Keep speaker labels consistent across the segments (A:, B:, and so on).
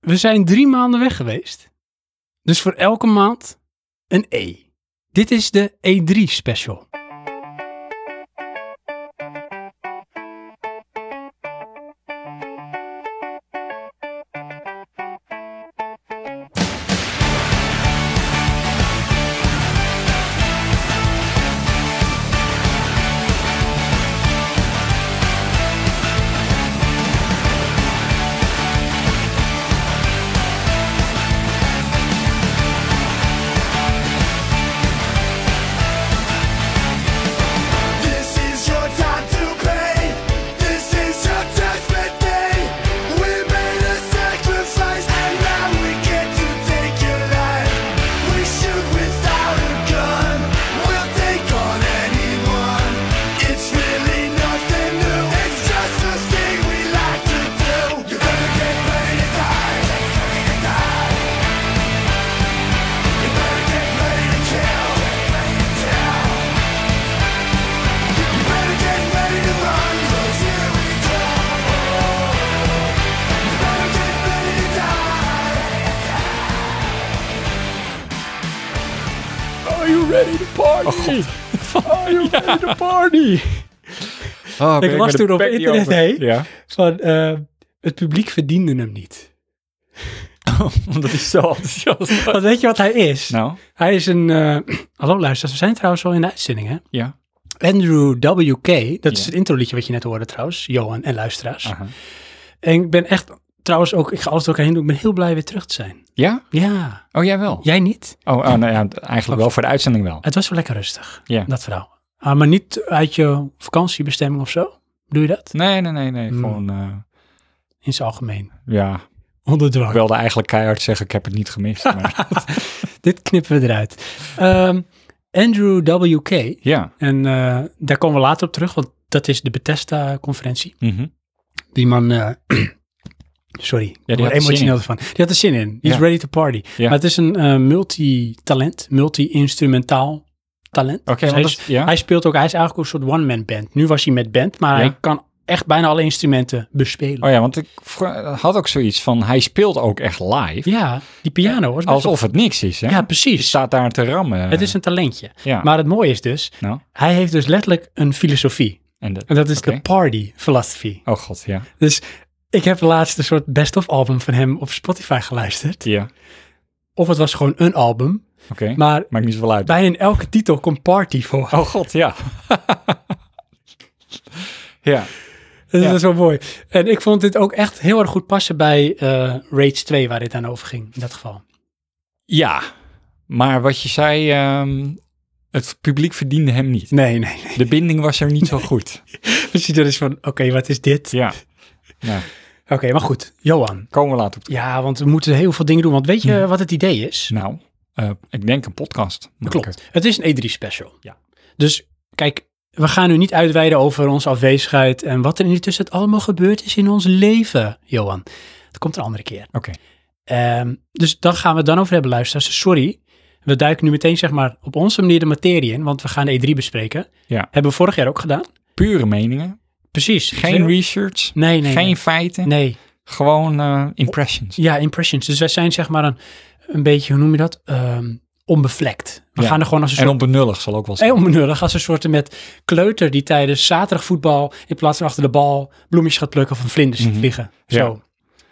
A: we zijn drie maanden weg geweest. Dus voor elke maand een E. Dit is de E3 special.
B: This is your time to pay. This is your judgment day. We made a sacrifice, and now we get to take your life. We shoot without a gun. We'll take on anyone. It's really nothing new. It's just a thing we like to do. You're gonna get ready to die. You better get ready to kill. You better get ready to run, 'cause here we go. You better get ready to die.
A: Are you ready to party? Are you ready to party?
C: Oh, ben
A: Ik las
C: met
A: toen
C: een
A: op
C: pet niet
A: internet
C: over.
A: heen
C: Ja,
A: van eh, het publiek verdiende hem niet.
C: omdat hij zo enthousiast was.
A: Want weet je wat hij is?
C: Nou,
A: Hij is een... eh, hallo luisteraars, we zijn trouwens al in de uitzending hè?
C: ja.
A: Andrew W.K., dat is
C: Ja.
A: het introliedje wat je net hoorde trouwens, Johan en luisteraars.
C: Aha.
A: En ik ben echt, trouwens ook, ik ga alles door elkaar heen doen, ik ben heel blij weer terug te zijn.
C: Ja?
A: Ja,
C: Oh, jij wel?
A: jij niet?
C: Oh, oh, nou ja, eigenlijk wel voor de uitzending wel.
A: Het was wel lekker rustig,
C: Ja.
A: dat verhaal. Ah, maar niet uit je vakantiebestemming of zo? Doe je dat?
C: Nee, nee, nee, nee.
A: Hmm.
C: Gewoon, eh,
A: In zijn algemeen.
C: ja.
A: Onder dwang.
C: Ik wilde eigenlijk keihard zeggen, ik heb het niet gemist. Maar,
A: Dit knippen we eruit. Ehm, Andrew W.K.
C: ja.
A: En eh, daar komen we later op terug, want dat is de Bethesda-conferentie.
C: Mhm.
A: Die man, eh, sorry, ik
C: had
A: word
C: er zin
A: emotioneel
C: in.
A: van. Die had er zin in. He's
C: Ja.
A: ready to party.
C: Ja.
A: Maar het is een eh, multitalent, multi-instrumentaal talent.
C: Oké,
A: Dus
C: want
A: hij,
C: dat-
A: is-
C: ja.
A: hij speelt ook, hij is eigenlijk ook een soort one-man band. Nu was hij met band, maar
C: Ja.
A: hij kan echt bijna alle instrumenten bespelen.
C: Oh ja, want ik vro- had ook zoiets van, hij speelt ook echt live.
A: Ja, die piano. was best
C: Alsof het niks is, hè?
A: wel- Ja, precies.
C: Staat daar te rammen.
A: Het is een talentje.
C: Eh, Ja.
A: Maar het mooie is dus,
C: Nou,
A: hij heeft dus letterlijk een filosofie.
C: en dat...
A: En dat is de
C: Oké.
A: party philosophy.
C: Oh god, ja.
A: Dus ik heb laatst een soort best-of album van hem op Spotify geluisterd.
C: Ja, oké.
A: Of het was gewoon een album. Maar
C: Maakt niet zoveel uit.
A: bijna in elke titel komt party voor.
C: Oh god, ja. ja.
A: Dus
C: ja.
A: Dat is wel mooi. En ik vond dit ook echt heel erg goed passen bij eh, Rage 2, waar dit aan over ging. In dat geval.
C: Ja, maar wat je zei, ehm, het publiek verdiende hem niet.
A: Nee, nee, nee.
C: De binding was er niet zo goed.
A: Precies, dat is van, oké, wat is dit?
C: Ja. Nou,
A: Oké, maar goed. Johan.
C: komen we later op.
A: Ja, want we moeten heel veel dingen doen. Want weet je
C: Mhm.
A: wat het idee is?
C: Nou, eh, ik denk een podcast. maken.
A: Klopt. Het is een E3 special.
C: Ja.
A: Dus kijk, we gaan nu niet uitweiden over onze afwezigheid en wat er in die tussentijd allemaal gebeurd is in ons leven, Johan. Dat komt een andere keer.
C: Oké.
A: Ehm, dus dan gaan we het dan over hebben, luisteraars. Sorry, we duiken nu meteen zeg maar op onze manier de materie in, want we gaan de E3 bespreken.
C: Ja.
A: Hebben we vorig jaar ook gedaan.
C: Pure meningen,
A: Precies.
C: geen research,
A: Nee, nee,
C: geen
A: nee.
C: feiten,
A: Nee,
C: gewoon eh, impressions.
A: ja, impressions. Dus wij zijn zeg maar een, een beetje, hoe noem je dat? Ehm, onbevlekt. We
C: Ja.
A: gaan er gewoon als een
C: En
A: soort
C: onbenullig zal ook wel zijn.
A: Heel benullig als een soort met kleuter die tijdens zaterdagvoetbal in plaats van achter de bal bloemetjes gaat plukken of een vlinder ziet
C: Mhm.
A: vliegen.
C: Ja.
A: Zo.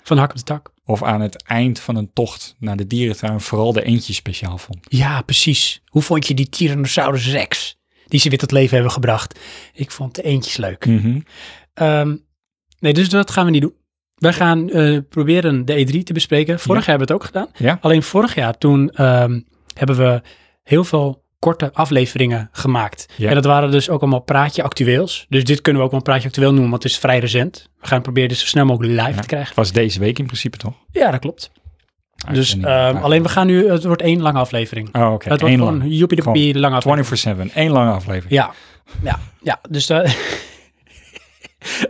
A: Van hak op de tak.
C: Of aan het eind van een tocht naar de dierentuin vooral de eentje speciaal vond.
A: Ja, precies. Hoe vond je die Tyrannosaurus Rex? Die ze weer tot leven hebben gebracht. Ik vond de eentjes
C: Mhm.
A: leuk. Ehm, nee, dus dat gaan we niet doen. Wij gaan eh, proberen de E3 te bespreken. Vorig jaar hebben we het ook gedaan.
C: Ja.
A: Alleen vorig jaar toen ehm, hebben we heel veel korte afleveringen gemaakt.
C: Ja.
A: En dat waren dus ook allemaal praatje actueels. Dus dit kunnen we ook wel een praatje actueel noemen, want het is vrij recent. We gaan proberen dit zo snel mogelijk live
C: Ja.
A: te krijgen.
C: Het was deze week in principe toch?
A: Ja, dat klopt. Dus
C: Uitzending.
A: ehm,
C: Ja.
A: alleen we gaan nu, het wordt één lange aflevering.
C: Oh, Ah. oké.
A: het wordt
C: Eén
A: gewoon
C: lang.
A: joepie de
C: Gewoon
A: lange aflevering.
C: 24-7. Eén lange aflevering.
A: Ja, ja, ja. Dus eh,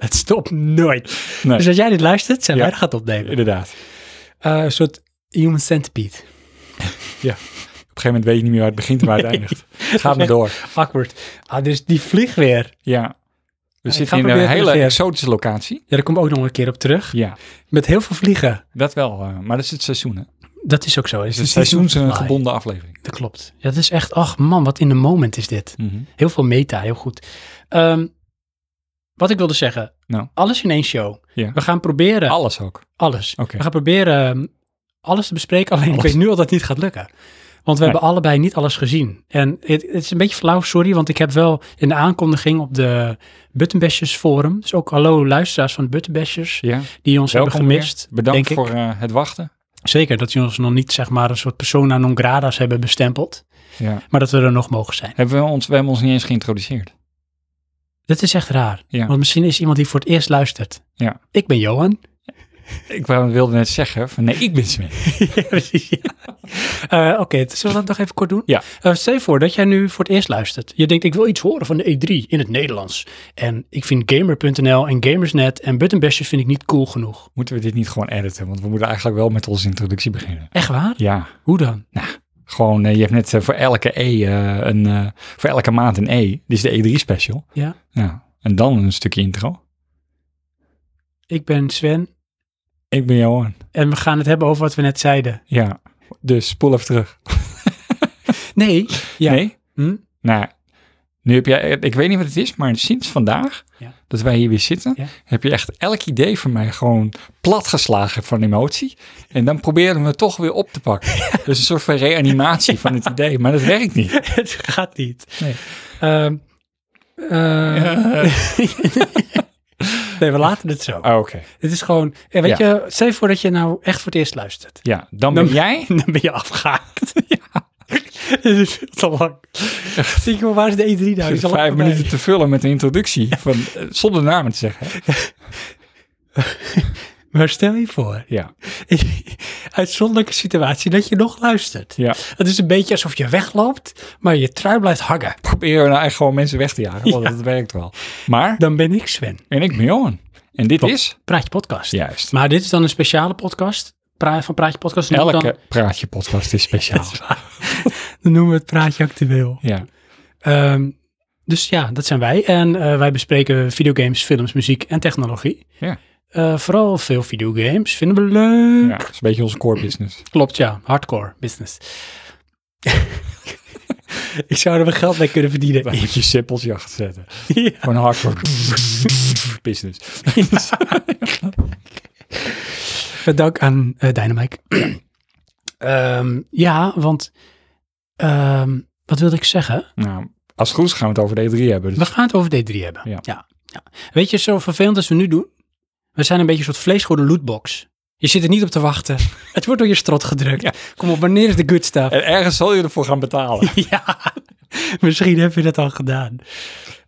A: het stopt nooit.
C: Nee.
A: Dus als jij dit luistert, zijn
C: Ja.
A: wij dat gaat opnemen.
C: Inderdaad.
A: Eh, een soort human centipede.
C: Op een gegeven moment weet je niet meer waar het begint en waar het eindigt. Het gaat maar door.
A: Awkward. Ah, dus die vlieg weer.
C: Ja. We
A: ik ga
C: zitten in een
A: proberen te
C: hele
A: reageren.
C: exotische locatie.
A: Ja, daar kom ik ook nog een keer op terug.
C: Ja,
A: Met heel veel vliegen.
C: dat wel. eh, maar dat is het seizoen, hè? Het
A: Dat is ook zo. Het
C: is
A: een
C: een seizoensgebonden
A: seizoensfly.
C: aflevering.
A: Dat klopt. Ja, dat is echt, ach man, wat in de moment is dit.
C: Mhm.
A: Heel veel meta, heel goed. Ehm, wat ik wilde zeggen.
C: Nou.
A: Alles in één show.
C: Ja.
A: We gaan proberen
C: Alles ook.
A: alles.
C: Oké.
A: We gaan proberen ehm, alles te bespreken. Alleen
C: Alles.
A: ik weet nu al dat het niet gaat lukken. Want we
C: Nee.
A: hebben allebei niet alles gezien. En het, het is een beetje flauw, sorry. Want ik heb wel in de aankondiging op de Buttonbashers forum. Dus ook hallo luisteraars van de Buttonbashers.
C: Ja.
A: Die ons
C: Welkom
A: hebben gemist.
C: weer. Bedankt
A: denk ik.
C: voor eh, het wachten.
A: Zeker dat jullie ons nog niet zeg maar een soort persona non grada's hebben bestempeld.
C: Ja.
A: Maar dat we er nog mogen zijn.
C: Hebben we, ons, we hebben ons niet eens geïntroduceerd.
A: Dat is echt raar.
C: Ja.
A: Want misschien is iemand die voor het eerst luistert.
C: Ja.
A: Ik ben Johan.
C: Ik wou- wilde net zeggen van nee, ik ben Smit.
A: ja, precies. ja. Eh, Oké, dus zullen we dat nog even kort doen?
C: Ja.
A: Eh, stel je voor dat jij nu voor het eerst luistert. Je denkt, ik wil iets horen van de E3 in het Nederlands. En ik vind Gamer.nl en Gamersnet en Buttonbashers vind ik niet cool genoeg.
C: Moeten we dit niet gewoon editen? Want we moeten eigenlijk wel met onze introductie beginnen.
A: Echt waar?
C: Ja.
A: Hoe dan?
C: Gewoon, eh, je hebt net eh, voor elke E eh, een, eh, voor elke maand een E. Dit is de E3 special.
A: Ja.
C: Ja. En dan een stukje intro.
A: Ik ben Sven
C: Ik ben Johan.
A: en we gaan het hebben over wat we net zeiden.
C: Ja. Dus spoel even terug.
A: Nee. Ja.
C: Nee?
A: Hm?
C: Nou, nu heb jij, ik weet niet wat het is, maar sinds vandaag
A: Ja.
C: dat wij hier weer zitten,
A: Ja.
C: heb je echt elk idee van mij gewoon platgeslagen van emotie. En dan proberen we het toch weer op te pakken. Dus een soort van reanimatie van het idee, maar dat werkt niet.
A: het gaat niet.
C: Nee.
A: Ehm, eh,
C: Eh,
A: Nee, we laten het zo.
C: ah, Oké,
A: Het is gewoon, eh, weet
C: Ja.
A: je, stel je voor dat je nou echt voor het eerst luistert.
C: ja, dan ben
A: Dan- Nou,
C: jij.
A: En dan ben je afgehaakt. ja. Dit is veel te lang. Zie je, waar is de E3 nou? Die
C: zit
A: is al lang
C: vijf
A: voorbij.
C: minuten te vullen met een introductie, van, eh, zonder namen te zeggen.
A: Maar stel je voor,
C: Ja,
A: uitzonderlijke situatie, dat je nog luistert.
C: ja.
A: Het is een beetje alsof je wegloopt, maar je trui blijft hangen.
C: Proberen we nou echt gewoon mensen weg te jagen, want dat werkt wel. Maar,
A: Dan ben ik Sven,
C: en ik ben Johan. En dit is,
A: Praatje Podcast.
C: juist,
A: Maar dit is dan een speciale podcast, pra- van Praatje Podcast. Dan noemen we
C: elke Praatje podcast is speciaal.
A: Dan, dan noemen we het Praatje Actueel.
C: Ja,
A: Ehm, dus ja, dat zijn wij. En eh, wij bespreken videogames, films, muziek en technologie.
C: Ja.
A: Eh, vooral veel videogames vinden we leuk.
C: ja, dat is een beetje onze core business.
A: Klopt, ja. Hardcore business. ik zou er wel geld mee kunnen verdienen.
C: Dan moet je simpeltje achter zetten.
A: Ja.
C: Gewoon hardcore business.
A: Met dank aan eh Dynamite. Ehm, ja, want ehm, wat wilde ik zeggen?
C: Nou, als het goed is gaan we het over D3 hebben.
A: We
C: Dus
A: gaan het over D3 hebben.
C: Ja.
A: Ja, ja. Weet je, zo vervelend als we nu doen, we zijn een beetje een soort vleesgoede lootbox. Je zit er niet op te wachten. Het wordt door je strot gedrukt. Kom op, wanneer is de good stuff?
C: en ergens zal je ervoor gaan betalen.
A: ja, misschien heb je dat al gedaan.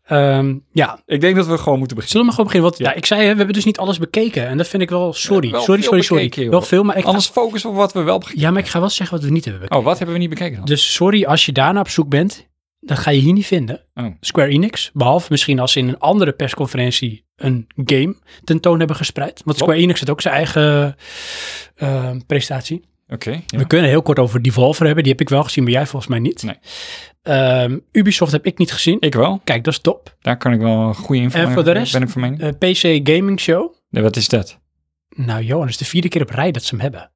A: Ehm, ja,
C: ik denk dat we gewoon moeten beginnen.
A: Zullen we maar gewoon beginnen? Want ja. ik zei, hè, we hebben dus niet alles bekeken. En dat vind ik wel sorry.
C: Ja, wel
A: sorry,
C: veel
A: sorry, sorry.
C: bekeken, joh.
A: wel veel, maar ik,
C: Anders focus op wat we wel bekeken.
A: ja, maar ik ga wel zeggen wat we niet hebben bekeken.
C: Oh, wat hebben we niet bekeken dan?
A: Dus sorry, als je daarna op zoek bent, dan ga je hier niet vinden.
C: Oh.
A: Square Enix, behalve misschien als ze in een andere persconferentie een game tentoon hebben gespreid. Want Square Enix had ook zijn eigen eh, presentatie.
C: Oké, ja.
A: We kunnen heel kort over Devolver hebben. Die heb ik wel gezien, maar jij volgens mij niet.
C: Nee.
A: Ehm, Ubisoft heb ik niet gezien.
C: ik wel.
A: Kijk, dat is top.
C: Daar kan ik wel goede info
A: En
C: mee-
A: voor de rest?
C: Ben ik van mening.
A: Eh, PC Gaming Show.
C: Nee, wat is dat?
A: Nou Johan, het is de vierde keer op rij dat ze hem hebben.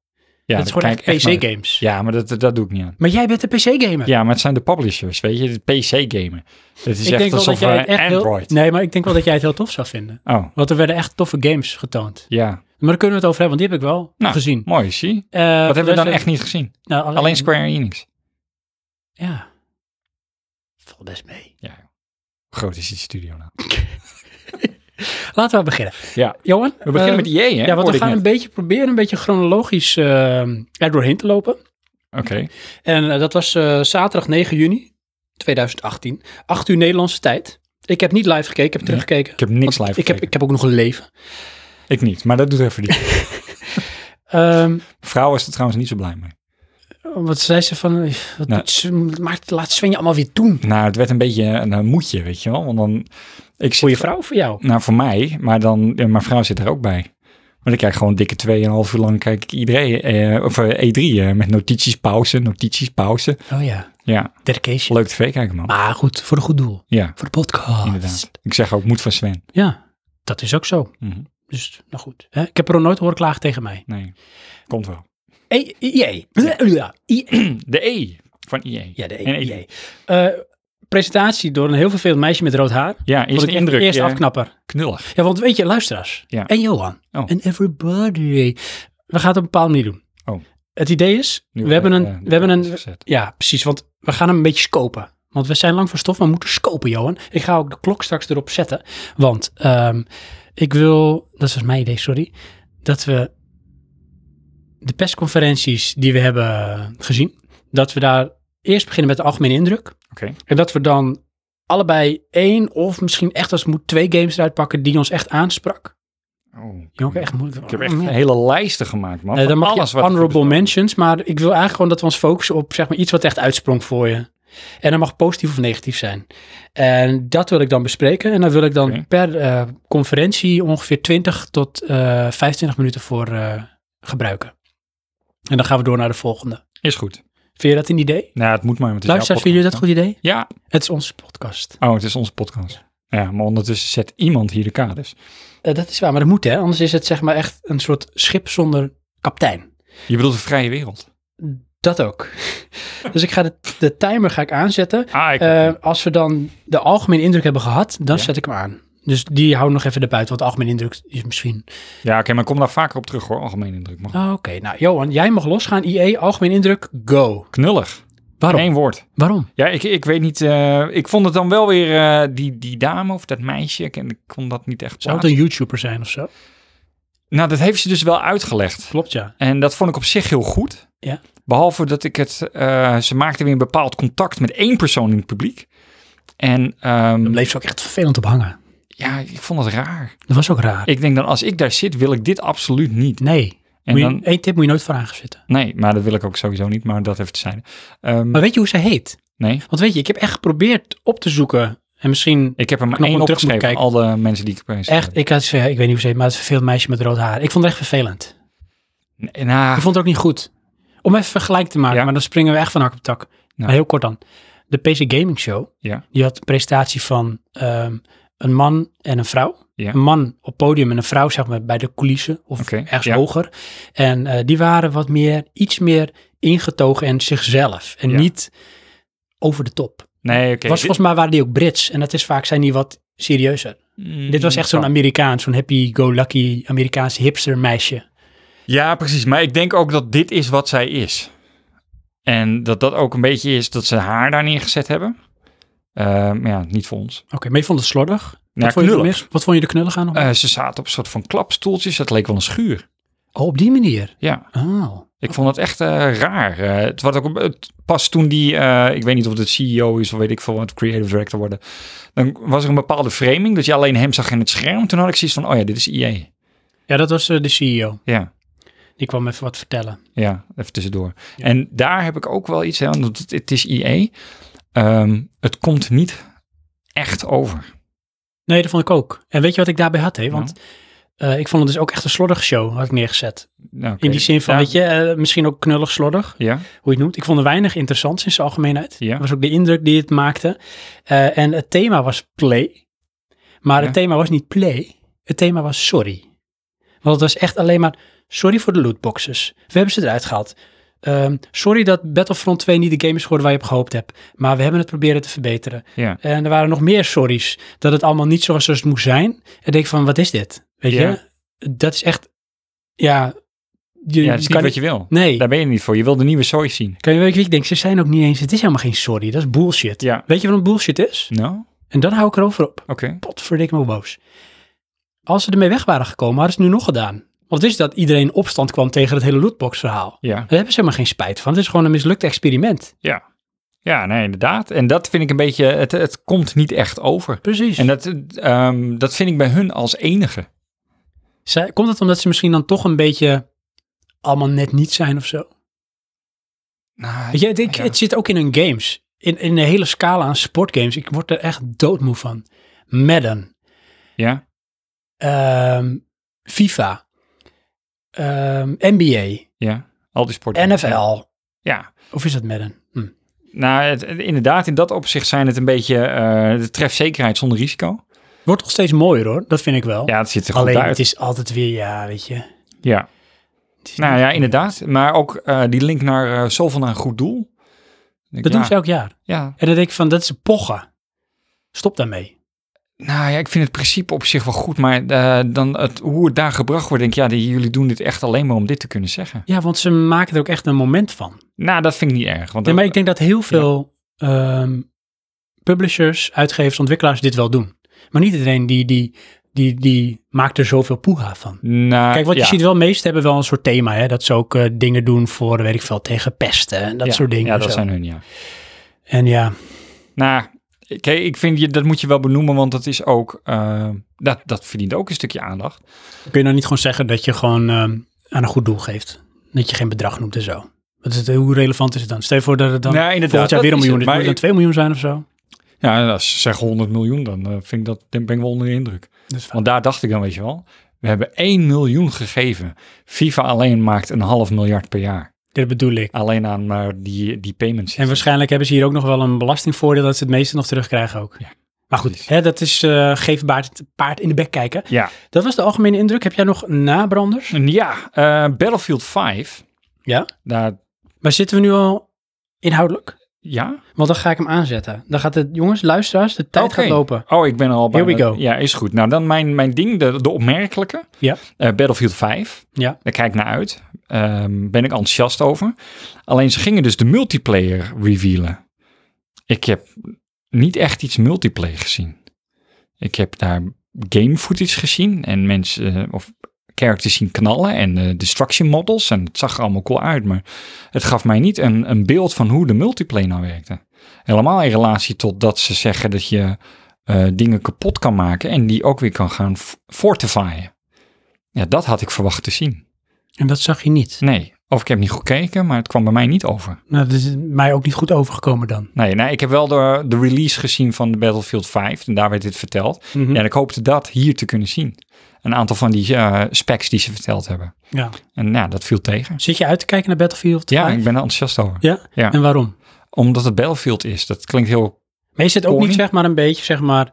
C: Ja,
A: dat is gewoon
C: daar
A: echt
C: kijk ik echt naar-
A: PC-games.
C: Ja, maar dat, dat, dat doe ik niet aan.
A: Maar jij bent een PC-gamer.
C: Ja, maar het zijn de publishers, weet je, de PC-gamen. Het is
A: ik
C: echt
A: denk wel
C: alsof
A: dat jij het
C: eh,
A: echt
C: Android.
A: Heel, nee, maar ik denk wel dat jij het heel tof zou vinden.
C: Oh,
A: Want er werden echt toffe games getoond.
C: ja.
A: Maar daar kunnen we het over hebben, want die heb ik wel
C: Nou,
A: gezien.
C: Mooi, zie.
A: Eh,
C: Wat hebben we dan
A: dus,
C: echt niet gezien?
A: nou, alleen,
C: Alleen Square Enix.
A: Ja. Valt best mee.
C: Ja. joh. Groot is die studio nou.
A: Laten we beginnen.
C: Ja.
A: Johan? eh,
C: We beginnen met IE, hè?
A: Ja, want
C: Hoorde
A: we
C: ik
A: gaan
C: net.
A: een beetje proberen een beetje chronologisch eh, er doorheen te lopen.
C: Oké.
A: En eh, dat was eh, zaterdag 9 juni 2018. 8 uur Nederlandse tijd. Ik heb niet live gekeken, ik heb teruggekeken.
C: Ik heb
A: Want
C: niks live
A: ik heb,
C: gekeken.
A: ik heb ook nog een leven.
C: Ik niet, maar dat doet even die.
A: Ehm,
C: Vrouw is er trouwens niet zo blij mee.
A: wat zei ze van, eh, wat
C: Nou.
A: moet ze- maar laat Sven je allemaal weer doen.
C: Nou, het werd een beetje een eh, moedje, weet je wel. Want dan... Ik zit,
A: Voor je vrouw of voor jou?
C: Nou, voor mij. Maar dan... ja, mijn vrouw zit er ook bij. Maar dan kijk ik gewoon dikke 2,5 uur lang kijk ik iedereen, eh, of eh, E3 eh, met notities, pauze, notities, pauze.
A: Oh ja,
C: Ja,
A: dedication.
C: leuk tv kijken man.
A: Maar goed, voor een goed doel.
C: Ja,
A: Voor de podcast.
C: inderdaad. Ik zeg ook moed van Sven.
A: Ja, dat is ook zo.
C: Mhm.
A: Dus, nou goed. Hè? Ik heb er nog nooit horen klagen tegen mij.
C: Nee, komt wel.
A: E- EA. Ja, EA.
C: De E van IE.
A: Ja, de
C: En E-
A: EA. Eh, presentatie door een heel vervelend meisje met rood haar.
C: Ja, eerst
A: Vond
C: een
A: ik echt
C: indruk.
A: Eerst
C: ja,
A: afknapper.
C: knullig.
A: Ja, want weet je, luisteraars.
C: Ja.
A: En Johan.
C: Oh.
A: En everybody. We gaan het op een bepaalde manier doen.
C: Oh.
A: Het idee is,
C: Nu
A: we hebben
C: wordt,
A: een...
C: eh, de
A: we hebben
C: prijs
A: een
C: gezet.
A: ja, precies. Want we gaan hem een beetje scopen. Want we zijn lang van stof, maar we moeten scopen, Johan. Ik ga ook de klok straks erop zetten. Want ehm, ik wil... Dat was mijn idee, sorry. Dat we de persconferenties die we hebben gezien... dat we daar eerst beginnen met de algemene indruk.
C: Oké.
A: En dat we dan allebei één of misschien echt als het moet twee games eruit pakken die ons echt aansprak.
C: Oh,
A: Jongen, echt moeilijk. Mm,
C: Ik heb echt hele lijsten gemaakt, man.
A: Nee, Eh, dan
C: van
A: mag
C: alles
A: je
C: wat er
A: honorable
C: gebeurt.
A: mentions, maar ik wil eigenlijk gewoon dat we ons focussen op zeg maar, iets wat echt uitsprong voor je. En dat mag positief of negatief zijn. En dat wil ik dan bespreken. En dan wil ik dan
C: Oké.
A: per eh, conferentie ongeveer 20 tot eh 25 minuten voor eh, gebruiken. En dan gaan we door naar de volgende.
C: Is goed.
A: Vind je dat een idee?
C: Nou, het moet maar. want het is jouw
A: Luisteraars, vinden jullie dat
C: podcast,
A: goed idee?
C: hè? Ja,
A: Het is onze podcast.
C: Oh, het is onze podcast. Ja, maar ondertussen zet iemand hier de kaders.
A: Eh, dat is waar, maar dat moet hè. Anders is het zeg maar echt een soort schip zonder kaptein.
C: Je bedoelt de vrije wereld.
A: Dat ook. dus ik ga de, de timer ga ik aanzetten.
C: Ah, ik...
A: Eh, als we dan de algemene indruk hebben gehad, dan
C: Ja.
A: zet ik hem aan. Dus die hou nog even erbuiten, want de algemene indruk is misschien...
C: ja, oké, maar kom daar vaker op terug hoor, algemeen indruk. Maar
A: Oh, Oké, nou Johan, jij mag losgaan. IE, algemene indruk, go.
C: knullig.
A: Waarom?
C: Eén woord.
A: Waarom?
C: Ja, ik, ik weet niet. eh, ik vond het dan wel weer eh, die, die dame of dat meisje. Ik, ik kon dat niet echt
A: Zou het
C: plaatsen.
A: een YouTuber zijn of zo?
C: Nou, dat heeft ze dus wel uitgelegd.
A: Klopt, ja.
C: En dat vond ik op zich heel goed.
A: Ja.
C: Behalve dat ik het... eh, ze maakte weer een bepaald contact met één persoon in het publiek. En ehm,
A: Dan bleef ze ook echt vervelend op hangen.
C: ja, ik vond het raar.
A: Dat was ook raar.
C: Ik denk dan, als ik daar zit, wil ik dit absoluut niet.
A: Nee.
C: En
A: Moet je,
C: dan,
A: Eén tip moet je nooit voor aan gaan zitten.
C: Nee, maar dat wil ik ook sowieso niet, maar dat even te zijn. Ehm,
A: Maar weet je hoe zij heet?
C: nee,
A: Want weet je, ik heb echt geprobeerd op te zoeken. En misschien
C: ik heb er maar
A: Nog
C: één
A: wel terug moeten
C: opgeschreven. Al de mensen die ik opeens...
A: echt, ik, had, ja, ik weet niet hoe ze heet, maar het vervelend meisje met rood haar. Ik vond het echt vervelend.
C: Nee, nou,
A: Ik vond het ook niet goed. Om even vergelijk te maken,
C: Ja.
A: maar dan springen we echt van hak op tak. Maar heel kort dan. De PC Gaming Show,
C: Ja.
A: die had een presentatie van ehm, een man en een vrouw.
C: Ja.
A: Een man op podium en een vrouw, zeg maar, bij de coulissen of
C: Oké,
A: ergens
C: ja.
A: hoger. En eh, die waren wat meer, iets meer ingetogen en zichzelf. En
C: Ja.
A: niet over de top.
C: nee, oké.
A: was
C: dit-
A: volgens mij waren die ook Brits. En dat is vaak, zijn die wat serieuzer.
C: Mm,
A: Dit was echt zo'n
C: kan.
A: Amerikaans, zo'n happy-go-lucky Amerikaans hipster meisje.
C: Ja, precies. Maar ik denk ook dat dit is wat zij is. En dat dat ook een beetje is dat ze haar daar neergezet hebben. Ehm, maar ja, niet voor ons.
A: Oké, maar je vond het slordig.
C: Ja,
A: wat, vond je er
C: knullig.
A: mis? wat vond je er knullig aan?
C: Eh, ze zaten op een soort van klapstoeltjes. Dat leek wel een schuur.
A: oh, op die manier.
C: Ja.
A: Oh.
C: Ik vond het echt eh, raar. Eh, het was ook op- het- pas toen die, eh, ik weet niet of het CEO is of weet ik veel wat, creative director worden. Dan was er een bepaalde framing dat je alleen hem zag in het scherm. Toen had ik zoiets van, oh ja, dit is IE.
A: Ja, dat was eh, de CEO.
C: Ja,
A: Die kwam even wat vertellen.
C: ja, even tussendoor. En daar heb ik ook wel iets aan, want het, het is IE. Ehm, het komt niet echt over.
A: Nee, dat vond ik ook. En weet je wat ik daarbij had, hè? Want
C: Nou.
A: eh, ik vond het dus ook echt een slordige show, had ik neergezet.
C: Nou, oké.
A: In die zin van,
C: Ja,
A: weet je, eh, misschien ook knullig slordig, hoe
C: Ja,
A: je het noemt. Ik vond er weinig interessants in zijn algemeenheid.
C: Ja.
A: Dat was ook de indruk die het maakte. Eh, en het thema was play. Maar
C: Ja.
A: het thema was niet play. Het thema was sorry. Want het was echt alleen maar sorry voor de lootboxes. We hebben ze eruit gehaald. Ehm, sorry dat Battlefront 2 niet de game is geworden waar je op gehoopt hebt. Maar we hebben het proberen te verbeteren.
C: ja.
A: En er waren nog meer sorry's. Dat het allemaal niet zoals het moest zijn. En ik denk van, wat is dit? Weet
C: Ja.
A: je? Dat is echt, ja... Je,
C: ja
A: je
C: het is niet
A: kan-
C: wat je wil.
A: Nee,
C: Daar ben je niet voor. Je wil de nieuwe soy zien.
A: kan je weet je, ik denk, ze zijn ook niet eens, het is helemaal geen sorry. Dat is bullshit.
C: Ja.
A: Weet je waarom bullshit is?
C: Nou, oké.
A: En dan hou ik erover op. Potverdik me boos. Als ze ermee weg waren gekomen, hadden ze het nu nog gedaan. Want het is dat iedereen in opstand kwam tegen het hele lootbox verhaal.
C: Ja.
A: Daar hebben ze helemaal geen spijt van. Het is gewoon een mislukt experiment.
C: Ja. Ja, nee, inderdaad. En dat vind ik een beetje, het, het komt niet echt over.
A: Precies.
C: En dat, ehm, dat vind ik bij hun als enige.
A: Zij- komt het omdat ze misschien dan toch een beetje allemaal net niet zijn of zo?
C: Nou,
A: Weet je, het, ik-
C: Ja.
A: het zit ook in hun games. In, in de hele scala aan sportgames. Ik word er echt doodmoe van. Madden.
C: ja,
A: ehm, FIFA. ehm, NBA,
C: Ja, al die sporten.
A: NFL.
C: Ja.
A: Of is dat Madden? Hm.
C: Nou, het- inderdaad, in dat opzicht zijn het een beetje eh, de trefzekerheid zonder risico.
A: Wordt nog steeds mooier hoor, dat vind ik wel.
C: Ja, het ziet er goed
A: Alleen
C: uit.
A: het is altijd weer, ja, weet je. Het
C: Ja.
A: is
C: Nou
A: niet-
C: ja, inderdaad. Maar ook eh, die link naar eh, zoveel naar een goed doel. Ik denk,
A: Dat
C: ja,
A: doen ze elk jaar.
C: Ja.
A: En dan denk ik van, dat is een pocha. Stop daarmee.
C: Nou ja, ik vind het principe op zich wel goed. Maar eh, dan het, hoe het daar gebracht wordt, denk ik, ja, die, jullie doen dit echt alleen maar om dit te kunnen zeggen.
A: Ja, want ze maken er ook echt een moment van.
C: Nou, dat vind ik niet erg. Want
A: Nee,
C: dat-
A: maar ik denk dat heel veel ehm, publishers, uitgevers, ontwikkelaars dit wel doen. Maar niet iedereen die, die, die, die maakt er zoveel poeha van.
C: Nou,
A: Kijk, wat
C: ja.
A: je ziet wel, meesten hebben wel een soort thema. Hè? Dat ze ook eh, dingen doen voor, weet ik veel, tegen pesten en dat
C: Ja,
A: soort dingen.
C: Ja,
A: en
C: dat
A: zo.
C: zijn hun, ja.
A: En ja,
C: Nou, kijk, ik vind je, dat moet je wel benoemen, want dat is ook, eh, dat, dat verdient ook een stukje aandacht.
A: kun je nou niet gewoon zeggen dat je gewoon ehm, aan een goed doel geeft. Dat je geen bedrag noemt en zo. Wat is het, hoe relevant is het dan? Stel je voor dat het dan
C: Nou, inderdaad,
A: volgend jaar
C: dat
A: weer een
C: is het,
A: miljoen is.
C: maar
A: Moet het dan 2
C: ik-
A: miljoen zijn of zo?
C: Ja, als ze zeggen 100 miljoen, dan eh, vind ik dat, dan ben ik wel onder de indruk.
A: Dus
C: Want daar dacht ik dan, weet je wel, we hebben 1 miljoen gegeven. FIFA alleen maakt een half miljard per jaar.
A: dit bedoel ik.
C: Alleen aan maar die, die payments.
A: En waarschijnlijk hebben ze hier ook nog wel een belastingvoordeel dat ze het meeste nog terugkrijgen ook.
C: Ja.
A: Maar goed,
C: Precies.
A: hè, dat is eh geef baard, paard in de bek kijken.
C: Ja,
A: Dat was de algemene indruk. Heb jij nog nabranders?
C: En ja eh, Battlefield 5,
A: Ja.
C: daar,
A: Maar zitten we nu al inhoudelijk?
C: ja?
A: Want dan ga ik hem aanzetten. Dan gaat het, jongens, luisteraars, de tijd
C: Oké.
A: gaat lopen.
C: Oh, ik ben er al bij.
A: Here we go.
C: Ja, is goed. Nou, dan mijn, mijn ding, de, de opmerkelijke,
A: Ja.
C: Eh, Battlefield 5.
A: Ja.
C: Daar kijk ik naar uit. Ehm, ben ik enthousiast over. Alleen ze gingen dus de multiplayer revealen. Ik heb niet echt iets multiplayer gezien. Ik heb daar game footage gezien en mensen eh, of characters zien knallen en eh, destruction models. En het zag er allemaal cool uit, maar het gaf mij niet een, een beeld van hoe de multiplayer nou werkte. Helemaal in relatie tot dat ze zeggen dat je eh, dingen kapot kan maken en die ook weer kan gaan f- fortifyen. Ja, dat had ik verwacht te zien.
A: En dat zag je niet.
C: Nee, of ik heb niet goed gekeken, maar het kwam bij mij niet over.
A: Nou, dat is mij ook niet goed overgekomen dan.
C: Nee, nee ik heb wel de, de release gezien van de Battlefield 5 en daar werd dit verteld.
A: Mhm.
C: Ja, En ik hoopte dat hier te kunnen zien. Een aantal van die eh, specs die ze verteld hebben.
A: Ja.
C: En nou, dat viel tegen.
A: Zit je uit te kijken naar Battlefield
C: Ja,
A: 5?
C: ik ben er enthousiast over.
A: ja?
C: Ja.
A: En waarom?
C: Omdat het Battlefield is, dat klinkt heel...
A: Maar is het ook niet
C: Corny?
A: zeg maar een beetje zeg maar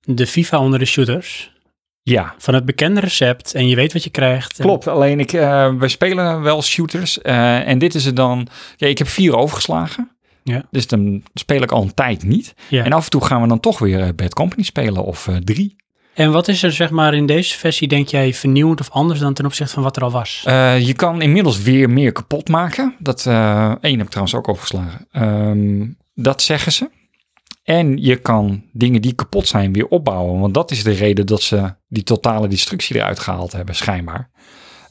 A: de FIFA onder de shooters?
C: Ja,
A: Van het bekende recept en je weet wat je krijgt. En-
C: klopt. Alleen, ik, eh, wij spelen wel shooters. eh, en dit is het dan... Ja, ik heb vier overgeslagen.
A: Ja.
C: Dus dan speel ik al een tijd niet.
A: Ja.
C: En af en toe gaan we dan toch weer eh, Bad Company spelen of eh, drie.
A: En wat is er zeg maar in deze versie, denk jij, vernieuwend of anders dan ten opzichte van wat er al was?
C: Eh, je kan inmiddels weer meer kapot maken. Dat eh één heb ik trouwens ook overgeslagen. Ehm, dat zeggen ze. En je kan dingen die kapot zijn weer opbouwen. Want dat is de reden dat ze die totale destructie eruit gehaald hebben, schijnbaar.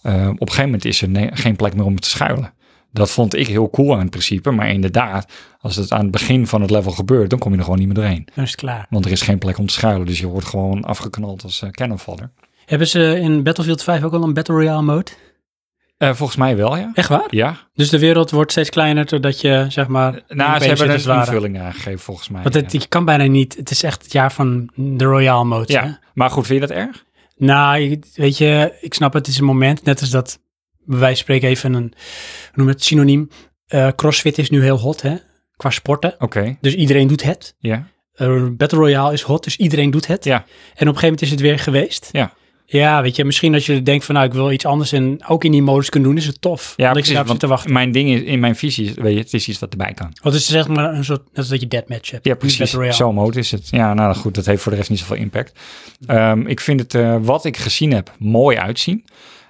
C: Eh, op een gegeven moment is er ne- geen plek meer om te schuilen. Dat vond ik heel cool aan het principe. Maar inderdaad, als het aan het begin van het level gebeurt, dan kom je er gewoon niet meer doorheen.
A: Dan is het klaar.
C: Want er is geen plek om te schuilen. Dus je wordt gewoon afgeknald als eh cannonvaller.
A: Hebben ze in Battlefield 5 ook al een Battle Royale mode?
C: Eh, volgens mij wel, ja.
A: Echt waar?
C: Ja,
A: Dus de wereld wordt steeds kleiner doordat je zeg maar...
C: Nou,
A: opeens
C: ze hebben
A: zit
C: er
A: als
C: een
A: het ware.
C: invulling aan gegeven volgens mij.
A: Want het,
C: ja.
A: je kan bijna niet, het is echt het jaar van de Royale mode. hè?
C: Ja, maar goed, vind je dat erg?
A: Nou, je- weet je, ik snap het is een moment, net als dat, wij spreken even een, hoe noem je het synoniem, Eh, CrossFit is nu heel hot hè, qua sporten.
C: Oké,
A: Dus iedereen doet het.
C: ja.
A: Eh, Battle Royale is hot, dus iedereen doet het.
C: Ja.
A: En op een gegeven moment is het weer geweest.
C: Ja.
A: Ja, weet je, misschien als je denkt van nou, ik wil iets anders en ook in die modus kunnen doen, is het tof.
C: Ja,
A: dat je daarop nou zit
C: want
A: te wachten.
C: mijn ding is, in mijn visie, is, weet je, het is iets wat erbij kan.
A: Want het is zeg maar een soort, net als dat je deathmatch hebt.
C: Ja,
A: niet
C: precies.
A: Battle Royale.
C: Zo'n mode is het. Ja, nou goed, dat heeft voor de rest niet zoveel impact. Ehm, ik vind het, eh, wat ik gezien heb, mooi uitzien.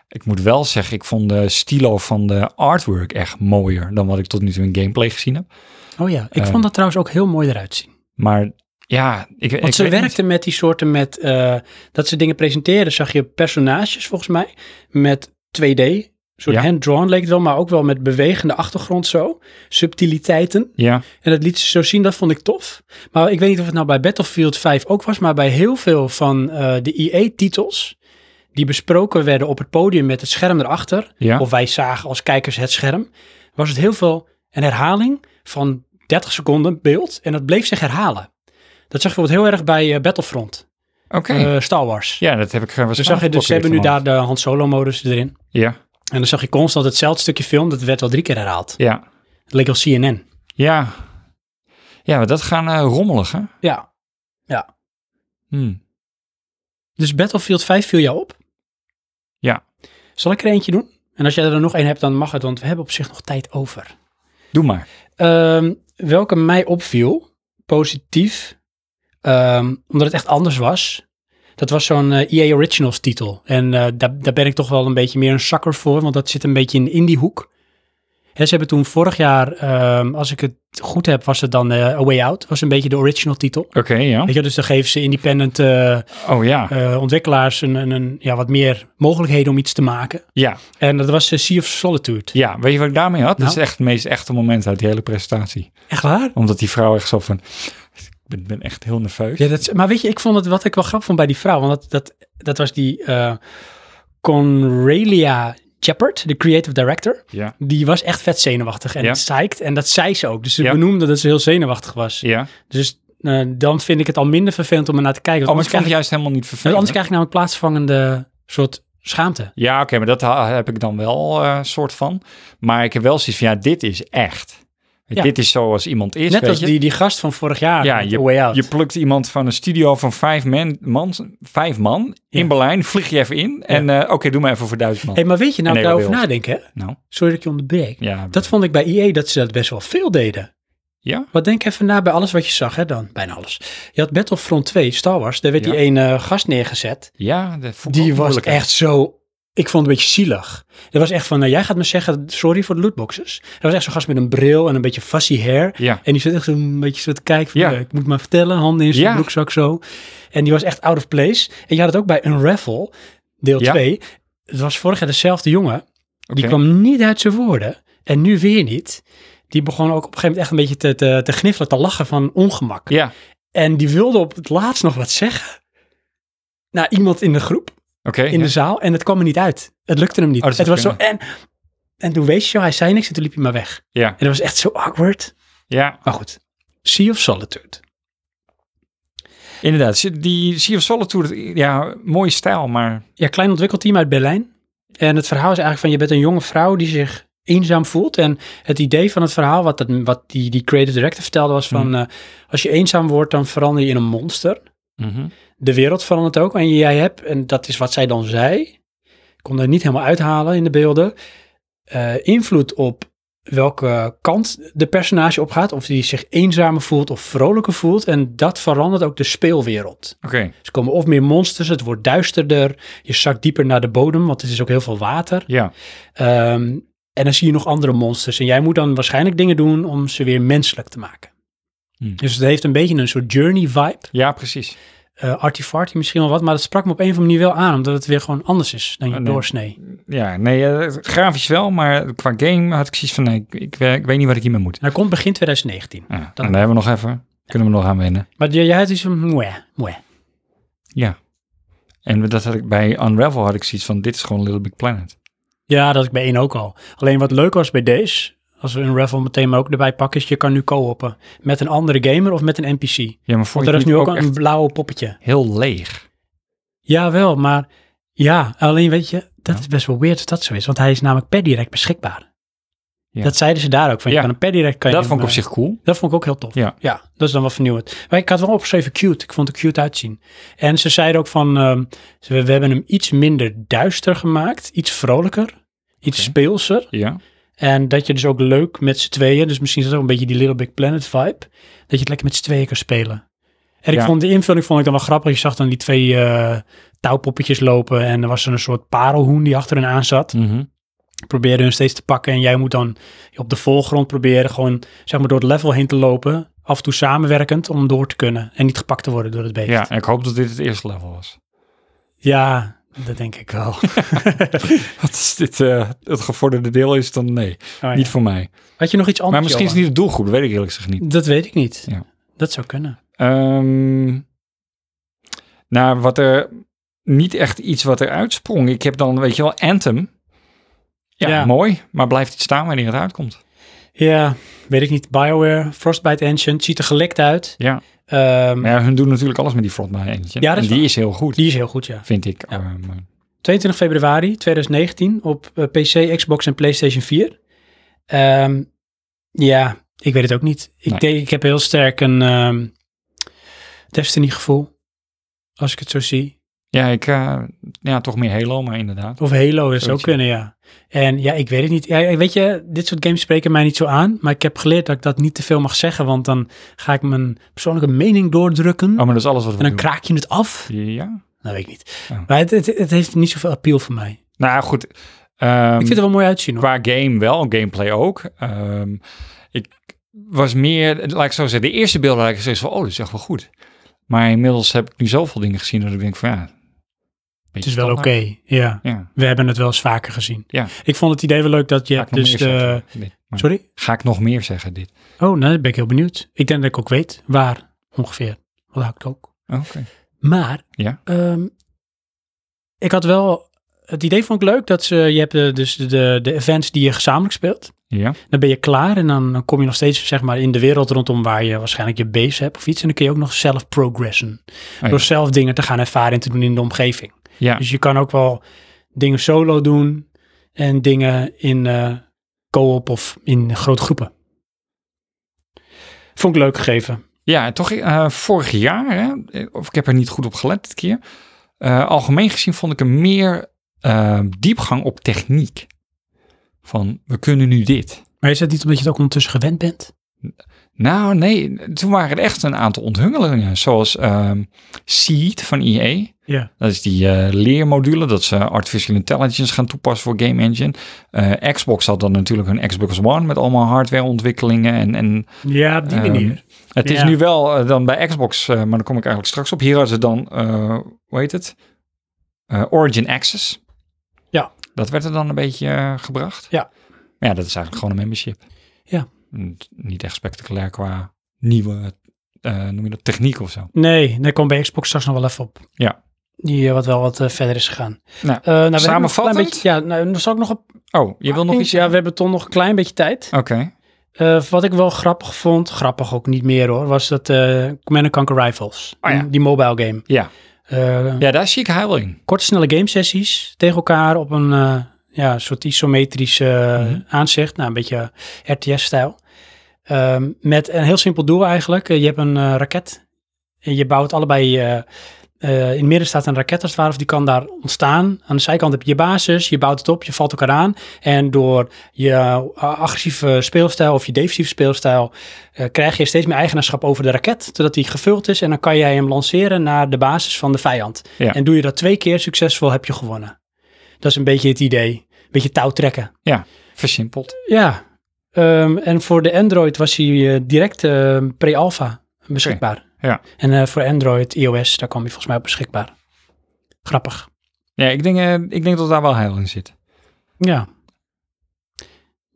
C: Ik moet wel zeggen, ik vond de stilo van de artwork echt mooier dan wat ik tot nu toe in gameplay gezien heb.
A: Oh ja, ik
C: Eh.
A: vond dat trouwens ook heel mooi eruit zien.
C: Maar ja, ik, ik
A: Want ze
C: weet niet.
A: werkten met die soorten met eh, dat ze dingen presenteren. Zag je personages volgens mij met 2D, een soort
C: Ja.
A: hand-drawn leek het wel, maar ook wel met bewegende achtergrond zo, subtiliteiten.
C: Ja,
A: En dat liet ze zo zien, dat vond ik tof. Maar ik weet niet of het nou bij Battlefield 5 ook was, maar bij heel veel van eh, de EA-titels die besproken werden op het podium met het scherm erachter,
C: ja.
A: of wij zagen als kijkers het scherm, was het heel veel een herhaling van 30 seconden beeld en dat bleef zich herhalen. Dat zag je bijvoorbeeld heel erg bij eh, Battlefront.
C: Oké.
A: eh, Star Wars.
C: Hmm. ja, dat heb ik eh,
A: Dus, zag
C: waarschijnlijk
A: je, dus ze hebben nu daar
C: opgericht
A: de Han Solo modus erin.
C: vanaf. Ja,
A: En dan zag je constant hetzelfde stukje film, dat werd al drie keer herhaald.
C: ja,
A: Het leek wel CNN.
C: ja. Ja, maar dat gaan eh, rommelig, hè?
A: Ja.
C: Hmm.
A: Dus Battlefield 5 viel jou op?
C: Ja.
A: Zal ik er eentje doen? En als jij er nog één hebt, dan mag het, want we hebben op zich nog tijd over.
C: Doe maar.
A: Ehm, welke mij opviel, positief, ehm, omdat het echt anders was. Dat was zo'n eh, EA Originals titel. En eh, daar, daar ben ik toch wel een beetje meer een zakker voor, want dat zit een beetje in, in die hoek. Hè, ze hebben toen vorig jaar, ehm, als ik het goed heb, was het dan eh, A Way Out. Was een beetje de original titel.
C: Oké, ja.
A: Weet je, dus dan geven ze independent eh,
C: Oh ja,
A: eh, ontwikkelaars een, een, een- ja, wat meer mogelijkheden om iets te maken.
C: ja.
A: En dat was eh, Sea of Solitude.
C: Ja, weet je wat ik daarmee had? Dat
A: Nou?
C: is echt het meest echte moment uit die hele presentatie.
A: Echt waar?
C: Omdat die vrouw echt zo van... Ik ben, ben echt heel nerveus.
A: Ja, dat, is- maar weet je, ik vond het wat ik wel grappig vond bij die vrouw. Want dat, dat, dat was die eh Conralia Jeppard, de creative director.
C: Ja.
A: Die was echt vet zenuwachtig en
C: Ja.
A: psyched. En dat zei ze ook. Dus ze
C: Ja.
A: benoemde dat ze heel zenuwachtig was.
C: ja.
A: Dus eh, dan vind ik het al minder vervelend om er naar te kijken.
C: Oh,
A: Want
C: maar ik
A: anders, krijg,
C: vond het juist helemaal niet
A: want
C: vervelend.
A: anders krijg ik namelijk plaatsvangende soort schaamte.
C: Ja, oké, maar dat ha- heb ik dan wel eh soort van. Maar ik heb wel zoiets van, ja, dit is echt.
A: Ja.
C: Dit is zoals iemand is,
A: Net
C: weet
A: als
C: je.
A: die, die gast van vorig jaar.
C: Ja,
A: met The Way Out.
C: Je plukt iemand van een studio van vijf, men, man, vijf man
A: Ja.
C: in Berlijn, vlieg je even in. En eh, oké, doe maar even voor duizend man.
A: hey, maar weet je nou,
C: En
A: ik
C: hele
A: daarover
C: wereld.
A: nadenken. hè?
C: Nou,
A: Sorry dat ik je onderbreek.
C: ja.
A: Dat vond ik bij EA dat ze dat best wel veel deden.
C: Ja?
A: Wat denk even na bij alles wat je zag, hè dan? Bijna alles. Je had Battlefront 2, Star Wars. Daar werd
C: Ja.
A: die ene eh, gast neergezet.
C: ja, dat vond ik
A: Die
C: ook
A: was
C: moeilijk, hè.
A: echt zo... Ik vond het een beetje zielig. Dat was echt van, nou, jij gaat me zeggen, sorry voor de lootboxes. Dat was echt zo'n gast met een bril en een beetje fussy hair.
C: Ja.
A: En die zat echt zo'n beetje zo te kijken van,
C: Ja.
A: eh, ik moet maar vertellen, handen in zijn
C: Ja.
A: broekzak zo. En die was echt out of place. En je had het ook bij Unravel, deel
C: Ja.
A: 2. Het was vorig jaar dezelfde jongen. Die
C: Oké.
A: kwam niet uit zijn woorden. En nu weer niet. Die begon ook op een gegeven moment echt een beetje te, te, te gniffelen, te lachen van ongemak.
C: Ja,
A: En die wilde op het laatst nog wat zeggen. Naar iemand in de groep,
C: oké.
A: in
C: ja.
A: de zaal. En het kwam er niet uit. Het lukte hem niet.
C: Oh, dat
A: het
C: zou
A: was zo, en, en toen wees je zo, hij zei niks en toen liep hij maar weg.
C: Ja.
A: En dat was echt zo awkward.
C: ja,
A: Maar goed, Sea of Solitude.
C: inderdaad. Die Sea of Solitude, ja, mooie stijl, maar
A: Ja, klein ontwikkelteam uit Berlijn. En het verhaal is eigenlijk van je bent een jonge vrouw die zich eenzaam voelt. En het idee van het verhaal, wat, dat, wat die, die creative director vertelde, was van eh, als je eenzaam wordt, dan verander je in een monster. De wereld verandert ook. En jij hebt, en dat is wat zij dan zei, ik kon er niet helemaal uithalen in de beelden, eh, invloed op welke kant de personage op gaat. Of die zich eenzamer voelt of vrolijker voelt. En dat verandert ook de speelwereld.
C: oké.
A: Er komen of meer monsters, het wordt duisterder. Je zakt dieper naar de bodem, want het is ook heel veel water.
C: Ja,
A: Ehm, en dan zie je nog andere monsters. En jij moet dan waarschijnlijk dingen doen om ze weer menselijk te maken.
C: Hmm.
A: Dus het heeft een beetje een soort journey vibe.
C: ja, precies.
A: eh artifarty misschien wel wat, maar dat sprak me op een of andere manier wel aan. Omdat het weer gewoon anders is dan je
C: Ah, nee.
A: doorsnee.
C: Ja, nee, eh, grafisch wel, maar qua game had ik zoiets van, nee, ik, ik, we- ik weet niet wat ik hiermee moet.
A: En dat komt begin 2019.
C: Ja, en daar hebben we nog even, kunnen we nog aan wennen.
A: Maar jij jij had iets van mwah, mwah.
C: Ja. En dat had ik, bij Unravel had ik zoiets van, dit is gewoon Little Big Planet.
A: Ja, dat had ik bij één ook al. Alleen wat leuk was bij deze, als we een raffle meteen maar ook erbij pakken, is je kan nu co-oppen. Met een andere gamer of met een NPC.
C: Ja, maar vond
A: Want
C: je
A: er is
C: het
A: nu
C: niet
A: ook,
C: ook
A: een
C: echt
A: blauwe poppetje.
C: heel leeg?
A: Jawel, maar ja, alleen weet je, dat is best wel weird dat dat zo is. Want hij is namelijk per direct beschikbaar.
C: Ja.
A: Dat zeiden ze daar ook van. Je
C: Ja.
A: kan hem per direct... Kan je
C: Dat
A: hem,
C: vond ik op
A: eh,
C: zich cool.
A: Dat vond ik ook heel tof.
C: Ja.
A: dat is dan wat vernieuwend. Maar ik had wel opgeschreven cute. Ik vond het cute uitzien. En ze zeiden ook van, ehm, ze- we, we hebben hem iets minder duister gemaakt. Iets vrolijker. Iets
C: Oké.
A: speelser.
C: Ja.
A: En dat je dus ook leuk met z'n tweeën, dus misschien is dat ook een beetje die Little Big Planet vibe, dat je het lekker met z'n tweeën kan spelen. En ik
C: Ja.
A: vond de invulling vond ik dan wel grappig. Je zag dan die twee eh, touwpoppetjes lopen en er was er een soort parelhoen die achter hen aan zat.
C: Mhm.
A: Probeerde hun steeds te pakken en jij moet dan op de voorgrond proberen gewoon zeg maar door het level heen te lopen, af en toe samenwerkend om door te kunnen en niet gepakt te worden door het beest.
C: Ja, en ik hoop dat dit het eerste level was.
A: Ja, dat denk ik wel.
C: Oh Wat is dit, eh, het gevorderde deel is dan nee,
A: Oh ja.
C: niet voor mij.
A: Had je nog iets anders?
C: Maar misschien is
A: Johan?
C: het niet de doelgroep, dat weet ik eerlijk gezegd niet.
A: Dat weet ik niet.
C: Ja.
A: Dat zou kunnen.
C: Ehm nou, wat er niet echt iets wat er uitsprong. Ik heb dan, weet je wel, Anthem. Ja,
A: Ja.
C: mooi. Maar blijft het staan wanneer het uitkomt?
A: Ja, weet ik niet. BioWare, Frostbite Engine, het ziet er gelekt uit.
C: Ja.
A: Ehm,
C: Maar ja, hun doen natuurlijk alles met die frontman eentje.
A: Ja, dat is
C: en die
A: waar.
C: is heel goed,
A: Die is heel goed, ja.
C: vind ik.
A: Ja.
C: Eh, maar-
A: 22 februari 2019 op eh, PC, Xbox en PlayStation 4. Ehm, ja, ik weet het ook niet. Ik,
C: Nee.
A: denk, ik heb heel sterk een ehm, Destiny gevoel. Als ik het zo zie.
C: ja, ik, eh, ja, toch meer Halo, maar inderdaad.
A: Of Halo, dat zou
C: Zoiets,
A: kunnen, ja. En ja, ik weet het niet. Ja, weet je, dit soort games spreken mij niet zo aan. Maar ik heb geleerd dat ik dat niet te veel mag zeggen. Want dan ga ik mijn persoonlijke mening doordrukken.
C: Oh, maar dat is alles wat we
A: Hm. en dan
C: doen.
A: kraak je het af.
C: Ja.
A: Dat Nou, weet ik niet.
C: Oh.
A: Maar het, het, het heeft niet zoveel appeal voor mij.
C: Nou ja, goed. Ehm,
A: ik vind het wel mooi uitzien hoor.
C: Qua game wel, gameplay ook. Ehm, ik was meer, laat ik zo zeggen, de eerste beelden had ik steeds van, oh, dat is echt wel goed. Maar inmiddels heb ik nu zoveel dingen gezien dat ik denk van, ja...
A: Het is wel oké, ja.
C: Ja,
A: We hebben het wel eens vaker gezien.
C: Ja.
A: Ik vond het idee wel leuk dat je
C: ga ik
A: hebt
C: nog
A: dus
C: meer
A: de...
C: zeggen. dit. Maar
A: Sorry?
C: Ga ik nog meer zeggen dit?
A: Oh, nou, dan ben ik heel benieuwd. Ik denk dat ik ook weet waar ongeveer. Wat hou ik het ook.
C: Oké.
A: Maar
C: Ja.
A: ehm, ik had wel... Het idee vond ik leuk dat ze... Je hebt eh, dus de, de events die je gezamenlijk speelt.
C: Ja.
A: Dan ben je klaar en dan, dan kom je nog steeds zeg maar, in de wereld rondom waar je waarschijnlijk je base hebt of iets. En dan kun je ook nog zelf progressen.
C: ja.
A: Door zelf dingen te gaan ervaren en te doen in de omgeving.
C: Ja.
A: Dus je kan ook wel dingen solo doen en dingen in eh, co-op of in grote groepen. Vond ik leuk gegeven.
C: Ja, en toch eh, vorig jaar, hè, of ik heb er niet goed op gelet dit keer. eh, algemeen gezien vond ik er meer eh, diepgang op techniek. Van, we kunnen nu dit.
A: Maar is dat niet omdat je het ook ondertussen gewend bent?
C: Nou, nee, toen waren er echt een aantal onthungelingen. Zoals ehm, Seed van EA.
A: Ja.
C: Dat is die eh, leermodule, dat ze artificial intelligence gaan toepassen voor Game Engine. Eh, Xbox had dan natuurlijk een Xbox One met allemaal hardwareontwikkelingen. En, en
A: Ja, op die
C: Ehm,
A: manier.
C: het is
A: Ja.
C: nu wel eh, dan bij Xbox, eh, maar daar kom ik eigenlijk straks op. Hier hadden ze dan, eh, hoe heet het? Eh, Origin Access.
A: Ja.
C: Dat werd er dan een beetje eh, gebracht.
A: Ja.
C: Maar ja, dat is eigenlijk gewoon een membership.
A: Ja.
C: Mm, Niet echt spectaculair qua nieuwe, eh, noem je dat, techniek of zo.
A: Nee, daar komt bij Xbox straks nog wel even op.
C: Ja.
A: Die eh, wat wel wat eh, verder is gegaan.
C: Nou,
A: Eh, we hebben nog een klein
C: samenvattend?
A: beetje- ja, nou, dan zal ik nog op.
C: Oh, je wil nog iets?
A: Ja, we hebben toch nog een klein beetje tijd.
C: Oké.
A: Eh, wat ik wel grappig vond, grappig ook niet meer hoor, was dat eh Command and Conquer Rivals.
C: Oh ja.
A: die, die mobile game.
C: Ja.
A: Eh,
C: ja, daar zie ik hij wel in.
A: korte, snelle gamesessies tegen elkaar op een eh, ja, soort isometrische eh,
C: Mhm.
A: aanzicht. Nou, een beetje RTS-stijl. Ehm, met een heel simpel doel eigenlijk. Eh, je hebt een eh, raket. En je bouwt allebei... eh, eh, in het midden staat een raket als het ware, of die kan daar ontstaan. Aan de zijkant heb je je basis, je bouwt het op, je valt elkaar aan. En door je eh, agressieve speelstijl of je defensieve speelstijl eh, krijg je steeds meer eigenaarschap over de raket, totdat die gevuld is. En dan kan jij hem lanceren naar de basis van de vijand.
C: Ja.
A: En doe je dat twee keer succesvol, heb je gewonnen. Dat is een beetje het idee. Een beetje touw trekken.
C: Versimpeld.
A: Ja. Ehm, en voor de Android was hij eh, direct eh, pre-alpha beschikbaar.
C: ja.
A: En eh, voor Android, iOS, daar kwam hij volgens mij op beschikbaar. Grappig.
C: Ja, ik denk, eh, ik denk dat daar wel heil in zit.
A: Ja.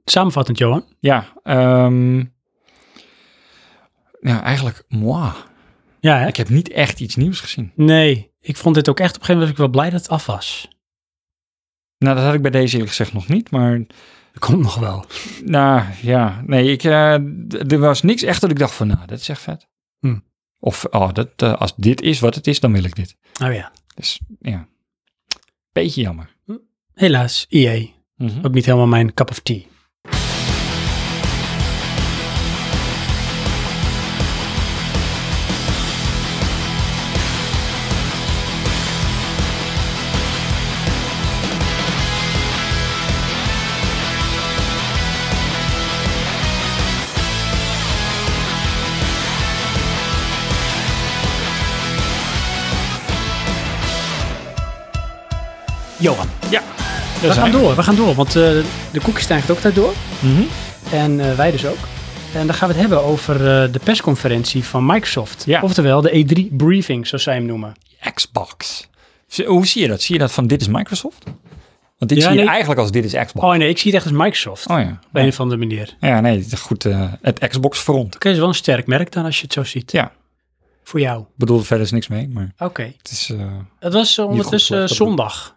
A: Samenvattend, Johan.
C: Ja, ehm, ja eigenlijk, moi.
A: Ja, hè?
C: Ik heb niet echt iets nieuws gezien.
A: Nee, ik vond dit ook echt op een gegeven moment was ik wel blij dat het af was.
C: Nou, dat had ik bij deze eerlijk gezegd nog niet, maar...
A: Dat komt nog wel.
C: Nou, ja. Nee, ik, eh, d- er was niks echt dat ik dacht van, nou, dat is echt vet.
A: Hm.
C: Of, oh, dat, eh, als dit is wat het is, dan wil ik dit.
A: Oh ja.
C: Dus, ja. Beetje jammer.
A: Helaas, E EA.
C: Mhm.
A: Ook niet helemaal mijn cup of tea. Johan.
C: Ja,
A: We
C: daar
A: gaan
C: zijn
A: door, we gaan door, want eh, de koekjestijd gaat ook tijd door.
C: Mhm.
A: En eh, wij dus ook. En dan gaan we het hebben over eh, de persconferentie van Microsoft.
C: Ja.
A: Oftewel de E3 briefing, zoals zij hem noemen.
C: Xbox. Z- Hoe zie je dat? Zie je dat van dit is Microsoft? Want dit
A: Ja,
C: zie je
A: nee.
C: eigenlijk als dit is Xbox.
A: Oh nee, ik zie het echt als Microsoft.
C: Oh ja.
A: Op een of andere manier. Oké,
C: Ja, nee, het is goed. eh, het Xbox front.
A: is wel een sterk merk dan als je het zo ziet.
C: Ja.
A: Voor jou.
C: Ik bedoel er verder is niks mee, maar
A: Oké.
C: het is... eh,
A: Het was eh, ondertussen
C: slecht,
A: eh,
C: dat bedoel-
A: zondag,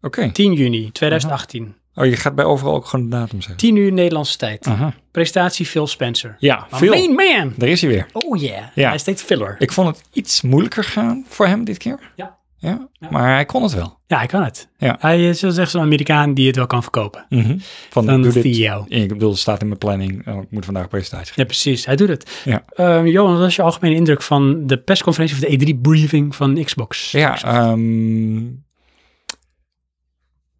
C: Oké.
A: 10 juni 2018.
C: Oh, je gaat bij overal ook gewoon de datum zeggen.
A: 10 uur Nederlandse tijd.
C: Aha.
A: Prestatie Phil Spencer.
C: Ja,
A: Maar
C: veel.
A: Main man.
C: Daar is hij weer.
A: Oh yeah.
C: Ja.
A: Hij is steeds filler.
C: Ik vond het iets moeilijker gaan voor hem dit keer.
A: Ja.
C: Ja, maar hij kon het wel.
A: Ja, hij kan het.
C: Ja.
A: Hij is zoals echt zo'n Amerikaan die het wel kan verkopen.
C: Mhm. Van,
A: Dan
C: doe dit.
A: Theo.
C: Ik bedoel, het staat in mijn planning. Oh, ik moet vandaag presentatie.
A: Ja, precies. Hij doet het.
C: Ja.
A: Ehm, Johan, wat was je algemene indruk van de persconferentie of de E3-briefing van Xbox?
C: Ja, ehm,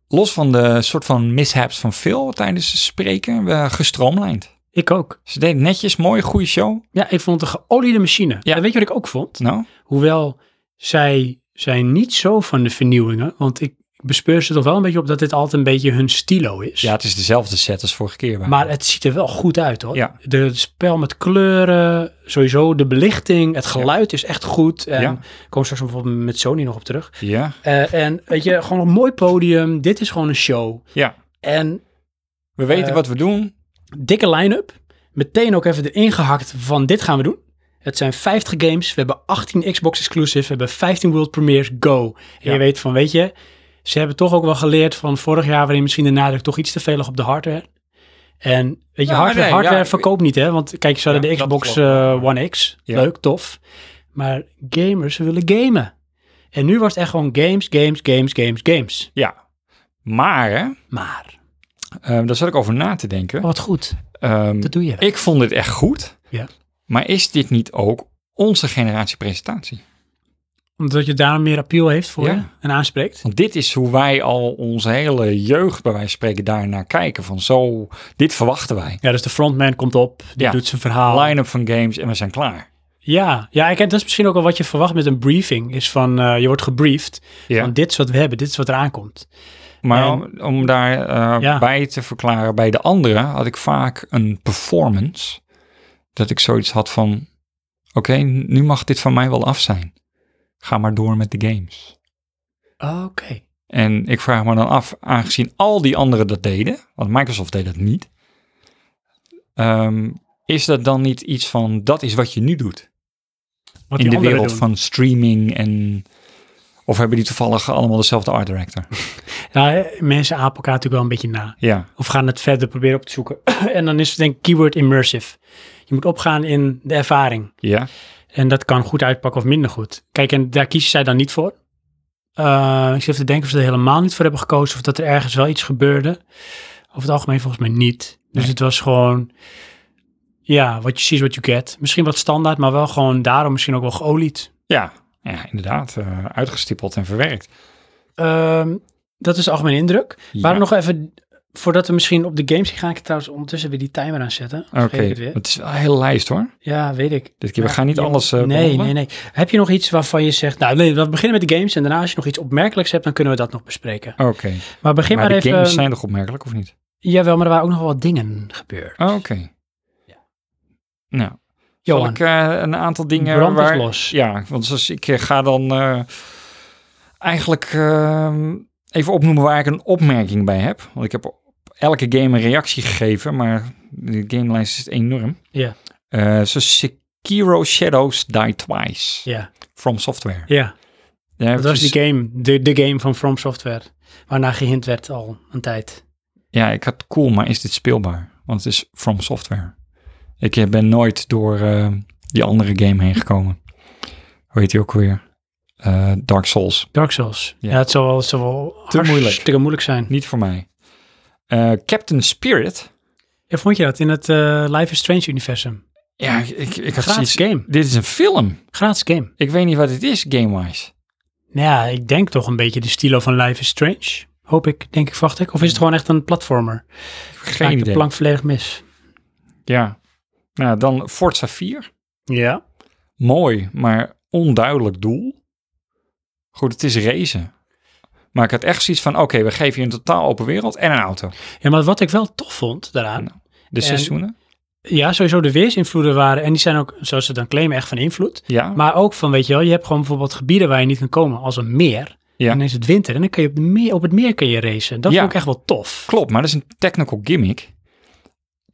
C: los van de soort van mishaps van Phil tijdens het spreken, we gestroomlijnd.
A: Ik ook.
C: Ze deden netjes, mooi, goede show.
A: Ja, ik vond het een geoliede machine.
C: Ja.
A: En weet je wat ik ook vond?
C: Nou,
A: Hoewel zij zijn niet zo van de vernieuwingen, want ik bespeur ze toch wel een beetje op dat dit altijd een beetje hun stilo is.
C: ja, het is dezelfde set als vorige keer. Maar,
A: Maar het ziet er wel goed uit hoor.
C: Ja.
A: De het spel met kleuren, sowieso de belichting, het geluid is echt goed. En
C: Ja.
A: ik kom straks bijvoorbeeld met Sony nog op terug.
C: ja,
A: Eh, en weet je, gewoon een mooi podium. Dit is gewoon een show.
C: ja.
A: En
C: We weten
A: Eh,
C: wat we doen.
A: dikke line-up. Meteen ook even erin gehakt van dit gaan we doen. Het zijn 50 games, we hebben 18 Xbox exclusives, we hebben 15 world premieres, go. En
C: Ja.
A: je weet van, weet je, ze hebben toch ook wel geleerd van vorig jaar waarin misschien de nadruk toch iets te veel lag op de hardware. En weet je,
C: Ja,
A: hardware,
C: nee,
A: hardware
C: ja,
A: verkoopt niet hè, want kijk, ze hadden
C: Ja,
A: de
C: dat
A: Xbox
C: klopt.
A: eh, One X,
C: Ja.
A: leuk, tof. Maar gamers willen gamen. En nu was het echt gewoon games, games, games, games, games.
C: Ja. Maar, hè,
A: Maar,
C: ehm, daar zat ik over na te denken.
A: wat goed,
C: Ehm,
A: Oh, dat doe je.
C: ik vond dit echt goed.
A: Ja.
C: Maar is dit niet ook onze generatie presentatie?
A: Omdat je daar meer appeal heeft voor
C: Ja.
A: je en aanspreekt.
C: Want dit is hoe wij al onze hele jeugd, bij wijze van spreken, daarnaar kijken. Van zo, dit verwachten wij.
A: Ja, dus de frontman komt op, die
C: Ja.
A: doet zijn verhaal.
C: Line-up van games en we zijn klaar.
A: Ja, ja ik, dat is misschien ook wel wat je verwacht met een briefing. Is van, eh, je wordt gebriefd
C: Ja.
A: van dit is wat we hebben, dit is wat eraan komt.
C: Maar
A: en-
C: om, om daar eh,
A: Ja.
C: bij te verklaren, bij de anderen had ik vaak een performance. Dat ik zoiets had van, oké, nu mag dit van mij wel af zijn. Ga maar door met de games.
A: Oké.
C: En ik vraag me dan af, aangezien al die anderen dat deden, want Microsoft deed dat niet, ehm, is dat dan niet iets van dat is wat je nu doet
A: Wat
C: in
A: die
C: de
A: anderen
C: wereld
A: doen.
C: van streaming en. Of hebben die toevallig allemaal dezelfde art director?
A: Ja, hè, mensen apen elkaar natuurlijk wel een beetje na.
C: ja,
A: Of gaan het verder proberen op te zoeken. en dan is het denk ik keyword immersive. Je moet opgaan in de ervaring.
C: ja,
A: En dat kan goed uitpakken of minder goed. Kijk, en daar kiezen zij dan niet voor. Eh, ik zit even te denken of ze er helemaal niet voor hebben gekozen. Of dat er ergens wel iets gebeurde. Over het algemeen volgens mij niet. Dus
C: Nee.
A: het was gewoon... Ja, wat je ziet, wat je get. Misschien wat standaard, maar wel gewoon daarom misschien ook wel geolied.
C: ja. Ja, inderdaad. eh, uitgestippeld en verwerkt.
A: Ehm, dat is de algemene indruk.
C: Ja.
A: Maar nog even... Voordat we misschien op de games gaan, ga ik trouwens ondertussen weer die timer aanzetten.
C: Oké,
A: Vergeet het weer.
C: het is wel een hele lijst hoor.
A: Ja, weet ik.
C: Dit keer, Dus we
A: Ja,
C: gaan niet
A: ja.
C: alles eh,
A: nee,
C: behandelen.
A: nee, nee. Heb je nog iets waarvan je zegt... Nou, nee, we beginnen met de games en daarna als je nog iets opmerkelijks hebt... dan kunnen we dat nog bespreken.
C: Oké,
A: Maar begin
C: maar
A: maar,
C: de
A: even... eh,
C: games zijn toch opmerkelijk of niet?
A: Jawel, maar er waren ook nog wel wat dingen gebeurd.
C: Oh, Oké. Nou, Zal
A: Johan.
C: ik eh, een aantal dingen...
A: Brand is
C: waar,
A: los.
C: Ja, want dus ik eh, ga dan eh, eigenlijk eh, even opnoemen waar ik een opmerking bij heb. Want ik heb op elke game een reactie gegeven, maar de gamelijst is enorm.
A: Ja.
C: Eh, zo Sekiro Shadows Die Twice
A: Ja,
C: from Software.
A: ja.
C: Daar
A: dat
C: hebben
A: was
C: ze-
A: die game. De, de game van From Software. Waarna gehint werd al een tijd.
C: Ja, ik had cool, maar is dit speelbaar? Want het is from software. Ik eh, ben nooit door eh, die andere game heen gekomen. Hoe heet die ook weer? Eh, Dark Souls.
A: Dark Souls. Ja,
C: Ja.
A: het zal wel, het zal wel hartstikke
C: moeilijk.
A: moeilijk zijn.
C: Niet voor mij. Eh, Captain Spirit.
A: Ja, vond je dat in het eh, Life is Strange universum?
C: Ja, ik, ik, ik had
A: Gratis
C: zoiets...
A: game.
C: Dit is een film.
A: Gratis game.
C: Ik weet niet wat het is, game-wise.
A: Nou ja, ik denk toch een beetje de stilo van Life is Strange. Hoop ik, denk ik, verwacht ik. Of is het gewoon echt een platformer? Maak
C: Mm. Geen
A: ik de
C: idee.
A: plank volledig mis.
C: Ja. Nou, dan Forza 4.
A: Ja.
C: Mooi, maar onduidelijk doel. Goed, het is racen. Maar ik had echt zoiets van, oké, we geven je een totaal open wereld en een auto.
A: Ja, maar wat ik wel tof vond daaraan...
C: De seizoenen.
A: Ja, sowieso de weersinvloeden waren... en die zijn ook, zoals ze dan claimen, echt van invloed.
C: Ja.
A: Maar ook van, weet je wel, je hebt gewoon bijvoorbeeld gebieden waar je niet kan komen, als een meer.
C: Ja.
A: En dan is het winter en dan kun je op, de meer, op het meer kun je racen. Dat
C: Ja.
A: vond ik echt wel tof.
C: Klopt, maar dat is een technical gimmick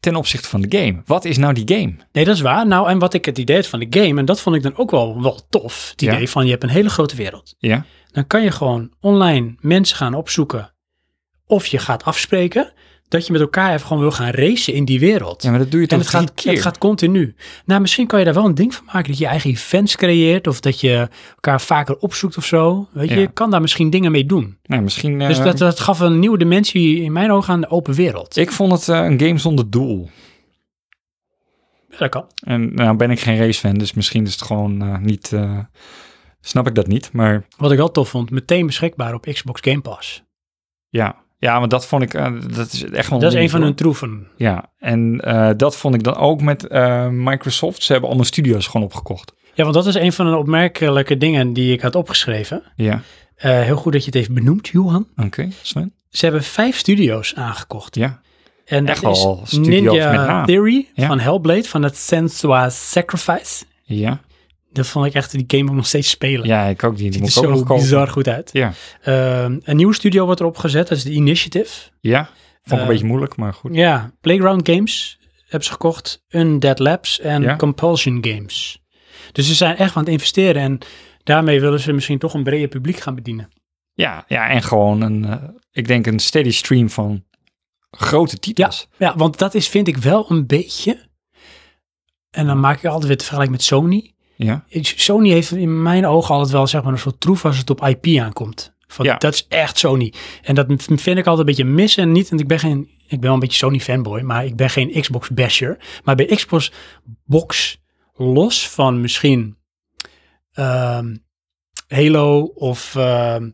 C: ten opzichte van de game. Wat is nou die game?
A: Nee, dat is waar. Nou, en wat ik het idee had van de game, en dat vond ik dan ook wel, wel tof, het
C: Ja.
A: idee van je hebt een hele grote wereld.
C: Ja.
A: Dan kan je gewoon online mensen gaan opzoeken of je gaat afspreken dat je met elkaar even gewoon wil gaan racen in die wereld.
C: Ja, maar dat doe je
A: en het
C: toch drie
A: gaat,
C: keer?
A: het gaat continu. Nou, misschien kan je daar wel een ding van maken dat je je eigen events creëert of dat je elkaar vaker opzoekt of zo. Weet je,
C: Ja.
A: je kan daar misschien dingen mee doen.
C: Nou, misschien... eh,
A: Dus dat, dat gaf een nieuwe dimensie in mijn ogen aan de open wereld.
C: Ik vond het eh, een game zonder doel.
A: Ja, dat kan.
C: En nou ben ik geen racefan, dus misschien is het gewoon eh, niet... eh, snap ik dat niet, maar
A: Wat ik wel tof vond, meteen beschikbaar op Xbox Game Pass.
C: Oh, ja. Ja, maar dat vond ik... eh, dat is echt wel
A: Dat is
C: ding,
A: een van
C: hoor.
A: hun troeven.
C: Ja, en eh, dat vond ik dan ook met eh, Microsoft. Ze hebben allemaal studio's gewoon opgekocht.
A: Ja, want dat is een van de opmerkelijke dingen die ik had opgeschreven.
C: Ja,
A: Eh, heel goed dat je het heeft benoemd, Johan.
C: oké. Sven?
A: Ze hebben vijf studio's aangekocht.
C: Ja.
A: En
C: Echt
A: dat is
C: wel studio's met
A: Ninja
C: naam.
A: Theory
C: Ja.
A: van Hellblade, van het Sensua Sacrifice.
C: Ja.
A: Dat vond ik echt, die game wil ik nog steeds spelen.
C: Ja, ik ook. Die,
A: Het
C: die moet
A: is
C: ik ook nog
A: zo
C: kopen.
A: bizar goed uit.
C: Ja.
A: Ehm, een nieuwe studio wordt erop gezet, dat is de Initiative.
C: Ja. Vond ik een
A: Eh,
C: beetje moeilijk, maar goed.
A: Ja, Playground Games hebben ze gekocht, Undead Labs en
C: Ja.
A: Compulsion Games. Dus ze zijn echt aan het investeren en daarmee willen ze misschien toch een breder publiek gaan bedienen.
C: Ja, ja en gewoon een, eh, ik denk een steady stream van grote titels.
A: Ja, want dat is vind ik wel een beetje, en dan maak ik altijd weer te vergelijking met Sony.
C: Ja.
A: Sony heeft in mijn ogen altijd wel zeg maar, een soort troef als het op IP aankomt. Van,
C: Ja.
A: Dat is echt Sony. En dat v- vind ik altijd een beetje mis en niet. En ik ben geen, ik ben wel een beetje Sony fanboy, maar ik ben geen Xbox basher. Maar bij Xbox Box, los van misschien ehm, Halo of ehm,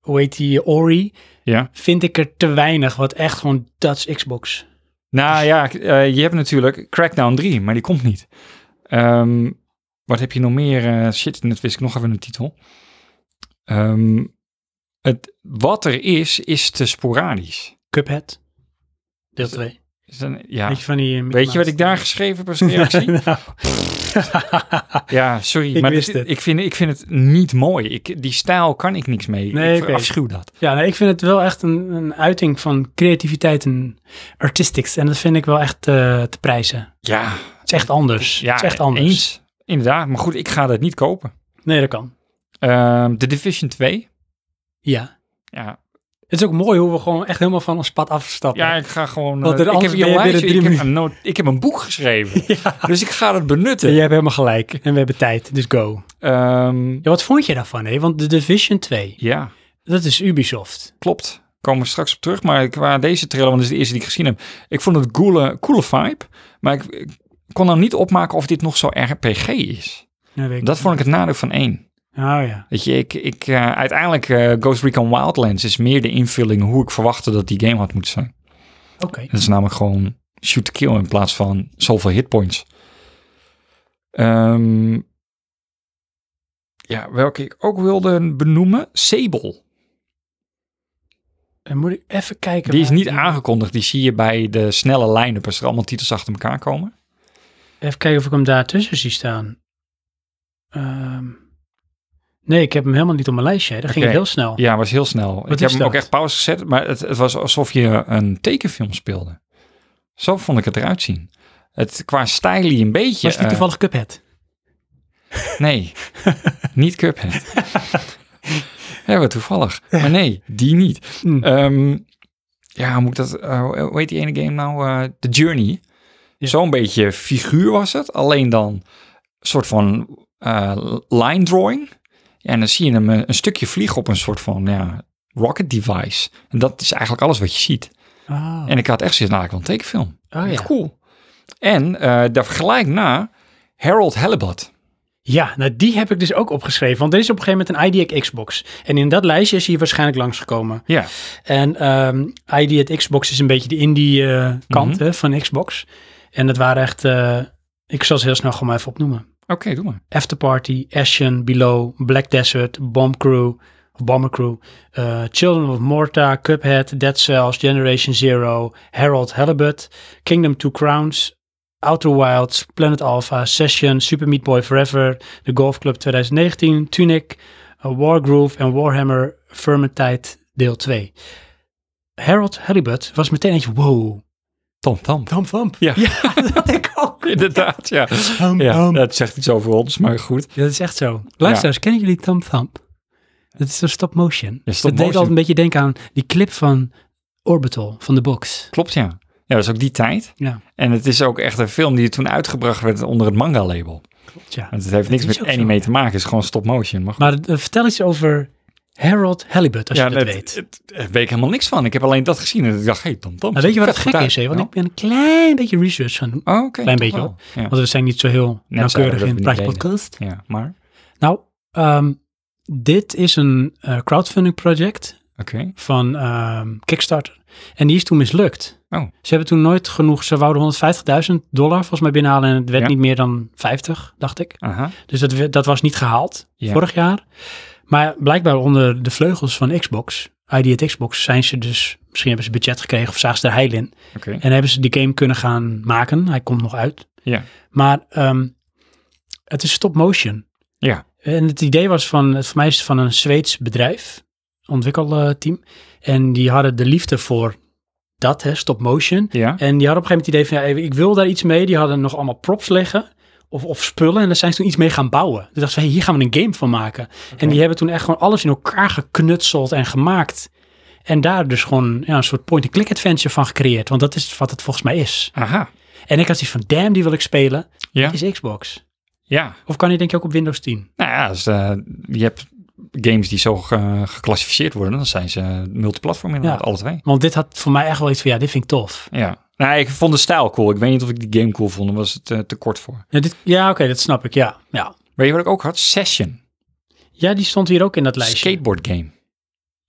A: hoe heet die, Ori,
C: Ja.
A: vind ik er te weinig wat echt gewoon dat is Xbox. Dus-
C: Nou ja, eh, je hebt natuurlijk Crackdown 3, maar die komt niet. Ehm, wat heb je nog meer? eh, shit, net wist ik nog even een titel. Ehm, het, wat er is, is te sporadisch.
A: Cuphead, deel 2.
C: Is dan- ja.
A: Weet je van die... eh, Mickey
C: Weet je wat
A: Mouse?
C: ik daar geschreven heb als reactie?
A: Nou.
C: ja, sorry.
A: Ik
C: maar
A: wist
C: dit-
A: het.
C: Ik, vind, ik vind het niet mooi. Ik, die stijl kan ik niks mee.
A: Nee,
C: ik
A: oké.
C: afschuw dat.
A: Ja, nee, ik vind het wel echt een, een uiting van creativiteit en artistics. En dat vind ik wel echt eh, te prijzen.
C: Ja,
A: Het is echt anders.
C: ja
A: het is echt anders.
C: eens. Inderdaad. Maar goed, ik ga dat niet kopen.
A: Nee, dat kan.
C: Ehm The Division 2.
A: Ja.
C: Ja,
A: Het is ook mooi hoe we gewoon echt helemaal van ons pad afstappen.
C: ja ik ga gewoon...
A: Want er
C: eh, ik, heb
A: anders
C: hier
A: ben je
C: een
A: binnen
C: lijstje, ik,
A: drie
C: heb een noot- ik heb een boek geschreven. Dus ik ga het benutten.
A: Je hebt helemaal gelijk. En we hebben tijd, dus go.
C: Ehm,
A: Ja, wat vond je daarvan, hè? Want The Division 2,
C: ja,
A: dat is Ubisoft.
C: klopt. Komen we straks op terug. Maar qua deze trailer, want dit is de eerste die ik gezien heb. Ik vond het een coole, coole vibe. Maar ik, ik kon dan niet opmaken of dit nog zo RPG is.
A: Ja, weet ik
C: Dat vond ik het nadeel van één.
A: niet. Oh ja.
C: Weet je, ik, ik, eh, uiteindelijk eh, Ghost Recon Wildlands is meer de invulling hoe ik verwachtte dat die game had moeten zijn.
A: Oké.
C: Dat is namelijk gewoon shoot to kill in plaats van zoveel hitpoints. Ehm, ja, welke ik ook wilde benoemen, Sable.
A: Dan moet ik even kijken.
C: Die is
A: waar-
C: niet aangekondigd, die zie je bij de snelle line-up als er allemaal titels achter elkaar komen.
A: Even kijken of ik hem daartussen zie staan. Ehm, nee, ik heb hem helemaal niet op mijn lijstje. hè. Dat ging
C: Oké.
A: heel snel.
C: Ja, was heel snel. ik
A: Ah. is
C: heb hem
A: dat?
C: ook echt pauze gezet, maar het, het was alsof je een tekenfilm speelde. Zo vond ik het eruit zien. Het qua stijlie een
A: Was
C: beetje.
A: het niet
C: eh,
A: toevallig Cuphead?
C: Nee, niet Cuphead. ja, wat toevallig. Maar nee, die niet.
A: Hmm.
C: Ehm, ja, hoe moet ik dat... eh, hoe heet die ene game nou? eh The Journey.
A: Ja.
C: Zo'n beetje figuur was het. Alleen dan een soort van eh, line drawing. Ja, en dan zie je hem eh, een, een stukje vliegen op een soort van ja, rocket device. En dat is eigenlijk alles wat je ziet.
A: Oh.
C: En ik had echt zin, nou, ik wil een tekenfilm.
A: Oh, ja.
C: Cool. En eh, daar gelijk na Harold Halibut.
A: ja, nou die heb ik dus ook opgeschreven. Want er is op een gegeven moment een ID at Xbox. En in dat lijstje is hij waarschijnlijk langsgekomen.
C: Ja.
A: En ehm ID at Xbox is een beetje de indie eh, kant
C: Mhm.
A: hè, van Xbox. En dat waren echt, eh, ik zal ze heel snel gewoon maar even opnoemen.
C: Oké, doe maar.
A: Afterparty, Ashen, Below, Black Desert, Bomb Crew, of Bomber Crew, eh, Children of Morta, Cuphead, Dead Cells, Generation Zero, Harold Halibut, Kingdom Two Crowns, Outer Wilds, Planet Alpha, Session, Super Meat Boy Forever, The Golf Club 2019, Tunic, eh, Wargroove en Warhammer Vermintide deel 2. Harold Halibut was meteen eentje, wow.
C: Tom, Tom.
A: Thump, thump.
C: Ja.
A: ja dat had ik
C: Oh,
A: ook.
C: Inderdaad, ja.
A: Thump,
C: ja.
A: thump.
C: Dat zegt iets over ons, maar goed.
A: Dat is echt zo. Luisteraars, kennen jullie Thumb Thump? Dat is zo'n stop motion.
C: Ja, stop
A: dat deed
C: motion.
A: altijd een beetje denken aan die clip van Orbital van de box.
C: Klopt, ja. Ja, dat is ook die tijd.
A: Ja,
C: En het is ook echt een film die toen uitgebracht werd onder het manga-label.
A: klopt, ja.
C: Want het heeft niks
A: is
C: met
A: ook zo,
C: anime
A: ja.
C: te maken. Het is gewoon stop-motion. Maar goed.
A: Maar eh, vertel iets over Harold Halibut, als je dat
C: het-
A: weet.
C: het- Daar weet ik helemaal niks van. Ik heb alleen dat gezien en ik dacht, hey, dan, dan.
A: Nou, weet je wat het gek is, hè? Want ik ben een klein beetje research gaan doen.
C: Oh, oké.
A: Klein
C: toch
A: beetje,
C: wel. Ja.
A: Want we zijn niet zo heel nauwkeurig
C: zouden we
A: in
C: dat
A: Praatje
C: niet
A: Podcast.
C: ja, maar...
A: Nou, ehm, dit is een eh, crowdfunding project
C: Oké.
A: van ehm, Kickstarter. En die is toen mislukt.
C: Oh.
A: Ze hebben toen nooit genoeg, ze wouden 150.000 dollar volgens mij binnenhalen en het werd
C: Ja.
A: niet meer dan 50, dacht ik.
C: Aha.
A: Dus dat, we- dat was niet gehaald
C: Ja.
A: vorig jaar. Maar blijkbaar onder de vleugels van Xbox, ID at Xbox, zijn ze dus, misschien hebben ze budget gekregen of zagen ze er heil in.
C: Oké.
A: En hebben ze die game kunnen gaan maken. Hij komt nog uit.
C: Ja.
A: Maar ehm, het is stop motion.
C: Ja.
A: En het idee was van, het- voor mij is het van een Zweeds bedrijf, ontwikkelteam. En die hadden de liefde voor dat, hè, stop motion.
C: Ja.
A: En die hadden op een gegeven moment het idee van, ja, even, ik wil daar iets mee. Die hadden nog allemaal props liggen of, of spullen. En daar zijn ze toen iets mee gaan bouwen. Toen dachten ze, hey, hier gaan we een game van maken. En die hebben toen echt gewoon alles in elkaar geknutseld en gemaakt. En daar dus gewoon ja, een soort point-and-click adventure van gecreëerd. Want dat is wat het volgens mij is.
C: Aha.
A: En ik had zoiets van, damn, die wil ik spelen.
C: Ja.
A: Is Xbox.
C: Ja.
A: Of kan die denk je ook op Windows 10?
C: Nou ja, als, eh, je hebt games die zo ge- geclassificeerd worden, dan zijn ze multiplatform inderdaad,
A: Ja.
C: alle twee.
A: Want dit had voor mij echt wel iets van, ja, dit vind ik tof.
C: Ja. Nou, ik vond de stijl cool. Ik weet niet of ik die game cool vond. Daar was het eh, te kort voor.
A: Ja, dit- ja oké, dat snap ik, ja. ja.
C: Weet je wat ik ook had? Session.
A: Ja, die stond hier ook in dat lijstje.
C: Skateboard game.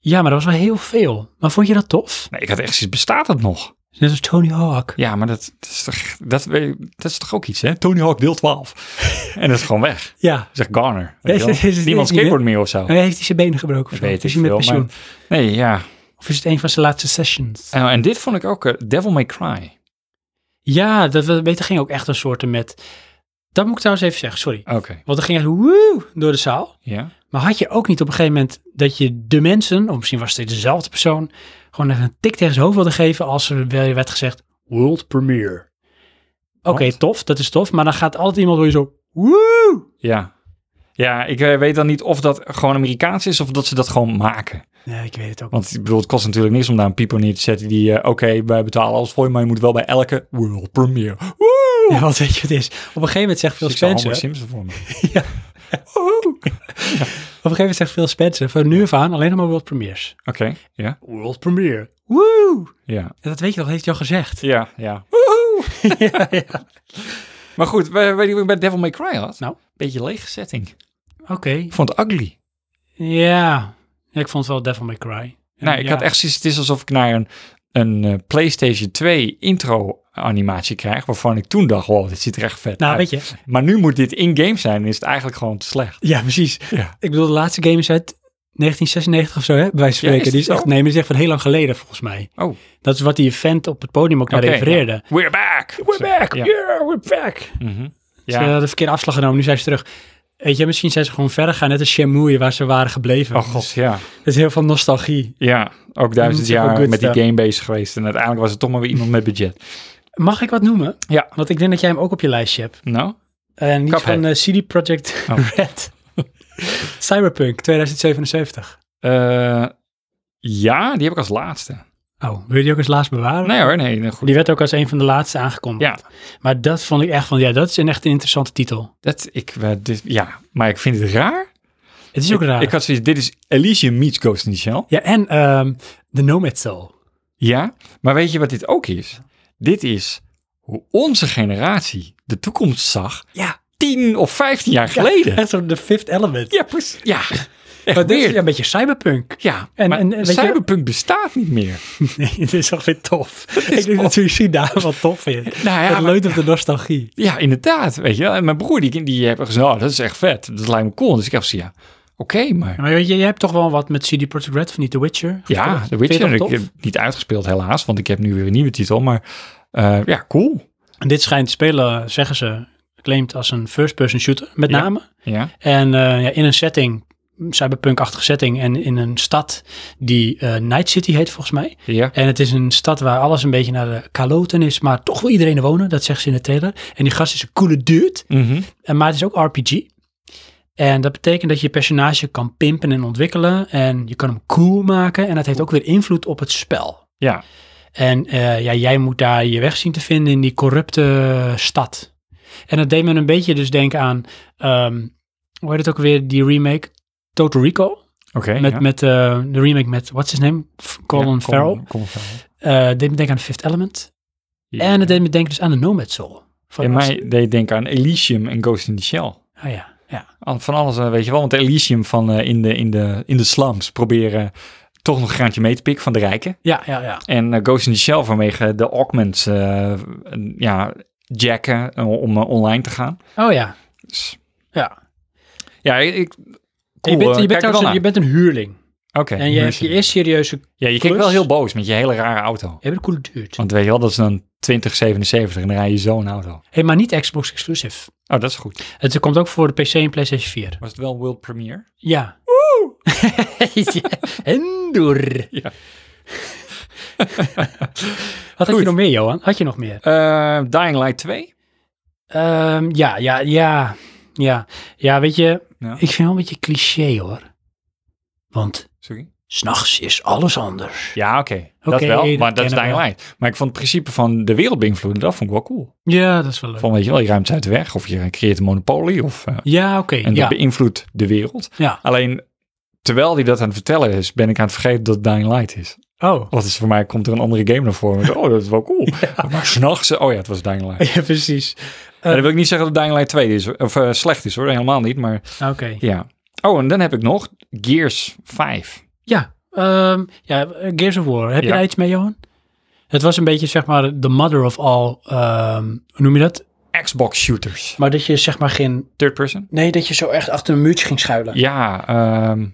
A: Ja, maar dat was wel heel veel. Maar vond je dat tof?
C: Nee, ik had echt zoiets, bestaat dat nog?
A: Net als Tony Hawk.
C: Ja, maar dat, dat, is, toch, dat, weet- dat is toch ook iets, hè? Tony Hawk deel 12. en dat is gewoon weg.
A: Ja.
C: Zeg Garner.
A: Nee,
C: Weet je wel?
A: is het
C: Niemand
A: niet, hè?
C: skateboard meer of zo.
A: En Heeft hij zijn benen gebroken of zo? is
C: Weet ik
A: hij met
C: veel,
A: pensioen?
C: maar- Nee, ja.
A: Of is het een van zijn laatste sessions?
C: En, en dit vond ik ook eh, Devil May Cry.
A: Ja, dat we- weet je, ging ook echt een soort met... Dat moet ik trouwens even zeggen, sorry.
C: Oké,
A: Want er ging echt woe door de zaal.
C: ja.
A: Maar had je ook niet op een gegeven moment dat je de mensen, of misschien was het dezelfde persoon, gewoon even een tik tegen zijn hoofd wilde geven als er wel werd gezegd world premiere. Oké,
C: Wat?
A: tof, dat is tof. Maar dan gaat altijd iemand door je zo woe.
C: Ja. Ja, ik eh, weet dan niet of dat gewoon Amerikaans is of dat ze dat gewoon maken.
A: Nee, ik weet het ook. niet.
C: Want ik bedoel, het kost natuurlijk niks om daar een pipo neer te zetten die, eh, oké, wij betalen alles voor je, maar je moet wel bij elke world premiere. Woe!
A: Ja, want weet je wat het is? Op een gegeven moment zegt Phil
C: Ik zou Homer
A: Spencer,
C: Simpson voor me.
A: op een gegeven moment zegt Phil Spencer, van nu af aan alleen nog maar world premiers.
C: Oké, ja,
A: World premiere. Woe.
C: ja,
A: Ja, dat weet je nog, heeft hij al gezegd.
C: ja, ja. Maar goed, we- weet je wat ik bij Devil May Cry had?
A: Nou?
C: Beetje lege setting.
A: Oké.
C: Ik vond het ugly.
A: Ja. ja, ik vond het wel Devil May Cry.
C: Nou, ik
A: Ja.
C: had echt zoiets, het is alsof ik naar een, een eh, PlayStation 2 intro animatie krijg, waarvan ik toen dacht, wow, dit ziet er echt vet
A: Nou,
C: uit.
A: weet je,
C: Maar nu moet dit in-game zijn en is het eigenlijk gewoon te slecht.
A: Ja, precies.
C: Ja.
A: Ik bedoel, de laatste game is uit 1996 of zo, hè, bij wijze van
C: Ja,
A: spreken.
C: is
A: die
C: het
A: is echt,
C: zo?
A: nee, maar die is echt van heel lang geleden, volgens mij.
C: Oh,
A: Dat is wat die vent op het podium ook naar
C: Oké,
A: refereerde.
C: ja. We're back!
A: We're back,
C: Ja.
A: yeah, we're back.
C: Mhm.
A: Ze
C: Ja.
A: hadden de verkeerde afslag genomen, nu zijn ze terug. Weet je, misschien zijn ze gewoon verder gaan, net als Shenmue, waar ze waren gebleven.
C: Oh god, ja.
A: Dat is heel veel nostalgie.
C: Ja, ook
A: moet
C: duizend
A: je ook
C: jaar
A: good
C: met die
A: stuff.
C: game bezig geweest. En uiteindelijk was het toch maar weer iemand met budget.
A: Mag ik wat noemen?
C: Ja.
A: Want ik denk dat jij hem ook op je lijstje hebt.
C: Nou?
A: En niet
C: Cuphead.
A: van eh, CD Projekt
C: Oh.
A: Red. Cyberpunk 2077.
C: Eh, ja, die heb ik als laatste.
A: Oh, wil je die ook als laatst bewaren?
C: Nee hoor, nee, nee, goed.
A: Die werd ook als een van de laatste aangekondigd.
C: Ja,
A: Maar dat vond ik echt van, ja, dat is een echt een interessante titel.
C: dat, ik, eh, dit, ja, maar ik vind het raar.
A: Het is ook
C: ik,
A: raar.
C: Ik had zoiets, dit is Elysium meets Ghost in the Shell.
A: Ja, en ehm The Nomad Soul.
C: Ja, maar weet je wat dit ook is? Dit is hoe onze generatie de toekomst zag
A: Ja.
C: 10 of 15 jaar
A: Geleden.
C: geleden.
A: Echt zo'n The Fifth Element.
C: Ja, precies. Ja, echt
A: maar dit is
C: weer.
A: ja, een beetje cyberpunk.
C: Ja,
A: En-
C: en, maar
A: en, weet je-
C: cyberpunk bestaat niet meer.
A: Nee, het is toch weer tof.
C: is
A: ik denk dat
C: tof.
A: suicide daar wat tof in. Nou
C: ja,
A: het
C: maar-
A: leunt op de nostalgie.
C: Ja, inderdaad, weet je wel. En mijn broer, die, die heeft gezegd, oh, dat is echt vet. Dat lijkt me cool. Dus ik heb gezegd, ja, oké, maar...
A: Maar weet je, jij hebt toch wel wat met CD Projekt Red van die The Witcher?
C: Ja,
A: gespeeld?
C: The
A: Vind je
C: Witcher,
A: dat
C: ik eh, heb
A: tof?
C: niet uitgespeeld helaas, want ik heb nu weer een nieuwe titel. Maar eh, ja, cool.
A: En dit schijnt te spelen, zeggen ze, claimt als een first-person shooter, met
C: Ja.
A: name.
C: Ja,
A: En eh, ja, in een setting, een cyberpunk-achtige setting, en in een stad die eh, Night City heet volgens mij.
C: ja.
A: En het is een stad waar alles een beetje naar de kaloten is, maar toch wil iedereen er wonen, dat zegt ze in de trailer. En die gast is een coole dude,
C: Mhm.
A: en, maar het is ook RPG. En dat betekent dat je je personage kan pimpen en ontwikkelen en je kan hem cool maken en dat heeft ook weer invloed op het spel.
C: Ja.
A: En eh, ja, jij moet daar je weg zien te vinden in die corrupte stad. En dat deed me een beetje dus denken aan, ehm, hoe heet het ook weer, die remake? Total Recall.
C: Oké.
A: met
C: ja.
A: met eh, de remake met, what's his name? F- Colin
C: Ja,
A: Farrell.
C: Colin Farrell.
A: Eh, deed me denken aan Fifth Element.
C: Ja.
A: En het deed me denken dus aan de Nomad Soul. Van
C: In
A: Ast-
C: mij deed denken aan Elysium en Ghost in the Shell.
A: Ah ja, ja.
C: Al- Van alles, eh, weet je wel. Want Elysium van eh, in, de, in, de, in de slums proberen toch nog een graantje mee te pikken van de rijken.
A: Ja, ja, ja.
C: En eh, Ghost in the Shell vanwege de augments eh, een- ja, jacken eh, om eh, online te gaan.
A: Oh ja,
C: Dus,
A: ja.
C: ja, ik... eh,
A: En je, bent, je, bent trouwens
C: ook
A: een, je bent een huurling.
C: Oké.
A: en je hebt je eerst serieuze... Je
C: Ja, je kijkt
A: klus.
C: wel heel boos met je hele rare auto.
A: hebt een coole duurt.
C: Want weet je wel, dat is dan 2077 en dan rij je zo'n auto.
A: Hey, maar niet Xbox exclusive.
C: Oh, dat is goed.
A: Het komt ook voor de PC en PlayStation 4.
C: Was het wel World Premiere?
A: Ja. Woe! en door.
C: Ja.
A: Wat had
C: Goed.
A: je nog meer, Johan? Had je nog meer?
C: Eh, Dying Light 2?
A: Ehm, ja, ja, ja. Ja, ja weet je,
C: Ja.
A: ik vind wel een beetje cliché hoor. Want
C: Sorry.
A: s'nachts is alles anders.
C: Ja, oké. dat
A: Oké,
C: wel,
A: dat
C: maar dat is
A: kennen
C: Dying
A: we.
C: Light. Maar ik vond het principe van de wereld beïnvloeden, dat vond ik wel cool.
A: Ja, dat is wel leuk.
C: Van, weet je wel, je ruimt het uit de weg of je creëert een monopolie of... eh,
A: Ja, oké.
C: en dat
A: Ja,
C: beïnvloedt de wereld.
A: ja.
C: Alleen, terwijl hij dat aan het vertellen is, ben ik aan het vergeten dat het Dying Light is.
A: Oh.
C: Want het is voor mij komt er een andere game naar voren. Ik dacht, Oh, dat is wel cool. Maar s'nachts... Oh ja, het was Dying Light.
A: Ja, precies.
C: En dan wil ik niet zeggen dat Dying Light 2 is, hoor. of eh, slecht is hoor, helemaal niet, maar
A: Nou, Oké.
C: ja. Oh, en dan heb ik nog Gears 5.
A: Ja, ehm, ja, Gears of War. Heb
C: Ja.
A: je daar iets mee, Johan? Het was een beetje, zeg maar, de mother of all, ehm, hoe noem je dat?
C: Xbox shooters.
A: Maar dat je, zeg maar, geen...
C: Third person?
A: Nee, dat je zo echt achter een muurtje ging schuilen.
C: Ja, ehm,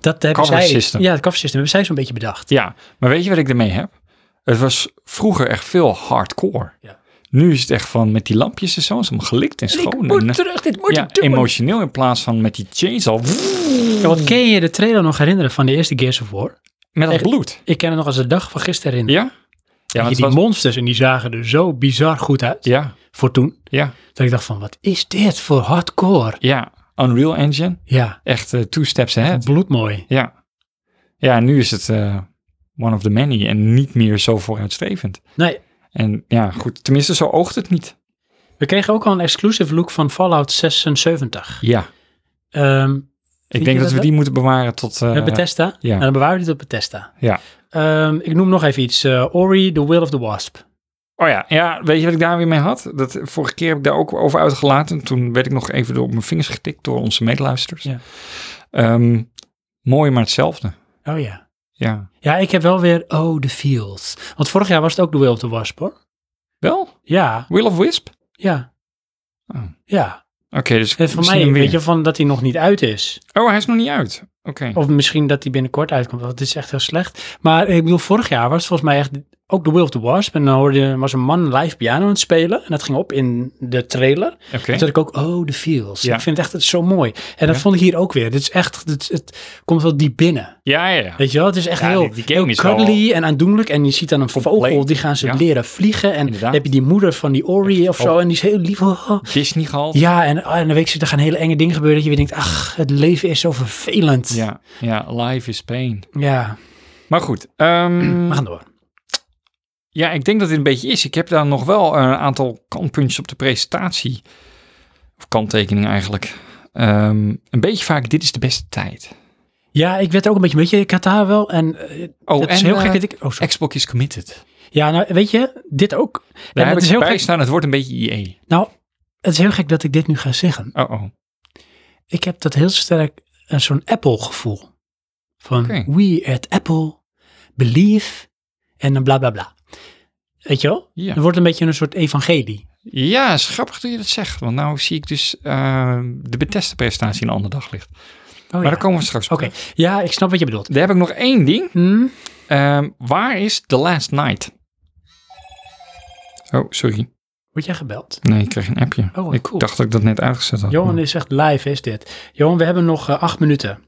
A: Dat hebben
C: Cover
A: zij...
C: system.
A: Ja, het cover system hebben zij zo'n beetje bedacht.
C: ja, maar weet je wat ik ermee heb? Het was vroeger echt veel hardcore.
A: Ja.
C: Nu is het echt van met die lampjes en zo, is allemaal gelikt en schoon. en, eh,
A: terug, dit moet
C: ja, emotioneel in plaats van met die chainsaw
A: Ja, want ken je de trailer nog herinneren van de eerste Gears of War?
C: met dat
A: Echt?
C: bloed.
A: Ik ken het nog als de dag van gisteren herinneren.
C: Ja? Ja,
A: Ja,
C: want het
A: die
C: was-
A: monsters en die zagen er zo bizar goed uit
C: ja,
A: voor toen.
C: ja,
A: Dat ik dacht van, wat is dit voor hardcore?
C: ja. Unreal Engine,
A: Ja,
C: echt eh, two steps ahead.
A: bloedmooi.
C: Ja. Ja, en nu is het eh, one of the many en niet meer zo vooruitstrevend.
A: Nee,
C: En ja, goed, tenminste zo oogt het niet.
A: we kregen ook al een exclusive look van Fallout 76.
C: Ja,
A: Ehm
C: ik
A: je
C: denk dat
A: dat
C: we
A: wel?
C: die moeten bewaren tot... eh,
A: met Bethesda?
C: ja.
A: En dan bewaren we dit op Bethesda.
C: Ja.
A: Ehm, ik noem nog even iets. eh, Ori, The Will of the Wasp.
C: Oh ja, ja, weet je wat ik daar weer mee had? Dat, eh, vorige keer heb ik daar ook over uitgelaten. Toen werd ik nog even door op mijn vingers getikt door onze medeluisters.
A: Ja.
C: Ehm, mooi, maar hetzelfde.
A: Oh ja.
C: Ja.
A: Ja, ik heb wel weer Oh, The Fields. Want vorig jaar was het ook The Will of the Wasp, hoor.
C: Wel?
A: Ja,
C: Will of Wisp?
A: ja.
C: Oh.
A: Ja.
C: Oké, dus
A: En Eh, voor
C: misschien
A: mij,
C: weer.
A: weet je, van dat hij nog niet uit is.
C: Oh, hij is nog niet uit. Oké.
A: Of misschien dat die binnenkort uitkomt, want het is echt heel slecht. Maar ik bedoel, vorig jaar was het volgens mij echt ook The Will of the Wasp. En dan hoorde, je- was een man live piano aan het spelen. En dat ging op in de trailer.
C: Oké.
A: Toen dacht ik ook, oh, de feels.
C: Ja.
A: Ik vind het echt het is zo mooi. En dat
C: Ja.
A: vond ik hier ook weer. Dit is echt, dit, het komt wel diep binnen.
C: Ja, ja, ja.
A: Weet je wel, het is echt
C: Ja,
A: heel,
C: die- die game
A: heel
C: is wel-
A: cuddly en aandoenlijk. En je ziet dan een vogel,
C: Compleet.
A: die gaan ze
C: Ja.
A: leren vliegen. En
C: Inderdaad.
A: dan heb je die moeder van die Ori of zo.
C: Oh.
A: En die is heel lief. Oh.
C: Disney gehaald.
A: Ja, en, oh, en dan weet je, er gaan hele enge dingen gebeuren. Dat je weer denkt, ach, het leven is zo vervelend.
C: ja. Ja, life is pain.
A: ja.
C: Maar goed. ehm,
A: we gaan door.
C: Ja, ik denk dat dit een beetje is. Ik heb daar nog wel een aantal kantpuntjes op de presentatie. Of kanttekeningen eigenlijk. Ehm, een beetje vaak, dit is de beste tijd.
A: Ja, ik werd er ook een beetje, weet je, ik had daar wel en eh,
C: Oh,
A: het
C: en
A: is heel
C: eh,
A: gek dat ik, oh sorry.
C: Xbox is committed.
A: Ja, nou weet je, dit ook.
C: Daar
A: en
C: heb
A: het
C: ik
A: is heel
C: bij
A: gek.
C: staan, het wordt een beetje IE.
A: Nou, het is heel gek dat ik dit nu ga zeggen.
C: Oh, oh.
A: Ik heb dat heel sterk eh, zo'n Apple gevoel van
C: Oké.
A: we at Apple believe en dan bla bla bla. Weet je wel?
C: Ja.
A: Het wordt een beetje een soort evangelie.
C: Ja, is grappig dat je dat zegt. Want nou zie ik dus eh, de Bethesda presentatie een andere dag ligt.
A: Oh,
C: maar
A: ja.
C: daar komen we straks op.
A: Oké, ja, ik snap wat je bedoelt.
C: Daar heb ik nog één ding.
A: Hm?
C: Ehm, waar is The Last Night? Oh, sorry.
A: Word jij gebeld?
C: Nee, ik kreeg een appje.
A: Oh, wat
C: ik
A: cool.
C: dacht dat ik dat net uitgezet had.
A: Johan is echt live, is dit. Johan, we hebben nog eh, acht minuten.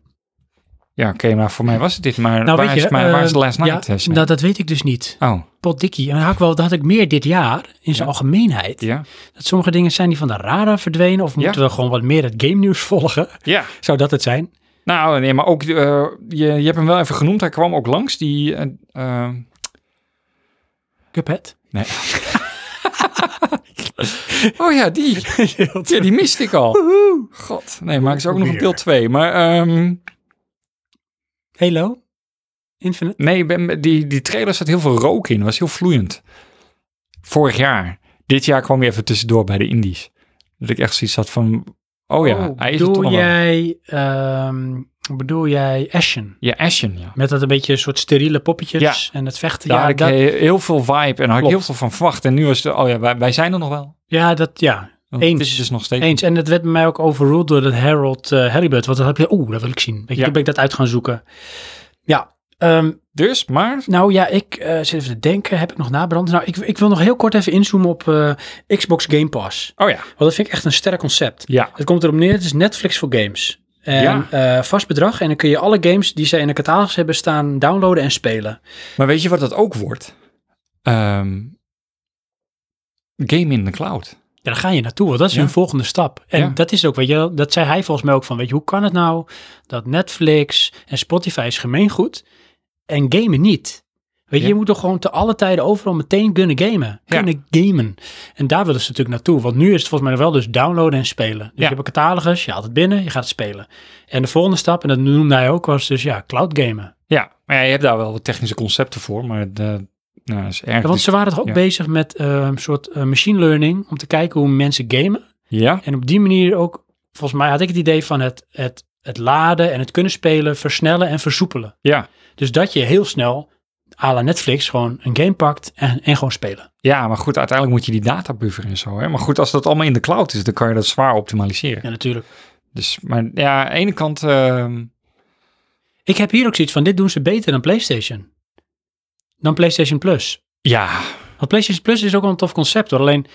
C: Ja, oké, maar voor mij was het dit. Maar,
A: Nou,
C: waar,
A: weet je,
C: is, maar waar is de
A: eh,
C: last night?
A: Ja,
C: eh, Sven?
A: dat, dat weet ik dus niet.
C: Oh,
A: potdikkie. En dan had ik wel, dat had ik meer dit jaar in zijn
C: Ja.
A: algemeenheid.
C: ja.
A: Dat sommige dingen zijn die van de radar verdwenen. Of moeten we gewoon wat meer het game nieuws volgen?
C: Ja,
A: Zou dat het zijn?
C: nou nee, maar ook, eh, je, je hebt hem wel even genoemd. Hij kwam ook langs, die eh, eh,
A: Cuphead?
C: Nee. oh ja, die. Ja, die miste ik al. God. Nee, maken ze ook nog een deel 2. Maar ehm,
A: Halo? Infinite?
C: nee, ben- die, die trailer zat heel veel rook in. Was heel vloeiend. Vorig jaar. Dit jaar kwam je even tussendoor bij de indies. Dat ik echt zoiets had van... Oh ja, hij is er toch
A: bedoel
C: nog wel.
A: jij, ehm, bedoel jij Ashen?
C: Ja, Ashen, ja.
A: Met dat een beetje soort steriele poppetjes en het vechten.
C: Daar
A: Ja,
C: had ik
A: dat,
C: he- heel veel vibe en daar had ik
A: Klopt.
C: heel veel van verwacht. En nu was het, oh ja, wij, wij zijn er nog wel.
A: ja, dat, ja,
C: Want
A: Eens.
C: Het is dus nog steeds...
A: eens. En dat werd bij mij ook overruled door dat Harold eh Halibut. Want dan heb je, oeh, dat wil ik zien. Weet je,
C: Ja.
A: Toen ben ik dat uit gaan zoeken. Ja, ehm,
C: Dus, maar...
A: nou ja, ik eh, zit even te denken. Heb ik nog nabrand? Nou, ik, ik wil nog heel kort even inzoomen op eh, Xbox Game Pass.
C: Oh ja.
A: Want dat vind ik echt een sterk concept.
C: Ja.
A: Het komt erop neer, het is Netflix voor games. En
C: Ja.
A: eh, vast bedrag. En dan kun je alle games die zij in de catalogus hebben staan downloaden en spelen.
C: Maar weet je wat dat ook wordt? Ehm, game in de cloud.
A: Ja, daar ga je naartoe, want dat is
C: Ja.
A: hun volgende stap. En
C: Ja.
A: dat is het ook, weet je, wel, dat zei hij volgens mij ook van, weet je, hoe kan het nou dat Netflix en Spotify is gemeengoed en gamen niet? Weet je,
C: Ja.
A: je moet toch gewoon te alle tijden overal meteen kunnen gamen.
C: Ja.
A: Kunnen gamen. En daar willen ze natuurlijk naartoe. Want nu is het volgens mij nog wel dus downloaden en spelen. Dus
C: Ja.
A: je hebt een catalogus, je haalt het binnen, je gaat het spelen. En de volgende stap, en dat noemde hij ook, was dus ja, cloud gamen.
C: Ja, maar ja, je hebt daar wel wat technische concepten voor, maar de, nou, dat is erg.
A: Ja, want ze waren toch ook
C: ja.
A: bezig met eh, een soort eh, machine learning om te kijken hoe mensen gamen.
C: Ja,
A: En op die manier ook, volgens mij had ik het idee van het, het, het laden en het kunnen spelen, versnellen en versoepelen.
C: ja.
A: Dus dat je heel snel, à la Netflix, gewoon een game pakt en, en gewoon spelen.
C: ja, maar goed, uiteindelijk moet je die data buffer en zo. Hè? Maar goed, als dat allemaal in de cloud is, dan kan je dat zwaar optimaliseren.
A: Ja, natuurlijk.
C: Dus, maar ja, aan de ene kant, ehm,
A: Ik heb hier ook zoiets van, dit doen ze beter dan PlayStation. Dan PlayStation Plus.
C: ja,
A: Want PlayStation Plus is ook wel een tof concept hoor. Alleen,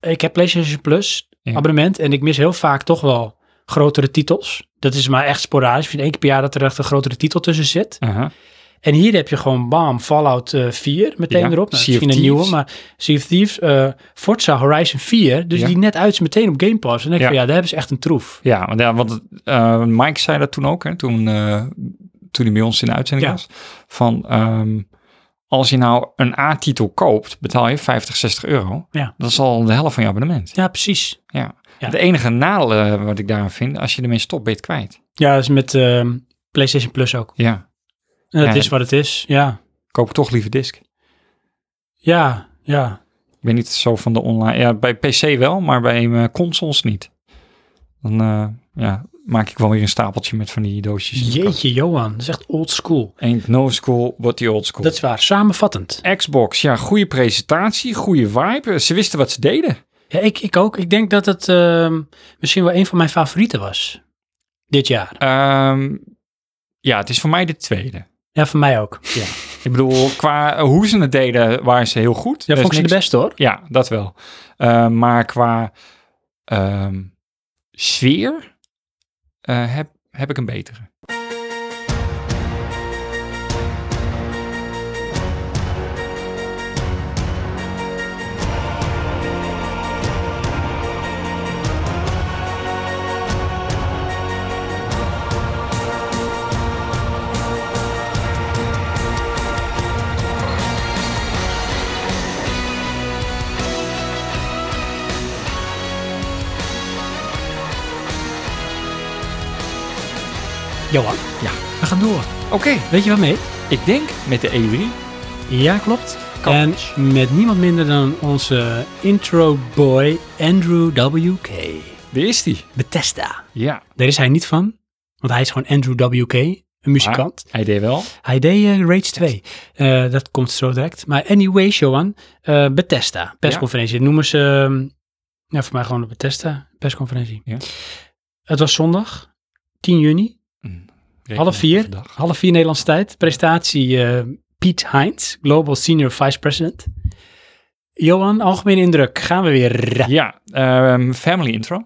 A: ik heb PlayStation Plus
C: Ja.
A: abonnement en ik mis heel vaak toch wel grotere titels. Dat is maar echt sporadisch. Ik vind één keer per jaar dat er echt een grotere titel tussen zit.
C: aha.
A: En hier heb je gewoon bam, Fallout eh, 4 meteen
C: Ja,
A: erop. Nou,
C: Sea of
A: misschien een
C: Thieves.
A: nieuwe, maar Sea of Thieves, eh, Forza Horizon 4. Dus
C: Ja.
A: die net uit is meteen op Game Pass. En dan denk ik
C: Ja.
A: van, ja, daar hebben ze echt een troef.
C: Ja, want, ja, want eh, Mike zei dat toen ook, hè, toen, eh, toen hij bij ons in de uitzending
A: Ja.
C: was. Van, ehm, als je nou een A-titel koopt, betaal je 50, 60 euro.
A: Ja.
C: Dat is al de helft van je abonnement.
A: Ja, precies.
C: Ja.
A: Ja.
C: Het enige nadeel eh, wat ik daaraan vind, als je ermee stopt, ben je het kwijt.
A: Ja, dat is met ehm, PlayStation Plus ook.
C: Ja.
A: En dat
C: Ja.
A: is wat het is, ja.
C: Koop toch liever disc.
A: Ja, ja.
C: Ik ben niet zo van de online. Ja, bij PC wel, maar bij eh, consoles niet. Dan eh, ja, maak ik wel weer een stapeltje met van die doosjes. in de kast.
A: Jeetje, Johan. Dat is echt old school.
C: Ain't no school, but the old school.
A: Dat is waar. Samenvattend.
C: Xbox, ja, goede presentatie, goede vibe. Ze wisten wat ze deden.
A: Ja, ik, ik ook. Ik denk dat het ehm, misschien wel een van mijn favorieten was. Dit jaar.
C: Ehm, ja, het is voor mij de tweede.
A: Ja, voor mij ook. Ja,
C: Ik bedoel, qua eh, hoe ze het deden, waren ze heel goed.
A: ja
C: Er is
A: vond ik ze de
C: niks-
A: beste hoor.
C: Ja, dat wel. Ehm, maar qua ehm, sfeer eh, heb, heb ik een betere.
A: Johan.
C: Ja.
A: We gaan door.
C: Oké,
A: Weet je wat mee?
C: ik denk met de E3.
A: Ja, klopt.
C: Kan
A: en
C: dus.
A: met niemand minder dan onze intro boy Andrew WK.
C: Wie is die?
A: Bethesda.
C: Ja,
A: Daar is hij niet van, want hij is gewoon Andrew WK, een muzikant.
C: hij deed wel.
A: Hij deed eh, Rage 2. Eh, dat komt zo direct. Maar anyway, Johan, eh Bethesda, persconferentie. Dat Noemen ze, ehm, ja, voor mij gewoon de Bethesda, persconferentie.
C: Ja.
A: Het was zondag, 10 juni, Half vier,
C: Dag.
A: half vier Nederlandse tijd. Presentatie eh, Piet Heinz, Global Senior Vice President. Johan, algemene indruk. Gaan we weer. Ja,
C: Ja, ehm, family intro.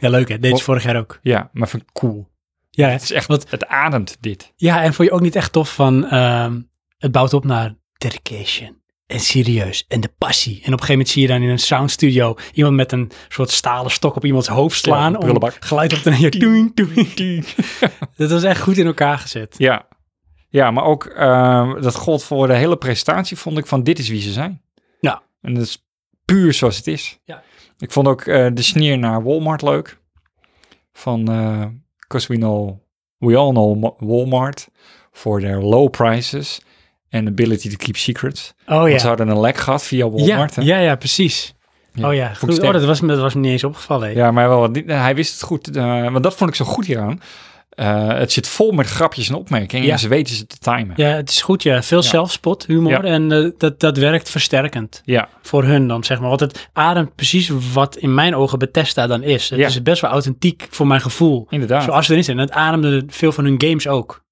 A: leuk hè. Deze
C: Of-
A: vorig jaar ook.
C: Ja, maar vind ik cool.
A: Ja, hè?
C: Het is echt,
A: Wat-
C: het ademt dit.
A: ja, en vond je ook niet echt tof van... ehm, het bouwt op naar dedication en serieus en de passie. En op een gegeven moment zie je dan in een soundstudio... iemand met een soort stalen stok op iemands hoofd slaan...
C: Ja,
A: om
C: prullenbak.
A: geluid op te nemen. Ja, doing, doing, doing. Dat was echt goed in elkaar gezet.
C: Ja. Ja, maar ook eh, dat gold voor de hele presentatie, vond ik van dit is wie ze zijn.
A: Ja.
C: En dat is puur zoals het is.
A: Ja.
C: Ik vond ook eh, de sneer naar Walmart leuk. Van, eh, cause we know, we all know Ma- Walmart for their low prices and ability to keep secrets.
A: Oh
C: Want ze
A: ja.
C: hadden een lek gehad via
A: Ja,
C: Walmart. hè?
A: ja, ja, precies.
C: Ja,
A: Oh ja,
C: vond ik
A: goed.
C: sterk.
A: Oh, dat was, me- dat was me niet eens opgevallen. hè.
C: Ja, maar wel, die- hij wist het goed. eh, want dat vond ik zo goed hieraan. Eh, het zit vol met grapjes en opmerkingen.
A: Ja.
C: En ze weten ze te timen.
A: Ja, het is goed, ja. Veel
C: Ja.
A: zelfspot, humor.
C: Ja.
A: En eh, dat, dat werkt versterkend
C: Ja,
A: voor hun dan, zeg maar. Want het ademt precies wat in mijn ogen Bethesda dan is. Het
C: Ja.
A: is best wel authentiek voor mijn gevoel.
C: inderdaad.
A: Zoals ze erin zitten. En het ademde veel van hun games ook.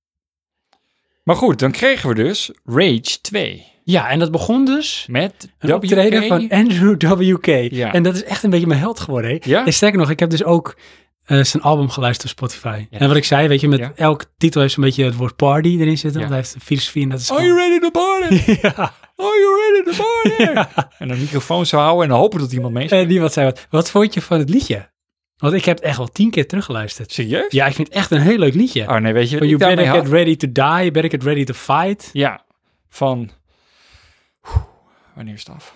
C: Maar goed, dan kregen we dus Rage 2.
A: Ja, en dat begon dus
C: Met
A: een optreden van Andrew W.K.
C: Ja.
A: En dat is echt een beetje mijn held geworden. Hè?
C: Ja?
A: En sterker nog, ik heb dus ook eh, zijn album geluisterd op Spotify.
C: Ja.
A: En wat ik zei, weet je, met
C: Ja.
A: elk titel heeft zo'n beetje het woord party erin zitten. Want
C: Ja.
A: hij heeft een filosofie en dat is
C: Are
A: gewoon-
C: you ready to party?
A: ja.
C: Are you ready to party? En een microfoon zou houden en dan hopen dat iemand mee
A: En die wat zei wat. Wat vond je van het liedje? Want ik heb het echt wel tien keer teruggeluisterd.
C: Serieus?
A: Ja, ik vind het echt een heel leuk liedje.
C: Oh nee, weet je wat
A: you
C: ik daarmee
A: better get
C: had?
A: ready to die, you better get ready to fight.
C: Ja, van... Oeh, Wanneer is het af?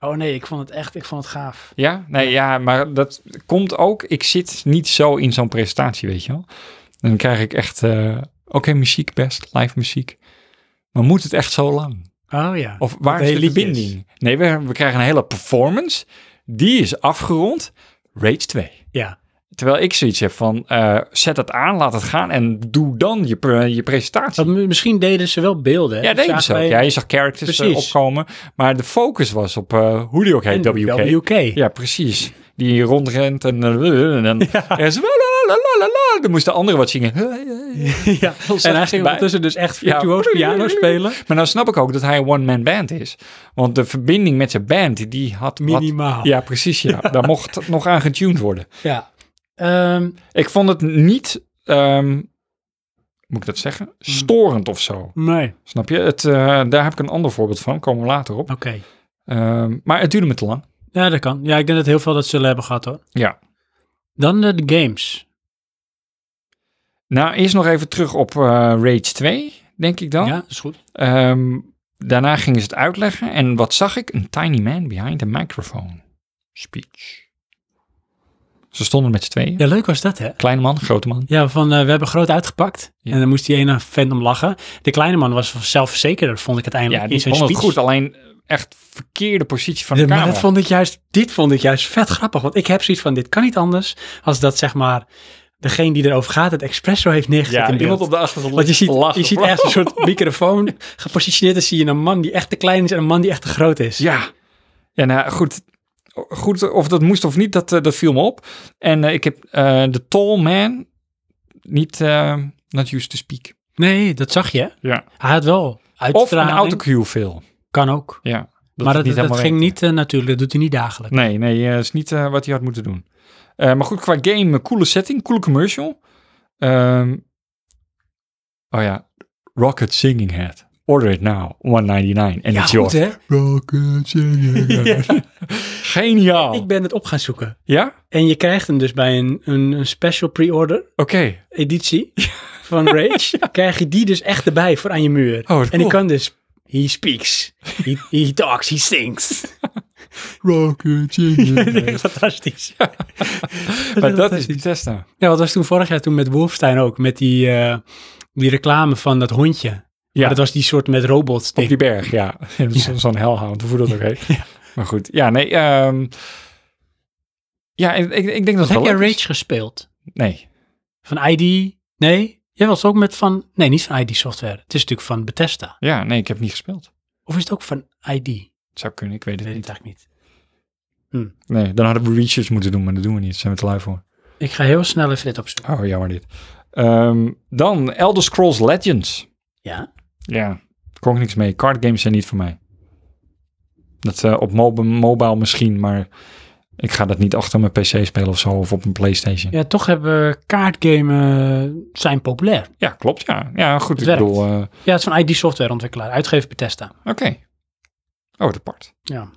A: Oh nee, ik vond het echt, ik vond het gaaf.
C: Ja? Nee, ja, maar dat komt ook... Ik zit niet zo in zo'n presentatie, weet je wel. Dan krijg ik echt... eh, Oké, muziek best, live muziek. Maar moet het echt zo lang?
A: Oh ja.
C: Of waar
A: de
C: is de
A: hele liedjes.
C: verbinding? Nee, we, we krijgen een hele performance. Die is afgerond. Rage 2.
A: Ja.
C: Terwijl ik zoiets heb van, eh, zet het aan, laat het gaan en doe dan je, pre- je presentatie.
A: Want mi- misschien deden ze wel beelden. hè?
C: ja,
A: Zagen
C: deden ze ook.
A: wij-
C: Ja, je zag characters eh,
A: Precies.
C: opkomen. Maar de focus was op eh, hoe die ook heet,
A: En
C: WK.
A: WK.
C: Ja, precies. Die rondrent en, eh, en dan er is la, la, la, la, la. Dan moest de andere wat zingen.
A: Ja. En hij
C: zachtjes
A: ging
C: bij.
A: ondertussen dus echt
C: Ja.
A: virtuoos piano spelen.
C: Maar nou snap ik ook dat hij een one-man band is. Want de verbinding met zijn band, die had... wat-
A: Minimaal.
C: ja, precies. Ja. Daar mocht het nog aan getuned worden.
A: Ja. Ehm,
C: Ik vond het niet, ehm, moet ik dat zeggen,
A: Hmm.
C: storend of zo.
A: nee. Oké.
C: Snap je? Het, eh, daar heb ik een ander voorbeeld van, komen we later op. Ehm, maar het duurde me te lang.
A: Ja, dat kan. Ja, ik denk dat heel veel dat ze zullen hebben gehad hoor.
C: Ja.
A: Dan eh, de games.
C: Nou, eerst nog even terug op eh, Rage 2, denk ik dan.
A: Ja, dat is goed.
C: Ehm, daarna gingen ze het uitleggen. En wat zag ik? Een tiny man behind a microphone. Speech. Ze stonden met z'n tweeën.
A: Ja, leuk was dat hè?
C: Kleine man, grote man.
A: Ja, van eh, we hebben groot uitgepakt.
C: Ja.
A: En dan moest die ene vent om lachen. De kleine man was zelfverzekerder, vond ik uiteindelijk.
C: Ja, die
A: in zijn
C: vond het
A: speech.
C: goed. Alleen echt verkeerde positie van de
A: Ja, maar
C: camera.
A: dat vond ik juist, dit vond ik juist vet grappig. Want ik heb zoiets van, dit kan niet anders. Als dat zeg maar, degene die erover gaat, het expres zo heeft neergezet in
C: ja,
A: beeld.
C: iemand op de achtergrond
A: Want je ziet,
C: lachen.
A: je ziet echt een soort microfoon gepositioneerd. Dan zie je een man die echt te klein is en een man die echt te groot is.
C: Ja. Ja, nou goed. Goed, of dat moest of niet, dat, eh, dat viel me op. En eh, ik heb eh, de tall man niet eh, not used to speak.
A: Nee, dat zag je.
C: Ja.
A: Hij had wel
C: Of een
A: uitstraling.
C: autocue veel.
A: Kan ook.
C: Ja.
A: maar dat,
C: het
A: dat,
C: helemaal
A: ging
C: werkte.
A: niet eh, natuurlijk. Dat doet hij niet dagelijks.
C: Nee, nee, dat is niet eh, wat hij had moeten doen. Eh, maar goed, qua game, eh, coole setting, coole commercial. Ehm, oh ja, Rocket Singing Head. Order it now, 199. En
A: Ja,
C: it's
A: goed
C: yours.
A: hè.
B: Rocket singing.
C: Geniaal.
A: Ik ben het op gaan zoeken.
C: Ja?
A: En je krijgt hem dus bij een, een, een special pre-order
C: Oké.
A: editie van Rage. Krijg je die dus echt erbij voor aan je muur.
C: wat
A: en die
C: Oh, cool.
A: kan dus... He speaks. He, he talks. He sings.
B: Rocket singing.
A: Dat is echt fantastisch.
C: Maar dat is
A: fantastisch.
C: Bethesda.
A: Ja, wat was toen vorig jaar toen met Wolfstein ook. Met die, eh, die reclame van dat hondje. Maar dat was die soort met robots.
C: Op die berg, ja. Dat is zo- Zo'n helhound, hoe dat ook heet. Maar goed, ja, nee. ehm, ja, ik, ik ik denk dat het
A: Heb
C: wel
A: jij
C: leuk is.
A: Rage gespeeld?
C: Nee.
A: Van ID? Nee? Jij was ook met van... Nee, niet van ID Software. Het is natuurlijk van Bethesda.
C: Ja, nee, ik heb niet gespeeld.
A: Of is het ook van ID? Ik
C: Het zou kunnen, ik weet het
A: weet
C: niet.
A: het eigenlijk niet.
C: Nee, dan hadden we research moeten doen, maar dat doen we niet. Daar zijn we te lui voor.
A: Ik ga heel snel even dit opzoeken.
C: Oh, jammer dit. Ehm, dan Elder Scrolls Legends.
A: Ja?
C: Ja, kon ik niks mee. Card games zijn niet voor mij. Dat eh, op mob- mobile misschien, maar ik ga dat niet achter mijn PC spelen of zo, of op een PlayStation.
A: Ja, toch hebben kaartgamen eh, zijn populair.
C: Ja, klopt, ja. Ja, goed,
A: Het
C: ik
A: werkt.
C: bedoel... eh,
A: Ja, het is van ID Software ontwikkelaar. Uitgever Bethesda.
C: Oké. Oh, wat apart.
A: Ja.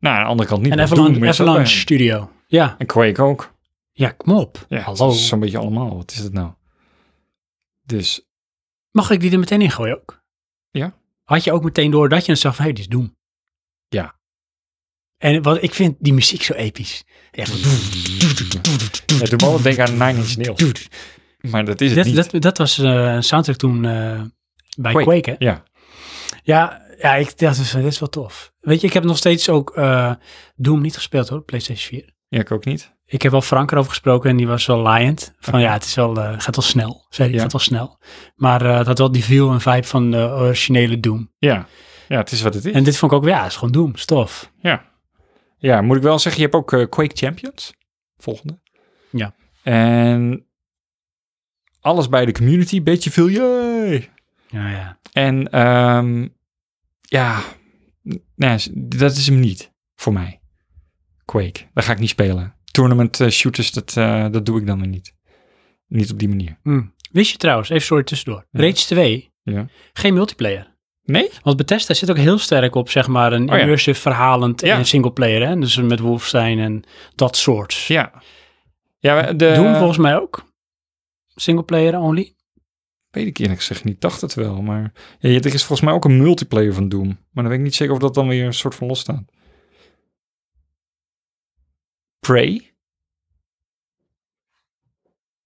C: Nou, aan de andere kant niet.
A: En
C: maar Doom
A: Avalanche,
C: is ook
A: Avalanche
C: een-
A: Studio. Ja.
C: En Quake ook.
A: Ja, kom op.
C: Ja,
A: Hallo.
C: Hallo. Zo'n beetje allemaal. Wat is het nou? Dus
A: Mag ik die er meteen in gooien ook?
C: Ja.
A: Had je ook meteen door dat je dan zag van, hé, hey, dit is Doom.
C: Ja.
A: En wat, ik vind die muziek zo episch. Echt van,
C: Ja, toen wel denk aan Nine Inch Nails. Maar dat is het
A: dat,
C: niet.
A: dat, dat was eh, een soundtrack toen eh, bij
C: Quake.
A: Quake, hè?
C: Ja.
A: Ja, ja, ik dacht, dus, dit is wel tof. Weet je, ik heb nog steeds ook eh, Doom niet gespeeld hoor, op PlayStation 4.
C: ja, ik ook niet.
A: Ik heb wel Frank erover gesproken en die was wel liant. Van ja, het is wel, eh, gaat wel snel. Zei hij,
C: Ja.
A: gaat wel snel. Maar eh, het had wel die feel en vibe van de originele Doom.
C: Ja. ja, het is wat het is.
A: En dit vond ik ook, ja, het is gewoon Doom, stof.
C: Ja, moet ik wel zeggen, je hebt ook eh, Quake Champions. Volgende.
A: Ja.
C: En alles bij de community, beetje veel yay.
A: Ja, ja.
C: En ehm, ja, n- nee, s- dat is hem niet voor mij. Quake, daar ga ik niet spelen. Tournament eh, shooters, dat, eh, dat doe ik dan weer niet. Niet op die manier.
A: Hm. Wist je trouwens, even sorry tussendoor.
C: Ja.
A: Rage 2,
C: Ja.
A: geen multiplayer.
C: Nee?
A: Want Bethesda zit ook heel sterk op, zeg maar, een
C: Oh ja.
A: immersive verhalend
C: Ja.
A: en singleplayer. Hè? Dus met Wolfenstein en dat soort.
C: Ja. Ja, de...
A: Doom volgens mij ook. Singleplayer only.
C: Weet ik eerlijk gezegd niet. Dacht het wel, maar... Ja, er is volgens mij ook een multiplayer van Doom. Maar dan weet ik niet zeker of dat dan weer een soort van los staat. Prey?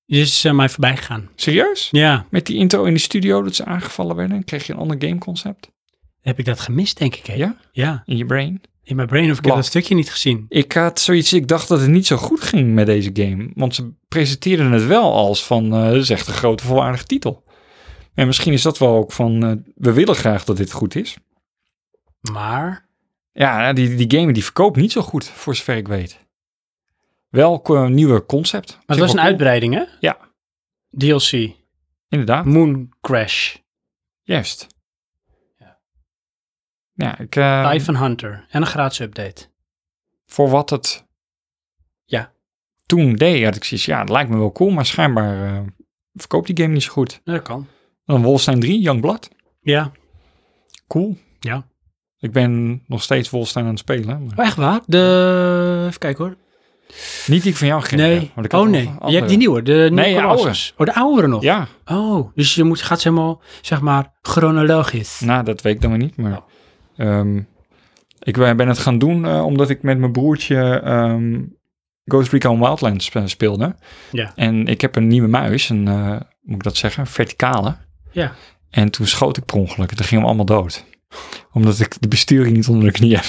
A: Die is eh, mij voorbij gegaan.
C: Serieus?
A: Ja,
C: Met die intro in de studio dat ze aangevallen werden... kreeg je een ander gameconcept
A: heb ik dat gemist, denk ik. Hè?
C: Ja?
A: Ja,
C: in je brain.
A: in mijn brain of ik
C: Blaf.
A: heb dat stukje niet gezien.
C: Ik had zoiets... Ik dacht dat het niet zo goed ging met deze game. Want ze presenteerden het wel als van... eh dat is echt een grote volwaardige titel. En misschien is dat wel ook van... eh, we willen graag dat dit goed is.
A: Maar,
C: Ja, nou, die, die game die verkoopt niet zo goed, voor zover ik weet. Wel een nieuwe concept.
A: maar
C: Vind
A: het was
C: ik
A: een
C: wel cool.
A: uitbreiding, hè?
C: Ja.
A: DLC.
C: Inderdaad,
A: Moon Crash.
C: juist. Ja, ik, eh,
A: Typhon Hunter. En een gratis update.
C: voor wat het
A: Ja.
C: toen deed, had ik zoiets, ja, het lijkt me wel cool, maar schijnbaar eh, verkoopt die game niet zo goed.
A: Ja, Nou, dat kan.
C: Dan Wolfenstein 3, Youngblood,
A: Ja.
C: cool.
A: Ja.
C: Ik ben nog steeds Wolfenstein aan het spelen, maar
A: Oh, echt waar? De... Even kijken hoor.
C: niet die ik van jou ging.
A: Nee. Oh nee. Je hebt die nieuwe. De nieuwe
C: Nee, de
A: Colossus. Oh, de oudere nog.
C: Ja,
A: Oh, dus je moet, gaat ze helemaal, zeg maar, chronologisch.
C: Nou, dat weet ik dan weer niet, maar...
A: Oh.
C: ehm, ik ben het gaan doen eh, omdat ik met mijn broertje ehm, Ghost Recon Wildlands spe- speelde.
A: Ja.
C: En ik heb een nieuwe muis, een, eh, moet ik dat zeggen, verticale.
A: Ja.
C: En toen schoot ik per ongeluk en toen gingen we allemaal dood. Omdat ik de besturing niet onder de knie heb.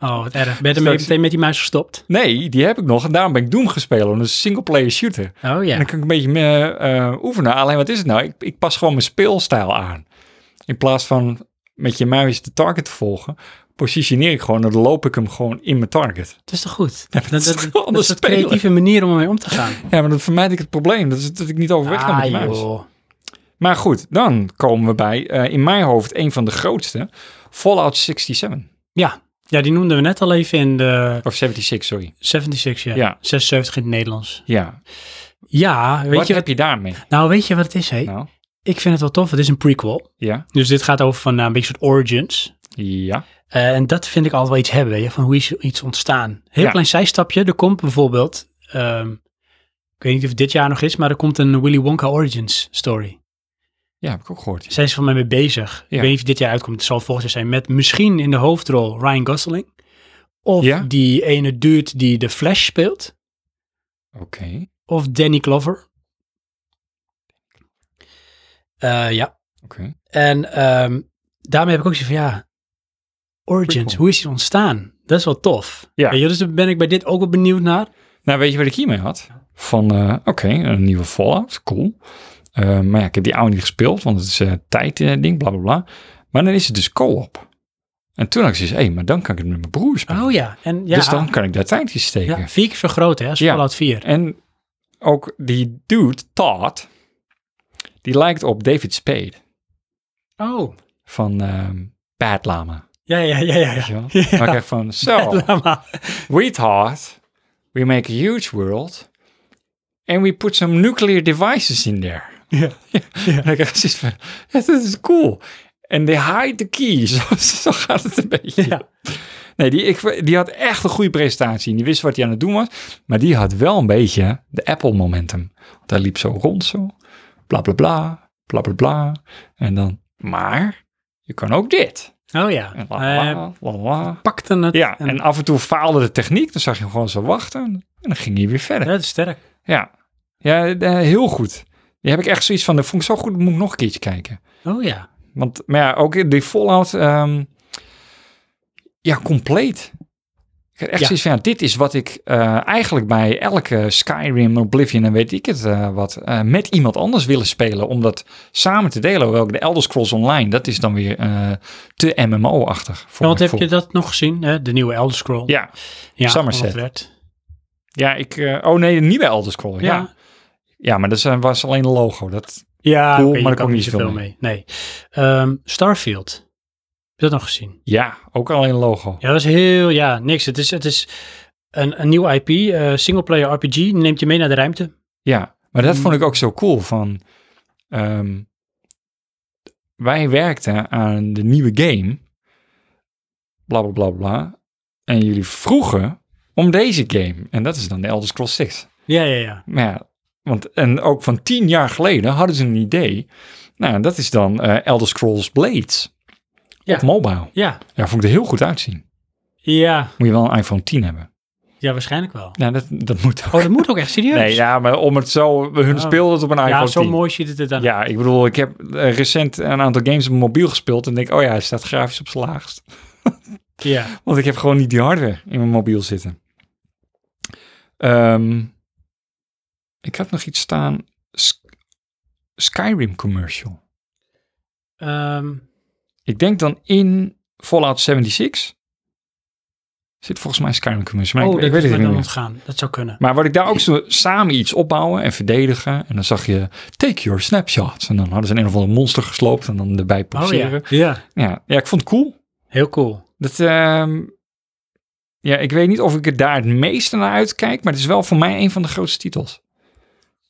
A: Oh, wat erg. Ben je ermee
C: Straks-
A: meteen met die muis gestopt?
C: Nee, die heb ik nog en daarom ben ik Doom gespeeld. Dat is een singleplayer shooter.
A: Oh
C: En
A: ja.
C: dan kan ik een beetje meer eh, oefenen. Alleen wat is het nou? Ik, ik pas gewoon mijn speelstijl aan. In plaats van met je muis de target te volgen, positioneer ik gewoon en dan loop ik hem gewoon in mijn target.
A: Dat is toch goed? Dat, dat,
C: is
A: dat,
C: gewoon
A: dat is een
C: spelen.
A: creatieve manier om mee om te gaan.
C: Ja, maar dan vermijd ik het probleem. Dat is dat ik niet overweg ga met die muis.
A: Ah, joh.
C: Maar goed, dan komen we bij, eh, in mijn hoofd, een van de grootste. Fallout 67.
A: Ja. ja, die noemden we net al even in de
C: Of 76, sorry.
A: 76, ja.
C: Ja.
A: 76 in het Nederlands.
C: Ja.
A: Ja, weet
C: wat
A: je
C: heb
A: wat?
C: je daarmee?
A: Nou, weet je wat het is, hé?
C: Nou,
A: Ik vind het wel tof. Het is een prequel.
C: ja.
A: Dus dit gaat over van nou, een beetje soort origins.
C: Ja.
A: Eh, en dat vind ik altijd wel iets hebben, weet je, van hoe is iets ontstaan. Heel
C: Ja.
A: klein zijstapje, er komt bijvoorbeeld, ehm, ik weet niet of het dit jaar nog is, maar er komt een Willy Wonka Origins story.
C: Ja, heb ik ook gehoord.
A: Zijn ze van mij mee bezig? Ik
C: Ja.
A: weet niet of dit jaar uitkomt, het zal volgend jaar zijn, met misschien in de hoofdrol Ryan Gosling. Of
C: Ja.
A: die ene dude die de Flash speelt.
C: Oké.
A: Of Danny Glover. Eh, ja,
C: Oké.
A: En ehm, daarmee heb ik ook zoiets van, ja, Origins,
C: Prequel.
A: hoe is die ontstaan? Dat is wel tof.
C: Ja.
A: Weet je, dus daar ben ik bij dit ook wel benieuwd naar.
C: Nou, weet je wat ik hiermee had? Van, eh, oké, een nieuwe Fallout, cool. Eh, maar ja, ik heb die oude niet gespeeld, want het is eh, tijd eh, ding, bla bla bla. Maar dan is het dus co-op. En toen had ik zoiets, hé, maar dan kan ik het met mijn broer spelen.
A: Oh ja, en ja,
C: Dus dan kan ik daar tijd in steken.
A: ja vier keer zo groot hè, als
C: Ja.
A: Fallout 4.
C: En ook die dude, Todd, die lijkt op David Spade
A: Oh,
C: van ehm Bad Lama.
A: ja, ja, ja, ja.
C: Weet je
A: ja.
C: wel? Maar ik echt van, zo,
A: Lama.
C: we thought we make a huge world and we put some nuclear devices in there.
A: Ja.
C: En ik dacht zoiets van, ja, dat is cool. En they hide the keys. Zo- Zo gaat het een beetje.
A: Ja.
C: Nee, die, ik, die had echt een goede presentatie. En die wist wat hij aan het doen was. Maar die had wel een beetje de Apple momentum. Want hij liep zo rond zo. Bla, bla, bla. bla bla bla. En dan, maar je kan ook dit.
A: Oh ja.
C: En la, la,
A: Eh
C: la, la.
A: pakten het.
C: Ja,
A: en,
C: en af en toe faalde de techniek. Dan zag je hem gewoon zo wachten. En dan ging hij weer verder.
A: dat is sterk.
C: Ja, ja eh, heel goed. Die heb ik echt zoiets van, dat vond ik zo goed, moet ik nog een keertje kijken.
A: Oh ja.
C: Want, maar ja, ook die Fallout, ehm, ja, compleet. Ik had echt
A: Ja.
C: zoiets van, ja, dit is wat ik eh, eigenlijk bij elke Skyrim, Oblivion en weet ik het eh, wat, eh, met iemand anders willen spelen. Om dat samen te delen. Hoewel ik de Elder Scrolls Online, dat is dan weer eh, te MMO-achtig.
A: Ja, want heb je dat nog gezien? Hè? De nieuwe Elder Scroll.
C: Ja,
A: ja
C: Somerset.
A: wat werd.
C: ja ik, eh, oh nee, niet bij Elder Scrolls. Ja. ja.
A: Ja.
C: maar dat zijn- was alleen een logo. Dat,
A: Ja,
C: Cool,
A: oké, je
C: maar daar
A: kan
C: kon ik
A: niet
C: niet
A: zoveel
C: zoveel
A: mee. Nee. Ehm, Starfield. Heb je dat nog gezien?
C: ja, ook alleen een logo.
A: Ja, dat is heel... Ja, niks. Het is, het is een, een nieuw IP. eh singleplayer RPG. Neemt je mee naar de ruimte.
C: Ja, maar dat
A: Mm.
C: vond ik ook zo cool van. ehm, wij werkten aan de nieuwe game. Bla bla bla bla. En jullie vroegen om deze game. En dat is dan de Elder Scrolls 6.
A: Ja, ja, ja.
C: Maar ja, want, en ook van tien jaar geleden hadden ze een idee. Nou, dat is dan eh, Elder Scrolls Blades.
A: Ja.
C: Op mobile.
A: Ja,
C: Ja, vond ik er heel goed uitzien.
A: ja.
C: Moet je wel een iPhone 10 hebben.
A: ja waarschijnlijk wel.
C: Nou, dat, dat moet ook.
A: Oh, dat moet ook echt serieus.
C: Nee, ja, maar om het zo... Hun
A: Oh.
C: speelden het op een iPhone
A: ja,
C: 10.
A: zo mooi ziet het er dan
C: Ja, ik bedoel, ik heb eh, recent een aantal games op mijn mobiel gespeeld en denk, oh ja, hij staat grafisch op zijn laagst.
A: Ja.
C: Want ik heb gewoon niet die hardware in mijn mobiel zitten. Ehm, ik had nog iets staan, Sk- Skyrim commercial.
A: Ehm,
C: Ik denk dan in Fallout 76 zit volgens mij een Skyrim commercial, maar
A: oh,
C: ik,
A: dat
C: ik weet
A: is
C: het
A: me
C: niet
A: dan
C: meer.
A: ontgaan. Dat zou kunnen.
C: Maar wat ik daar ook zo samen iets opbouwen en verdedigen. En dan zag je, take your snapshots. En dan hadden ze een of ander monster gesloopt en dan erbij
A: Oh
C: poseren.
A: ja. ja,
C: Ja, ja ik vond het cool.
A: heel cool.
C: Dat, ehm, ja, ik weet niet of ik er daar het meeste naar uitkijk, maar het is wel voor mij een van de grootste titels.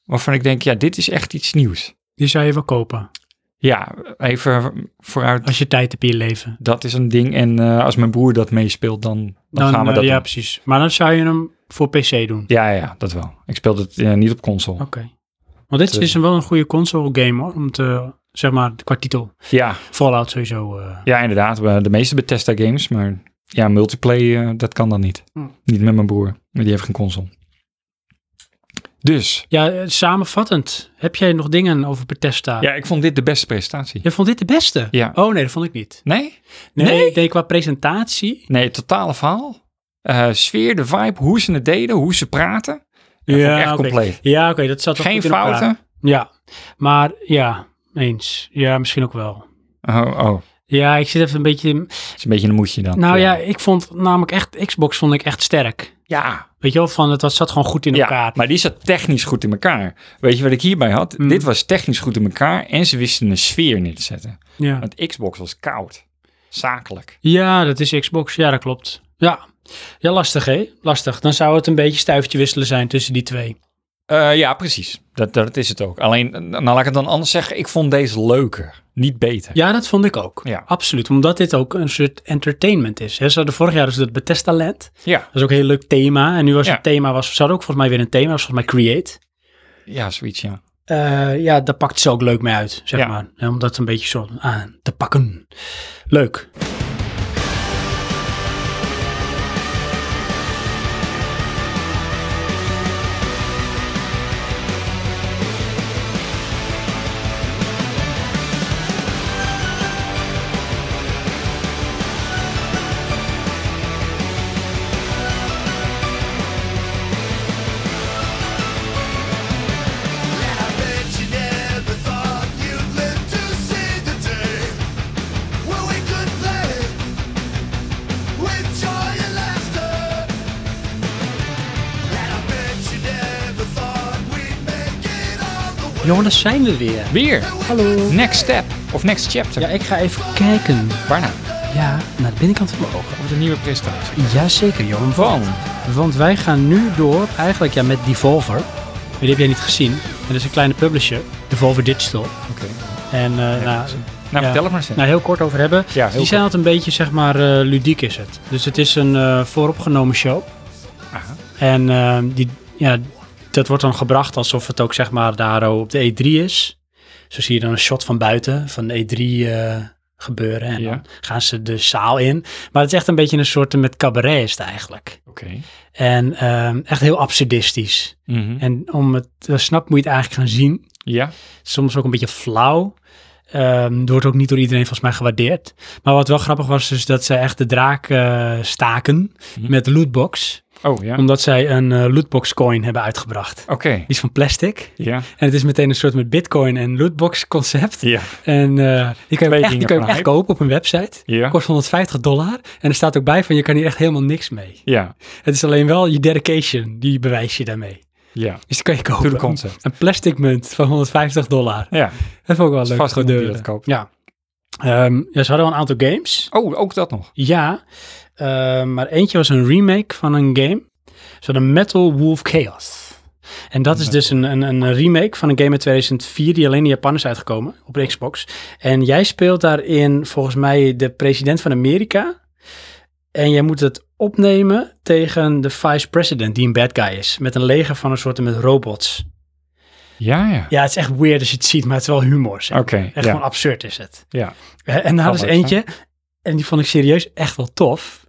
C: Waarvan ik denk, ja, dit is echt iets nieuws.
A: Die zou je wel kopen.
C: Ja, even vooruit.
A: Als je tijd hebt in je leven.
C: Dat is een ding. En eh, als mijn broer dat meespeelt, dan, dan,
A: Dan,
C: gaan we
A: eh,
C: dat
A: ja,
C: ja.
A: precies. Maar dan zou je hem voor PC doen.
C: Ja, ja, dat wel. Ik speel het eh, niet op console.
A: Oké. Want dit
C: Eh.
A: is wel een goede console game hoor. Om te, zeg maar, qua titel.
C: Ja,
A: Fallout sowieso. eh,
C: ja, inderdaad. we- De meeste Bethesda games, maar ja, multiplay, eh, dat kan dan niet.
A: Hm.
C: Niet met mijn broer, maar die heeft geen console. Dus,
A: Ja, eh, samenvattend. Heb jij nog dingen over Bethesda?
C: ja, ik vond dit de beste presentatie.
A: Je vond dit de beste?
C: Ja.
A: Oh nee, dat vond ik niet.
C: Nee?
A: Nee,
C: Nee?
A: ik denk qua presentatie.
C: Nee, het totale verhaal. Eh, sfeer, de vibe, hoe ze het deden, hoe ze praten. Dat vond ik echt
A: oké.
C: compleet.
A: Ja, oké, dat zat wel
C: Geen
A: goed in elkaar.
C: fouten.
A: Ja, maar ja, eens. Ja, misschien ook wel.
C: Oh, oh.
A: Ja, ik zit even een beetje... in-
C: Het is een beetje een moedje dan.
A: Nou ja, ik vond namelijk echt... Xbox vond ik echt sterk.
C: Ja,
A: Weet je wel, van het was, zat gewoon goed in
C: ja,
A: elkaar.
C: maar die zat technisch goed in elkaar. Weet je wat ik hierbij had?
A: Mm.
C: Dit was technisch goed in elkaar en ze wisten een sfeer neer te zetten.
A: Ja.
C: Want Xbox was koud, zakelijk.
A: ja, dat is Xbox. Ja, dat klopt. Ja. Ja, lastig hè? Lastig. Dan zou het een beetje stuiftje wisselen zijn tussen die twee.
C: Eh, ja, precies. Dat, dat is het ook. Alleen, nou laat ik het dan anders zeggen. Ik vond deze leuker, niet beter.
A: Ja, dat vond ik ook.
C: Ja.
A: Absoluut. Omdat dit ook een soort entertainment is. Hè, Ze hadden vorig jaar dus dat Bethesda Land.
C: Ja,
A: Dat is ook een heel leuk thema. En nu was
C: Ja.
A: het thema, was, ze hadden ook volgens mij weer een thema. Dat was volgens mij Create.
C: ja, zoiets, ja.
A: Eh, ja, daar pakt ze ook leuk mee uit, zeg
C: Ja.
A: maar. Hè, Om dat een beetje zo aan te pakken. Leuk.
B: I bet you never thought you'd live to see the day when we could play with joy and laughter. And I bet you never thought we'd make it all the way.
A: Jongen, daar zijn we weer.
C: Weer,
A: Hallo.
C: next step of next chapter.
A: Ja, ik ga even kijken.
C: Waarna?
A: Ja, naar de binnenkant van mijn ogen.
C: Of de nieuwe presentatie.
A: Jazeker, Johan.
C: Van?
A: Want wij gaan nu door, eigenlijk ja, met Devolver. Maar Die heb jij niet gezien. En dat is een kleine publisher, Devolver Digital.
C: Oké.
A: En eh, nou, Ja.
C: Nou, vertel het maar eens.
A: nou, heel kort over hebben.
C: heel
A: Die zijn altijd een beetje, zeg maar, eh, ludiek is het. Dus het is een eh, vooropgenomen show.
C: Aha.
A: En eh, die, ja, dat wordt dan gebracht alsof het ook, zeg maar, daar op de E3 E is. Zo zie je dan een shot van buiten, van E3 eh, gebeuren. En
C: Ja.
A: dan gaan ze de zaal in. Maar het is echt een beetje een soort eh, met cabaret is het eigenlijk.
C: Oké.
A: En ehm, echt heel absurdistisch.
C: Mhm.
A: En om het te snappen moet je het eigenlijk gaan zien.
C: Ja.
A: Soms ook een beetje flauw. Ehm het wordt ook niet door iedereen volgens mij gewaardeerd. Maar wat wel grappig was, is dat zij echt de draak eh, staken
C: Mhm.
A: met de lootbox.
C: Oh ja. Oké.
A: Omdat zij een eh, lootbox coin hebben uitgebracht. Die is van plastic.
C: Ja.
A: En het is meteen een soort met bitcoin en lootbox concept.
C: Ja.
A: En eh, die kan je
C: Twee
A: echt, die
C: dingen
A: kan je
C: van
A: echt
C: hype.
A: kopen op een website.
C: Ja.
A: Kost 150 dollar. En er staat ook bij van je kan hier echt helemaal niks mee.
C: Ja.
A: Het is alleen wel je dedication, die bewijs je daarmee.
C: Ja.
A: Dus die kan je kopen.
C: Doe de concept.
A: Een plastic munt van 150 dollar.
C: Ja.
A: Dat vond ik wel
C: Is
A: leuk.
C: vast iemand die
A: gebeuren.
C: dat koopt.
A: Ja. Ehm, ja, ze hadden wel een aantal games.
C: Oh, ook dat nog.
A: Ja. Ehm, maar eentje was een remake van een game. Ze hadden Metal Wolf Chaos. En dat is dus een, een, een remake van een game uit 2004 die alleen in Japan is uitgekomen op de Xbox. En jij speelt daarin volgens mij de president van Amerika. En jij moet het opnemen tegen de vice-president die een bad guy is. Met een leger van een soort met robots.
C: Ja, ja.
A: Ja, het is echt weird als je het ziet, maar het is wel humor. zeg.
C: Oké,
A: echt
C: ja.
A: gewoon absurd is het.
C: Ja.
A: Ja, Eh, En daar is
C: Grappig,
A: eentje. En die vond ik serieus echt wel tof.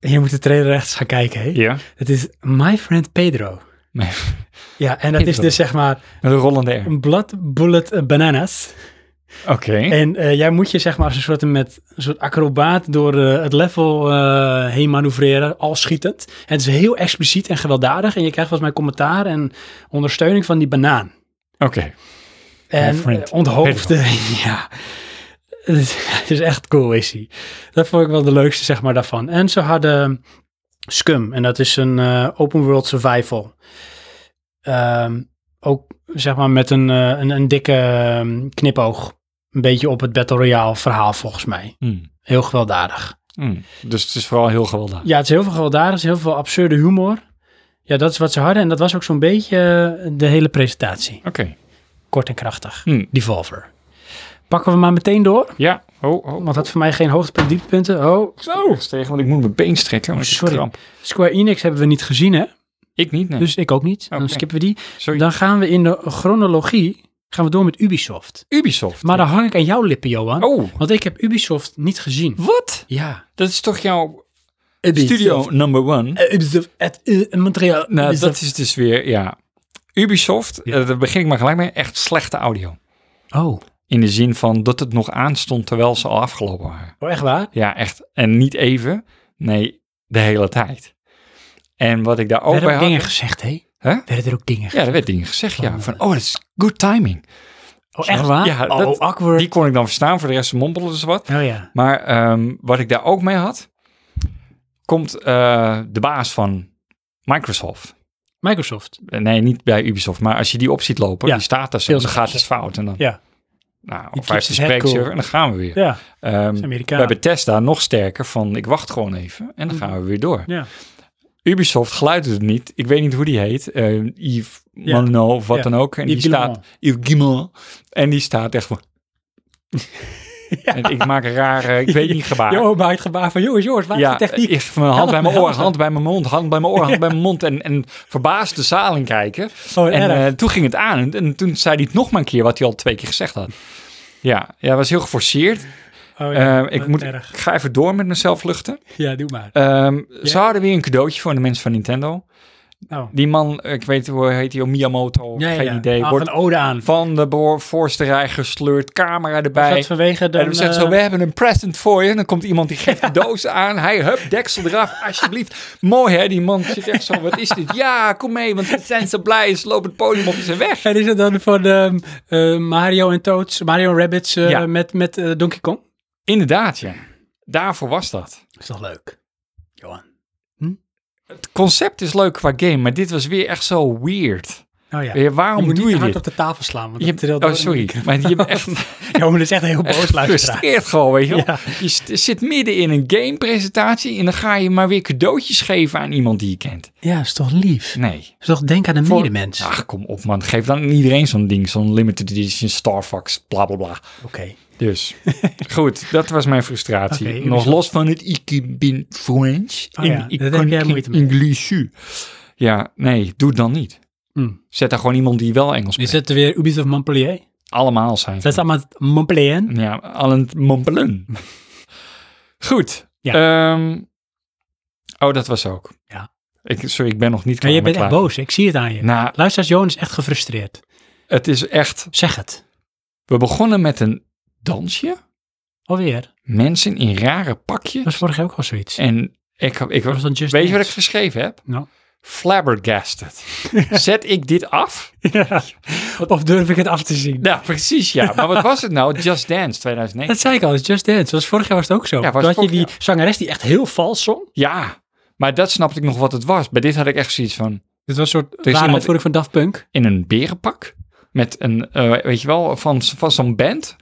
A: En je moet de trailer echt eens gaan kijken. Hè?
C: Ja.
A: Het is My Friend Pedro.
C: Nee.
A: Ja, en dat is
C: Pedro.
A: dus zeg maar
C: Een rollende R.
A: een blood bullet eh, bananas.
C: Oké.
A: En eh, jij moet je zeg maar als een soort, met, een soort acrobaat door eh, het level eh, heen manoeuvreren, al schietend. En het is heel expliciet en gewelddadig. En je krijgt volgens mij commentaar en ondersteuning van die banaan.
C: Oké.
A: En
C: My friend.
A: eh, onthoofde. ja. Het is, het is echt cool, is hij. Dat vond ik wel de leukste, zeg maar, daarvan. En ze hadden Scum. En dat is een eh, open world survival. Ehm, ook, zeg maar, met een, eh, een, een dikke ehm, knipoog. Een beetje op het Battle Royale verhaal, volgens mij.
C: Hmm.
A: Heel gewelddadig.
C: Hmm. Dus het is vooral heel gewelddadig.
A: Ja, het is heel veel gewelddadig. Heel veel absurde humor. Ja, dat is wat ze hadden. En dat was ook zo'n beetje eh, de hele presentatie.
C: Oké.
A: Kort en krachtig.
C: Hmm.
A: Devolver. Pakken we maar meteen door.
C: Ja. Oh, oh.
A: Want had voor mij geen hoogtepunt, dieptepunten. Oh,
C: Zo. Steeg, want ik moet mijn been strekken. want ik heb
A: Sorry.
C: kramp.
A: Square Enix hebben we niet gezien, hè?
C: Ik niet, nee.
A: Dus ik ook niet. Dan
C: Oké.
A: skippen we die.
C: Sorry.
A: Dan gaan we in de chronologie gaan we door met Ubisoft.
C: Ubisoft.
A: Maar dan hang ik aan jouw lippen, Johan.
C: Oh.
A: Want ik heb Ubisoft niet gezien.
C: Wat?
A: Ja.
C: Dat is toch jouw studio number one?
A: Eh, Ubisoft at Montreal.
C: Nou, dat is dus weer, ja. Ubisoft,
A: Ja.
C: eh, daar begin ik maar gelijk mee, echt slechte audio.
A: Oh.
C: In de zin van dat het nog aanstond terwijl ze al afgelopen waren.
A: oh, echt waar?
C: Ja, echt. En niet even, nee, de hele tijd. En wat ik daar ook
A: Werden er
C: Oh, bij
A: ook
C: had...
A: dingen gezegd, hè?
C: Hè?
A: Werden er ook dingen gezegd?
C: Ja, er werd dingen gezegd, ja.
A: Van,
C: Van, oh, dat is good timing.
A: Oh, echt waar?
C: Ja,
A: oh,
C: dat-
A: awkward.
C: Die kon ik dan verstaan, voor de rest mompelden ze wat.
A: Oh ja.
C: Maar ehm, wat ik daar ook mee had, komt eh, de baas van Microsoft.
A: Microsoft.
C: Eh, Nee, niet bij Ubisoft, maar als je die op ziet lopen,
A: Ja,
C: die staat daar zo,
A: heel
C: dan gaat het fout. En dan,
A: Ja.
C: nou,
A: Die
C: of hij heeft
A: keeps
C: een
A: his head
C: spreekserver
A: cool.
C: en dan gaan we weer.
A: Ja, dat
C: Ehm,
A: is
C: bij
A: Amerikaan.
C: Bethesda nog sterker van, ik wacht gewoon even en dan gaan we weer door.
A: Ja.
C: Ubisoft geluidt het niet. Ik weet niet hoe die heet. eh, Yves
A: Ja.
C: Manneau of wat
A: Ja.
C: dan ook. En
A: Yves
C: die
A: Guillemot.
C: staat... Yves Guillemot. En die staat echt van... En ik maak een rare... Ik weet niet gebaar.
A: Jo, maakt oh, het gebaar van, jongens, jongens, waar is
C: ja,
A: de techniek?
C: echt van hand
A: Help
C: bij
A: me,
C: mijn oor,
A: help me.
C: hand bij mijn mond, hand bij mijn oor, hand bij mijn mond. En, en verbaasd de zaal in kijken.
A: Oh,
C: en
A: erg.
C: eh, toen ging het aan. En, en toen zei hij het nog maar een keer wat hij al twee keer gezegd had. Ja, ja was heel geforceerd.
A: Oh, ja.
C: Eh, ik,
A: Wat
C: moet, ik
A: erg.
C: ga even door met mezelf luchten.
A: Ja, doe maar.
C: Ehm, Ze
A: Ja.
C: hadden weer een cadeautje voor de mensen van Nintendo.
A: Nou.
C: Die man, ik weet hoe heet hij, Miyamoto, geen idee.
A: Ah,
C: wordt
A: van ode aan.
C: van de boor- voorste rij gesleurd, camera erbij.
A: dat vanwege eh, de...
C: en dan zegt ze, we hebben een present voor je. En dan komt iemand die geeft de doos aan. Hij, hup, deksel eraf, alsjeblieft. Mooi hè, die man zit echt zo, wat is dit? Ja, kom mee, want ze zijn zo blij. Ze lopen het podium op en zijn weg.
A: En is het dan van ehm, eh, Mario en Toads, Mario en Rabbids eh,
C: Ja.
A: met, met eh, Donkey Kong?
C: Inderdaad, ja. Daarvoor was dat.
A: Is toch leuk? Johan.
C: Het concept is leuk qua game, maar dit was weer echt zo weird.
A: Oh ja.
C: Weet je,
A: je
C: waarom
A: moet
C: doe
A: niet
C: je
A: te hard
C: dit?
A: op de tafel slaan, want
C: Je
A: dat trilt
C: hebt, oh,
A: door in de
C: sorry.
A: microfoon.
C: Maar je hebt echt
A: Johan is echt heel boos,
C: echt
A: luisteraar.
C: gefrustreerd gewoon, weet je wel.
A: Ja.
C: Je st- zit midden in een gamepresentatie en dan ga je maar weer cadeautjes geven aan iemand die je kent.
A: Ja, is toch lief?
C: Nee.
A: Is toch denk aan de
C: Voor-
A: medemens?
C: Ach, kom op man. Geef dan iedereen zo'n ding. Zo'n limited edition Star Fox, bla bla bla.
A: Oké.
C: Dus, goed. Dat was mijn frustratie.
A: Oké,
C: Nog
A: Ubisoft.
C: los van het ik ben French
A: Oh
C: en
A: ja,
C: ik
A: dat
C: kan
A: heb jij
C: geen
A: moeite mee.
C: Engels. Ja, nee, doe het dan niet.
A: Hm.
C: Zet daar gewoon iemand die wel Engels spreekt.
A: Is het weer Ubisoft Montpellier?
C: Allemaal zijn.
A: Dat is allemaal mijn plan.
C: Ja, al een mompelen. Goed. Ehm, oh, dat was ook.
A: Ja.
C: Ik, sorry, ik ben nog niet
A: En
C: klaar.
A: je
C: met
A: bent echt
C: klagen.
A: boos, ik zie het aan je.
C: Nou,
A: Luister, Johan is echt gefrustreerd.
C: het is echt...
A: Zeg het.
C: We begonnen met een dansje.
A: Alweer.
C: Mensen in rare pakjes.
A: Dat was vorige keer ook al zoiets.
C: En ik, ik
A: Dat was dan Just
C: Weet je wat ik
A: Dance.
C: geschreven heb?
A: Nou.
C: Flabbergasted. Zet ik dit af?
A: Ja. Of durf ik het af te zien?
C: Nou, precies ja. Maar wat was het nou? Just Dance 2009.
A: Dat zei ik al, het is Just Dance. Was vorig jaar was het ook zo.
C: Ja, was
A: Toen had je
C: vorig
A: die zangeres die echt heel vals zong.
C: Ja, maar dat snapte ik nog wat het was. Bij dit had ik echt zoiets van...
A: Dit was een soort
C: is
A: rare
C: iemand-
A: uitvoering van Daft Punk.
C: In een berenpak? Met een, eh, weet je wel, van, van zo'n band?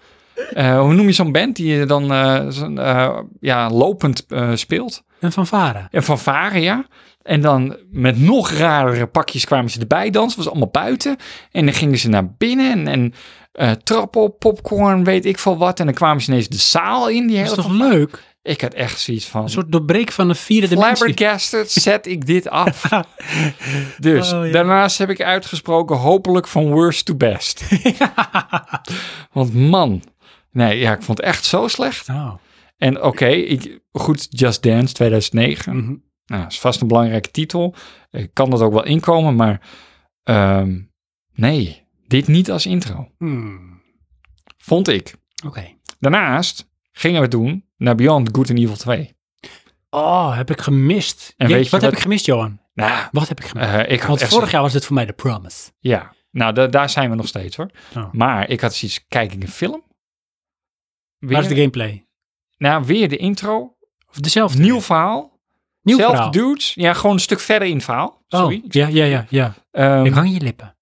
C: Eh, hoe noem je zo'n band die je dan eh, zo'n, eh, ja, lopend eh, speelt?
A: Een fanfare.
C: En fanfare, ja. En dan met nog rarere pakjes kwamen ze erbij dansen. was allemaal buiten. En dan gingen ze naar binnen en, en eh, trap op, popcorn, weet ik veel wat. En dan kwamen ze ineens de zaal in. Die
A: Dat is
C: hele
A: toch leuk?
C: Ik had echt zoiets van...
A: Een soort doorbreek van de vierde dimensie.
C: Flabbergasted zet ik dit af. dus
A: Oh, ja.
C: daarnaast heb ik uitgesproken hopelijk van worst to best. Want man, nee, ja, ik vond het echt zo slecht.
A: Oh.
C: En oké, ik- goed, Just Dance 2009.
A: Mhm.
C: Nou, is vast een belangrijke titel. Ik kan dat ook wel inkomen, maar ehm, nee, dit niet als intro.
A: Hmm.
C: Vond ik.
A: Oké.
C: Daarnaast gingen we doen naar Beyond Good and Evil 2.
A: Oh, heb ik gemist.
C: En
A: Jeetje,
C: weet je
A: wat,
C: wat-
A: heb ik gemist, Johan?
C: Nou,
A: Wat heb ik gemist?
C: eh, ik had
A: Want
C: echt
A: vorig jaar was dit voor mij de promise.
C: Ja, nou da- daar zijn we nog steeds hoor.
A: Oh.
C: Maar ik had zoiets, kijk ik een film?
A: Waar is de
C: Weer,
A: gameplay?
C: nou, weer de intro.
A: Of dezelfde?
C: Nieuw verhaal.
A: Nieuw
C: zelfde
A: verhaal.
C: dudes. Ja, gewoon een stuk verder in het verhaal. Sorry.
A: Oh, ja, ja, ja. ja.
C: Ehm,
A: ik hang je lippen.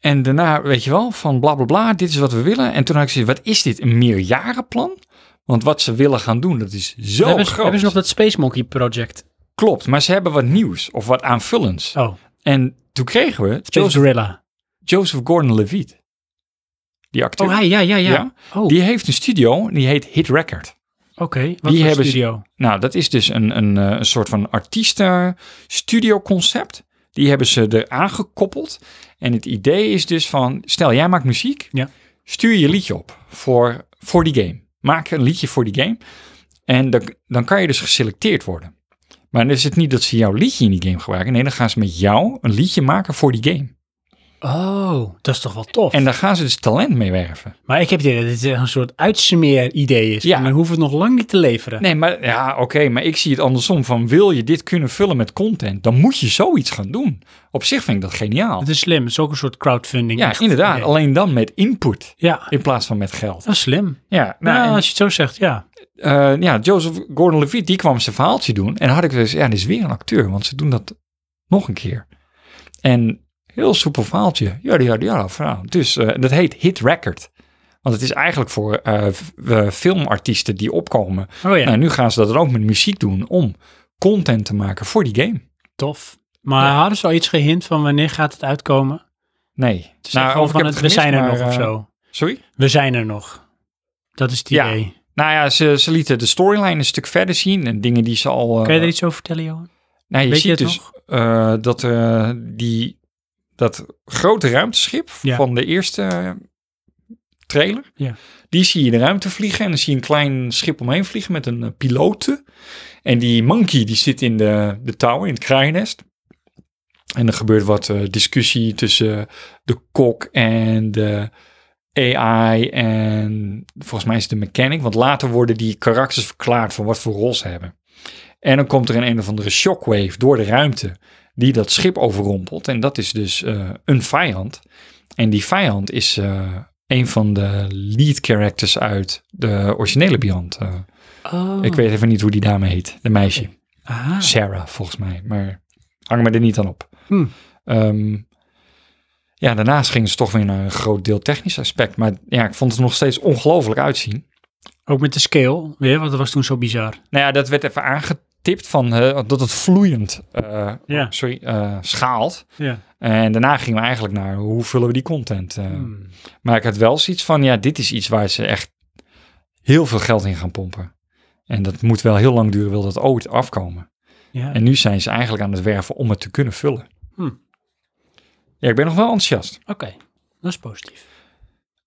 C: En daarna, weet je wel, van bla bla bla, dit is wat we willen. En toen had ik zoiets, wat is dit? Een meerjarenplan? Want wat ze willen gaan doen, dat is zo
A: hebben, ze,
C: groot.
A: hebben ze nog dat Space Monkey project?
C: Klopt, maar ze hebben wat nieuws of wat aanvullends.
A: Oh,
C: En toen kregen we
A: Space
C: Joseph,
A: Gorilla.
C: Joseph Gordon-Levitt. Die acteur.
A: Oh, hij, ja, ja, ja.
C: Ja,
A: Oh,
C: Die heeft een studio, en die heet Hit Record.
A: oké. Wat voor
C: hebben ze-
A: studio?
C: Nou, dat is dus een, een, eh, een soort van artiesten-studio-concept. Die hebben ze eraan gekoppeld. En het idee is dus van, stel jij maakt muziek,
A: Ja.
C: stuur je liedje op voor, voor die game. Maak een liedje voor die game. En dan, dan kan je dus geselecteerd worden. Maar dan is het niet dat ze jouw liedje in die game gebruiken. Nee, dan gaan ze met jou een liedje maken voor die game.
A: Oh, dat is toch wel tof.
C: En daar gaan ze dus talent mee werven.
A: maar ik heb dit dat dit echt een soort uitsmeer idee is.
C: Ja.
A: En dan hoeven we het nog lang niet te leveren.
C: Nee, maar ja, oké, maar ik zie het andersom. Van wil je dit kunnen vullen met content, dan moet je zoiets gaan doen. Op zich vind ik dat geniaal.
A: Het is slim. Het is ook een soort crowdfunding.
C: Ja,
A: Echt.
C: inderdaad.
A: Nee.
C: Alleen dan met input
A: Ja,
C: in plaats van met geld.
A: dat is slim.
C: Ja, nou,
A: Nou,
C: en,
A: als je het zo zegt, ja.
C: eh, ja Joseph Gordon-Levitt, die kwam zijn verhaaltje doen. En had ik dus, ja, dit is weer een acteur, want ze doen dat nog een keer. En heel soepel verhaaltje. Ja, ja, ja. ja. Dus eh, dat heet Hit Record. Want het is eigenlijk voor eh, f- eh, filmartiesten die opkomen.
A: Oh ja,
C: Nou, nu gaan ze dat dan ook met muziek doen om content te maken voor die game.
A: tof. Maar hadden ze al iets gehint van wanneer gaat het uitkomen?
C: Nee.
A: Het is echt gewoon
C: of Nou, ik
A: van
C: heb
A: het,
C: gemist,
A: we zijn er
C: maar,
A: nog of
C: eh,
A: zo.
C: Sorry?
A: We zijn er nog. Dat is het
C: Ja.
A: idee.
C: Nou ja, ze, ze lieten de storyline een stuk verder zien en dingen die ze al... eh,
A: Kan je er iets over vertellen, Johan?
C: Nou, je
A: Weet je
C: ziet
A: het
C: dus
A: nog?
C: eh, dat eh, die, dat grote ruimteschip
A: Ja.
C: van de eerste eh, trailer,
A: Ja.
C: die zie je in de ruimte vliegen en dan zie je een klein schip omheen vliegen met een eh, pilote. En die monkey die zit in de, de tower, in het kraaiennest. En er gebeurt wat eh, discussie tussen de kok en de AI en volgens mij is het de mechanic. Want later worden die karakters verklaard van wat voor rol ze hebben. En dan komt er een een of andere shockwave door de ruimte die dat schip overrompelt. En dat is dus eh, een vijand. En die vijand is eh, een van de lead characters uit de originele Beyond. eh.
A: Oh. Ah.
C: Ik weet even niet hoe die dame heet. De meisje.
A: Aha.
C: Sarah, volgens mij. Maar hang me er niet aan op.
A: Hmm.
C: Ehm, ja, daarnaast gingen ze toch weer naar een groot deel technisch aspect. Maar ja, ik vond het er nog steeds ongelooflijk uitzien.
A: Ook met de scale weer, want dat was toen zo bizar.
C: Nou ja, dat werd even aangetipt van eh, dat het vloeiend eh,
A: Ja.
C: sorry, eh, schaalt.
A: Ja.
C: En daarna gingen we eigenlijk naar hoe vullen we die content. eh.
A: Hmm.
C: Maar ik had wel zoiets van, ja, dit is iets waar ze echt heel veel geld in gaan pompen. En dat moet wel heel lang duren, wil dat ooit afkomen.
A: ja.
C: En nu zijn ze eigenlijk aan het werven om het te kunnen vullen.
A: Hmm.
C: Ja, ik ben nog wel enthousiast.
A: Oké. Dat is positief.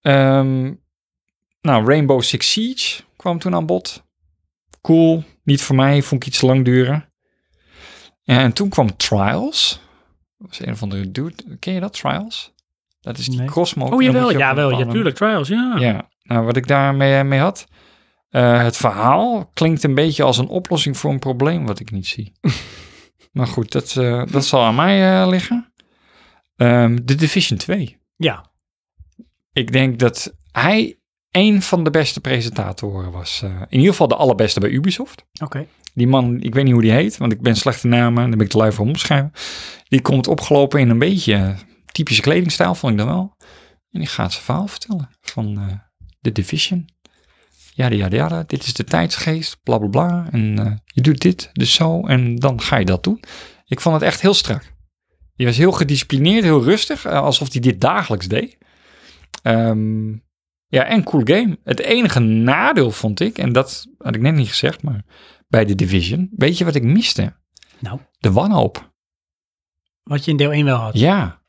C: Ehm, nou, Rainbow Six Siege kwam toen aan bod. Cool. Niet voor mij. Vond ik iets lang duren. En toen kwam Trials. Dat was een of andere dude. Ken je dat, Trials? Dat is die
A: Nee.
C: Cosmo.
A: Oh, jawel,
C: Dan moet je op een
A: jawel. Ja,
C: bepaalde-
A: tuurlijk. Trials, ja.
C: Ja, nou wat ik daarmee mee had. eh, het verhaal klinkt een beetje als een oplossing voor een probleem wat ik niet zie. maar goed, dat, eh, dat zal aan mij eh, liggen. Ehm de Division 2.
A: Ja.
C: Ik denk dat hij een van de beste presentatoren was. eh, in ieder geval de allerbeste bij Ubisoft.
A: Oké.
C: Die man, ik weet niet hoe die heet, want ik ben slechte namen. Daar ben ik te lui voor om te schrijven. Die komt opgelopen in een beetje eh, typische kledingstijl, vond ik dan wel. En die gaat zijn verhaal vertellen van eh The Division. Ja, ja, ja, dit is de tijdsgeest, bla bla bla. En eh, je doet dit, dus zo, en dan ga je dat doen. Ik vond het echt heel strak. Die was heel gedisciplineerd, heel rustig, eh, alsof hij dit dagelijks deed. Ehm, ja, en cool game. Het enige nadeel vond ik, en dat had ik net niet gezegd, maar bij de Division. Weet je wat ik miste?
A: Nou?
C: De wanhoop.
A: Wat je in deel 1 wel had.
C: Ja.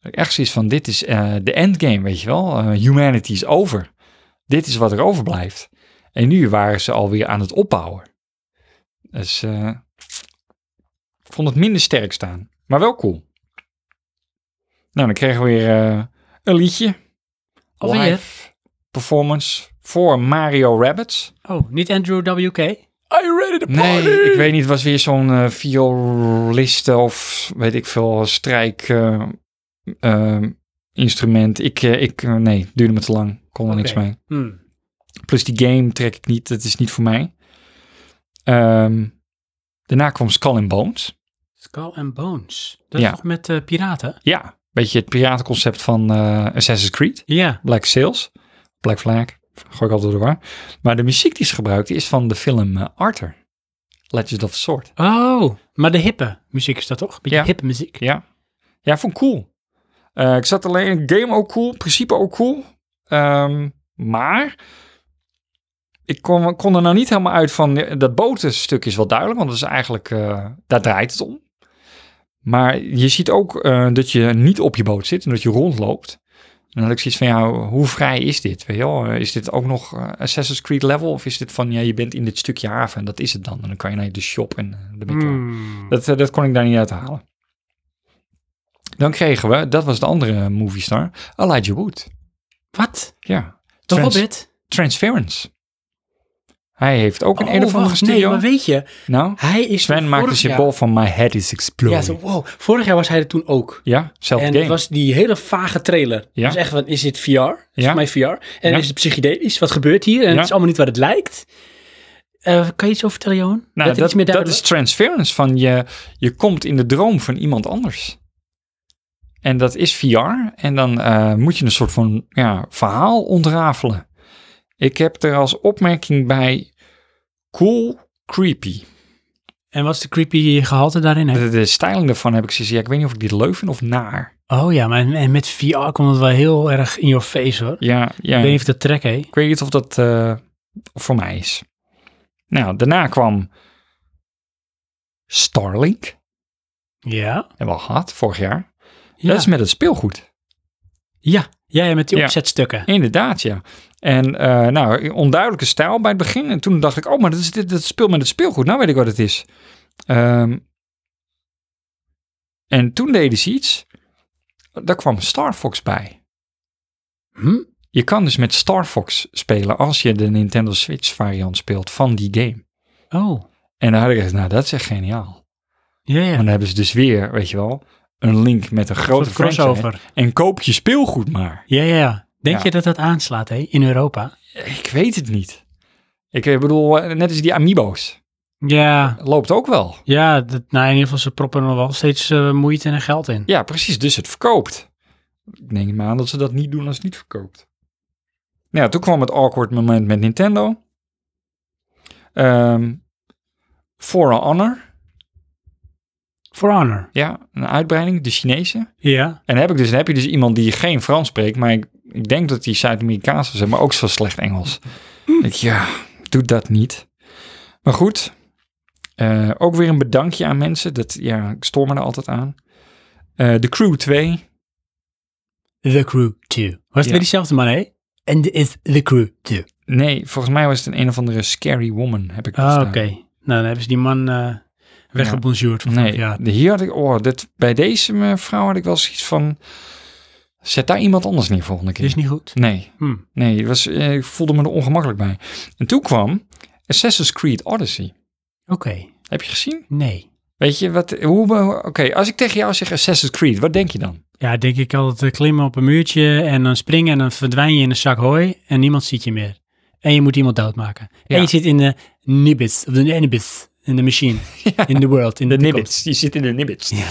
C: Echt zoiets van, dit is eh, de endgame, weet je wel. Eh, humanity is over. Dit is wat er overblijft. En nu waren ze alweer aan het opbouwen. Dus eh, ik vond het minder sterk staan. Maar wel cool. Nou, dan kregen we weer eh, een liedje.
A: Alweer?
C: Live performance voor Mario Rabbits.
A: Oh, niet Andrew WK?
C: Are you ready to
D: party?
C: Nee, ik weet niet. Het was weer zo'n eh violiste of weet ik veel, strijk eh, eh, instrument. Ik, eh, ik eh, nee, duurde me te lang. Kon er niks
A: Oké.
C: mee.
A: Hmm.
C: Plus die game trek ik niet. Dat is niet voor mij. Ehm, daarna kwam Skull and Bones.
A: Skull and Bones. Dat
C: Ja.
A: is toch met eh, piraten?
C: Ja, beetje het piratenconcept van eh, Assassin's Creed.
A: Ja.
C: Black Sails. Black Flag. Gooi ik altijd door. elkaar. Maar de muziek die is gebruikt is van de film eh, Arthur. Legend of the Sword.
A: Oh, maar de hippe muziek is dat toch? Beetje
C: Ja.
A: hippe muziek.
C: Ja. Ja, ik vond ik cool. Eh, ik zat alleen game ook cool, principe ook cool. Ehm, maar ik kon, kon er nou niet helemaal uit van eh, dat botenstuk is wel duidelijk, want dat is eigenlijk, eh, daar draait het om. Maar je ziet ook eh, dat je niet op je boot zit en dat je rondloopt. En dan had ik zoiets van, ja, hoe vrij is dit? Weet je wel? Is dit ook nog eh, Assassin's Creed level? Of is dit van, ja, je bent in dit stukje haven en dat is het dan. En dan kan je naar de shop en eh, dan ben je klaar.
A: Hmm.
C: Dat, eh, dat kon ik daar niet uit halen. Dan kregen we, dat was de andere movie star, Elijah Wood.
A: Wat?
C: Ja.
A: De
C: Trans-
A: Hobbit?
C: Transference. Hij heeft ook een
A: Oh,
C: een of andere
A: wacht, nee,
C: studio.
A: maar weet je,
C: nou,
A: hij is...
C: Sven
A: vorig
C: maakte zich
A: jaar-
C: bol van My Head is Exploding.
A: Ja,
C: Ja,
A: zo, wow. Vorig jaar was hij er toen ook.
C: zelfde
A: En
C: game.
A: het was die hele vage trailer.
C: Ja.
A: Dus echt van, is dit VR? Is
C: Ja.
A: het mij VR? En
C: Ja.
A: is het psychedelisch? Wat gebeurt hier? En
C: Ja.
A: het is allemaal niet wat het lijkt. Eh, kan je iets over vertellen, Johan?
C: nou,
A: er
C: dat,
A: iets meer
C: dat
A: duidelijk-
C: is Transference. Van je, je komt in de droom van iemand anders. En dat is VR. En dan eh, moet je een soort van ja, verhaal ontrafelen. Ik heb er als opmerking bij cool creepy.
A: En wat is de creepy gehalte daarin?
C: De, de styling daarvan heb ik zoiets. Ja, ik weet niet of ik dit leuk vind of naar.
A: Oh ja, maar en- en met VR komt het wel heel erg in your face, hoor.
C: Ja, ja.
A: Ik weet niet of dat trek, hè?
C: Ik weet niet of dat eh, voor mij is. Nou, daarna kwam Starlink.
A: Ja.
C: Hebben we al gehad, vorig jaar.
A: Ja.
C: Dat is met het speelgoed.
A: ja. ja, ja, met die
C: Ja.
A: opzetstukken.
C: Inderdaad, ja. En eh, nou, onduidelijke stijl bij het begin. En toen dacht ik, oh, maar dat is dit, dat speelt met het speelgoed. Nou weet ik wat het is. Ehm, en toen deden ze iets. Daar kwam Star Fox bij.
A: Hm?
C: Je kan dus met Star Fox spelen als je de Nintendo Switch variant speelt van die game.
A: Oh,
C: En dan had ik gezegd, nou dat is echt geniaal.
A: ja,
C: En
A: ja.
C: dan hebben ze dus weer, weet je wel, een link met een grote
A: Een
C: crossover.
A: crossover.
C: En koop je speelgoed maar.
A: Ja, ja, ja. Denk
C: Ja.
A: je dat dat aanslaat, hè? In Europa?
C: Ik weet het niet. Ik eh, bedoel, eh, net als die Amiibo's.
A: Ja.
C: Loopt ook wel.
A: Ja, dat, nou, in ieder geval, ze proppen er wel steeds eh, moeite en geld in.
C: Ja, precies. Dus het verkoopt. Ik neem maar aan dat ze dat niet doen als het niet verkoopt. Nou, ja, toen kwam het awkward moment met Nintendo. Ehm For Honor.
A: For Honor.
C: Ja, een uitbreiding. De Chinese.
A: Ja.
C: En dan heb, ik dus, dan heb je dus iemand die geen Frans spreekt, maar ik, ik denk dat die Zuid-Amerikaans was, maar ook zo slecht Engels.
A: Hm.
C: Ik, ja, doe dat niet. Maar goed, eh, ook weer een bedankje aan mensen. Dat, ja, ik stoor me er altijd aan. Eh, De Crew 2.
A: The Crew 2. Was het
C: Ja.
A: weer diezelfde man, hè? And it's The Crew 2.
C: Nee, volgens mij was het een een of andere scary woman, heb ik dus
A: Ah,
C: gestaan.
A: oké. Nou, dan hebben ze die man eh weggebonjourd van
C: Nee,
A: vorig jaar.
C: de- hier had ik, oh, dit, bij deze eh, vrouw had ik wel zoiets van, zet daar iemand anders neer volgende
A: Is
C: keer.
A: niet goed.
C: Nee,
A: Hm.
C: nee, het was, eh, ik voelde me er ongemakkelijk bij. En toen kwam Assassin's Creed Odyssey.
A: Oké.
C: Heb je gezien?
A: Nee.
C: Weet je, wat, hoe, oké, als ik tegen jou zeg Assassin's Creed, wat denk je dan?
A: Ja, denk ik altijd eh, klimmen op een muurtje en dan springen en dan verdwijn je in een zak hooi en niemand ziet je meer. En je moet iemand doodmaken.
C: Ja.
A: En je zit in de nibbits, of de nibbits, in de machine, in the world, in de
C: De nibbits, die zit in de nibbits.
A: Ja.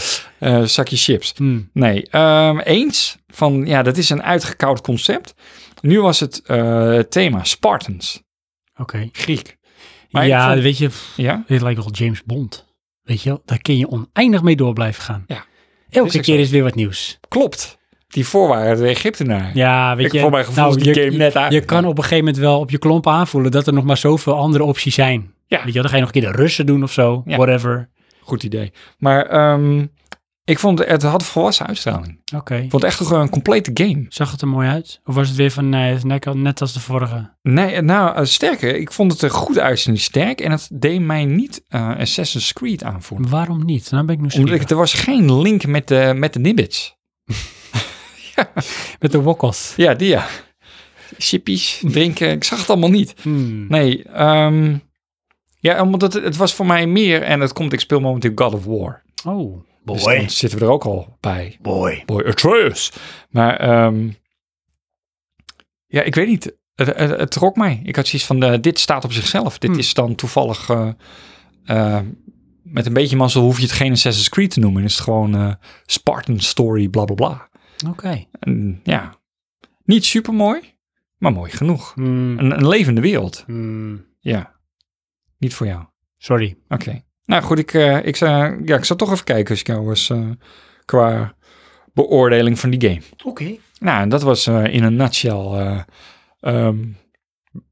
C: Eh, zakje chips.
A: Hm.
C: Nee, ehm, eens van, ja, dat is een uitgekoud concept. Nu was het eh, thema Spartans,
A: Oké.
C: Griek. Maar ik
A: ja,
C: vond-
A: weet je, pff,
C: ja?
A: dit lijkt wel James Bond. Weet je wel, daar kun je oneindig mee door blijven gaan.
C: Ja.
A: Elke
C: Is ook
A: keer
C: zo.
A: is weer wat nieuws.
C: Klopt. Die voorwaarden de Egyptenaren.
A: Ja, weet
C: Ik-
A: je. nou,
C: voor mijn gevoel is die
A: je,
C: game net
A: Je
C: eigenlijk.
A: kan op een gegeven moment wel op je klomp aanvoelen dat er nog maar zoveel andere opties zijn.
C: Ja.
A: Weet je wel, dan ga je nog een keer de Russen doen of zo,
C: Ja.
A: whatever.
C: Goed idee. Maar ehm, ik vond het, het had volwassen uitstraling.
A: Oké.
C: Ik vond het echt gewoon een complete game.
A: Zag het er mooi uit? Of was het weer van, nee, het is net, net als de vorige?
C: Nee, nou, eh, sterker, ik vond het er goed uitzien, sterk. En het deed mij niet eh, Assassin's Creed aanvoelen.
A: Waarom niet? Dan ben ik nu
C: Omdat
A: nieuwsgierig.
C: ik, er was geen link met de, met de nibbits.
A: Met de wokkels.
C: Ja, die ja. Chippies, drinken, ik zag het allemaal niet.
A: Hmm.
C: Nee, ehm, ja, omdat het, het was voor mij meer, en dat komt, ik speel momenteel God of War.
A: Oh.
C: Dus dan zitten we er ook al bij.
A: Boy.
C: Boy Atreus. Maar ehm, ja, ik weet niet. Het, het, het trok mij. Ik had zoiets van, eh, dit staat op zichzelf. Dit
A: Hmm.
C: is dan toevallig, eh, eh, met een beetje mazzel hoef je het geen Assassin's Creed te noemen. Dan is het gewoon eh, Spartan story, bla bla bla.
A: Oké.
C: En, ja, niet super mooi, maar mooi genoeg.
A: Hmm.
C: Een, een levende wereld.
A: Hmm.
C: Ja, niet voor jou.
A: Sorry.
C: Oké. Nou goed, ik, eh, ik, zou- ja, ik zal toch even kijken als ik jou was eh, qua beoordeling van die game.
A: Oké.
C: Nou, en dat was eh, in een nutshell eh, ehm,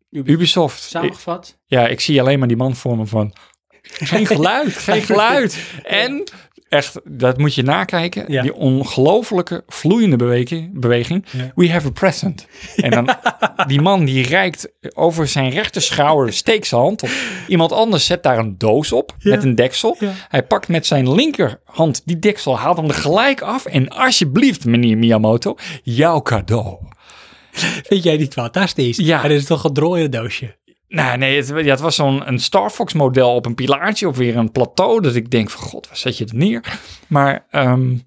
C: Ubisoft. Ik-
A: Samengevat.
C: ja, ik zie alleen maar die man voor me van... Geen geluid, geen geluid. En echt, dat moet je nakijken.
A: Ja.
C: Die ongelofelijke vloeiende beweging. beweging.
A: Ja.
C: We have a present. En dan die man die reikt over zijn rechterschouder, steekt zijn hand op. Iemand anders zet daar een doos op met een deksel.
A: Ja.
C: Hij pakt met zijn linkerhand die deksel, haalt hem er gelijk af. En alsjeblieft, meneer Miyamoto, jouw cadeau.
A: Vind jij niet fantastisch?
C: Ja.
A: Er is toch een drooie doosje?
C: Nou, nee, het, ja, het was zo'n een Star Fox model op een pilaartje op weer een plateau. Dat ik denk van, god, waar zet je het neer? Maar ehm,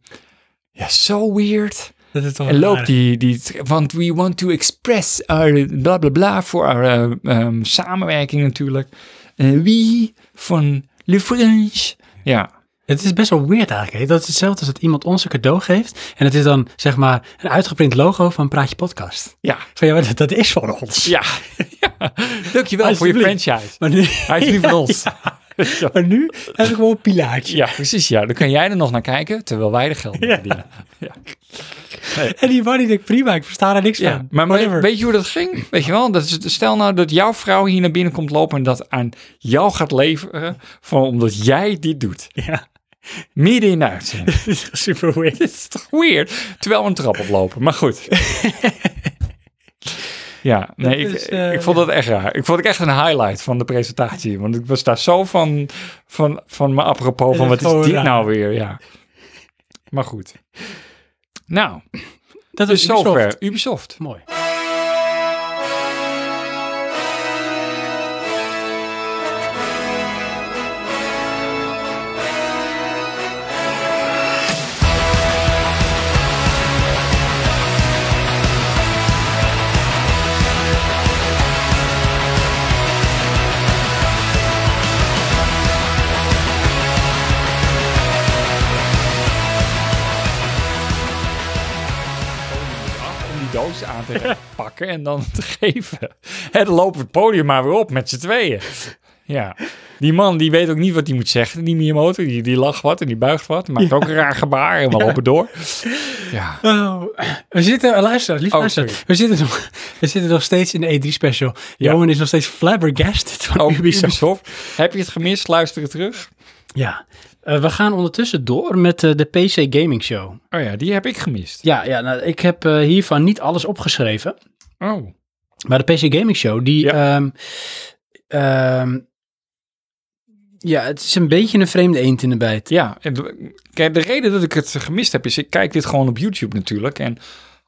C: ja, zo weird.
A: Dat is toch
C: En loopt die, die, want we want to express our bla bla bla voor our eh, ehm, samenwerking natuurlijk. Eh wie van Le French. Ja,
A: Het is best wel weird eigenlijk. Hè? Dat is hetzelfde als dat iemand ons een cadeau geeft. En het is dan zeg maar een uitgeprint logo van Praatje Podcast.
C: ja,
A: Van ja, maar dat, dat is van ons.
C: ja. Dankjewel voor je
A: Alsjeblieft.
C: franchise.
A: Maar nu,
C: Hij is lief van ons.
A: maar nu heb ik gewoon een pilaartje.
C: Ja, precies. Ja, dan kan jij er nog naar kijken terwijl wij er geld mee verdienen. Ja.
A: En die man die denkt prima, ik versta daar niks
C: Ja,
A: van.
C: maar, maar
A: Whatever.
C: weet je hoe dat ging? Weet je wel, dat is, stel nou dat jouw vrouw hier naar binnen komt lopen en dat aan jou gaat leveren, van, omdat jij dit doet.
A: Ja,
C: Midden in de uitzending.
A: dit is super weird.
C: Dit is toch weird? Terwijl we een trap oplopen, maar goed. Ja, nee, ik,
A: is, eh,
C: ik vond dat echt raar. Ik vond het echt een highlight van de presentatie. Want ik was daar zo van, van, van me apropos van
A: dat
C: wat
A: gewoon
C: is dit
A: raar?
C: nou weer? Ja. Maar goed. Nou,
A: Dat
C: dus
A: is
C: zover. Ubisoft.
A: Mooi.
C: om die doos aan te pakken en dan te geven. En dan lopen we het podium maar weer op met z'n tweeën. Ja, die man die weet ook niet wat hij moet zeggen, die Miyamoto. Die, die lacht wat en die buigt wat. Maakt ook een raar gebaar en we lopen door. Ja,
A: Oh, we zitten, luister, lief
C: Oh,
A: luister.
C: sorry.
A: We zitten, nog, we zitten nog steeds in de E3 special.
C: Ja. Oh.
A: Johan is nog steeds flabbergasted van
C: over
A: Ubisoft.
C: Ubisoft. Heb je het gemist? Luister het terug.
A: Ja. Eh, we gaan ondertussen door met eh, de PC Gaming Show.
C: Oh ja, die heb ik gemist.
A: Ja, ja nou, ik heb eh, hiervan niet alles opgeschreven.
C: Oh.
A: Maar de PC Gaming Show, die... ehm, ehm, ja, het is een beetje een vreemde eend in de bijt.
C: Ja, en de- kijk, de reden dat ik het gemist heb is, ik kijk dit gewoon op YouTube natuurlijk. En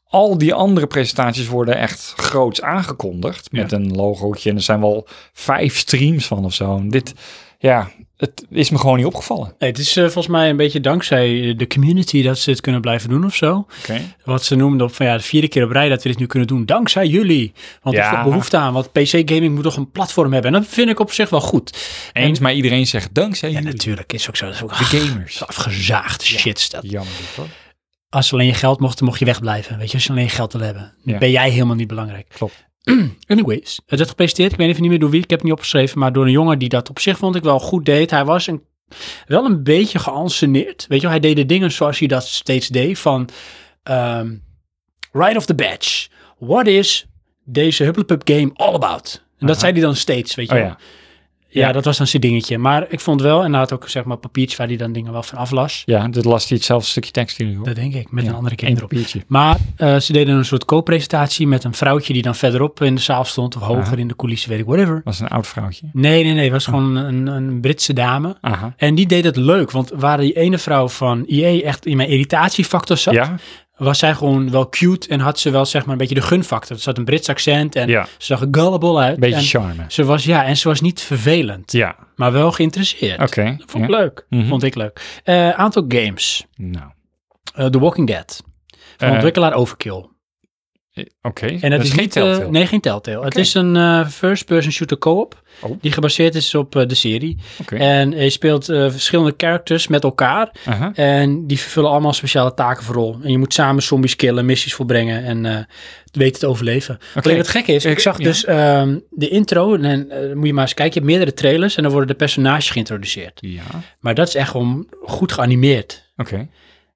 C: al die andere presentaties worden echt groots aangekondigd. Met een logootje. En er zijn wel vijf streams van of zo. En dit, ja, het is me gewoon niet opgevallen.
A: Nee, het is eh, volgens mij een beetje dankzij eh, de community dat ze het kunnen blijven doen of zo.
C: Oké.
A: Wat ze noemden op van ja, de vierde keer op rij dat we dit nu kunnen doen. Dankzij jullie. Want er is
C: Ja.
A: toch behoefte aan. Want PC gaming moet toch een platform hebben. En dat vind ik op zich wel goed.
C: Eens, maar iedereen zegt dankzij
A: Ja,
C: jullie,
A: natuurlijk. Is ook zo. Dat is ook
C: de gamers.
A: is afgezaagd shit. is dat.
C: Jammer dit, hoor.
A: Als ze alleen je geld mochten, mocht je wegblijven. Weet je, als je alleen je geld wil hebben. Dan
C: Ja.
A: ben jij helemaal niet belangrijk.
C: Klopt.
A: Anyways, het werd gepresenteerd. Ik weet even niet meer door wie. Ik heb het niet opgeschreven. Maar door een jongen die dat op zich vond ik wel goed deed. Hij was een, wel een beetje geanceneerd. Weet je wel, hij deed de dingen zoals hij dat steeds deed. Van ehm, right off the badge. What is deze Hupplepup game all about? En dat zei hij dan steeds, weet je
C: Oh
A: wel.
C: ja.
A: Ja,
C: Ja.
A: dat was dan zijn dingetje. Maar ik vond wel, en hij had ook zeg maar papiertjes waar hij dan dingen wel van aflas.
C: Ja, dit las hij hetzelfde stukje tekst in. hoor.
A: Dat denk ik, met
C: Ja,
A: een andere
C: één
A: kind erop.
C: papiertje.
A: Maar eh, ze deden een soort co-presentatie met een vrouwtje die dan verderop in de zaal stond. Of hoger
C: Aha.
A: in de coulissen, weet ik, whatever.
C: was een oud vrouwtje.
A: Nee, nee, nee. Het was gewoon een, een Britse dame.
C: Aha.
A: En die deed het leuk, want waar die ene vrouw van IE echt in mijn irritatiefactor zat,
C: Ja?
A: was zij gewoon wel cute en had ze wel zeg maar een beetje de gunfactor. Er zat een Brits accent en
C: Ja.
A: ze zag er gullible uit.
C: Beetje
A: en
C: charme.
A: ze was, ja, en ze was niet vervelend,
C: Ja.
A: maar wel geïnteresseerd.
C: Oké.
A: Dat vond ik
C: ja.
A: leuk.
C: Mhm.
A: Vond ik leuk. Eh, aantal games.
C: Nou.
A: Eh, The Walking Dead. Van
C: Eh,
A: ontwikkelaar Overkill.
C: eh, Oké.
A: En dat, is,
C: geen
A: niet, eh,
C: Telltale.
A: nee, geen Telltale. Het
C: Oké.
A: is een eh, first-person shooter co-op.
C: Oh.
A: Die gebaseerd is op eh, de serie.
C: Oké.
A: En je speelt eh, verschillende characters met elkaar.
C: Aha.
A: En die vervullen allemaal speciale taken voor rol. En je moet samen zombies killen, missies volbrengen en eh weten te overleven. Alleen wat gek is, ik,
C: Ik-
A: zag
C: ja.
A: dus ehm, de intro. En eh, moet je maar eens kijken, je hebt meerdere trailers en dan worden de personages geïntroduceerd.
C: Ja. Oké.
A: Maar dat is echt gewoon goed geanimeerd.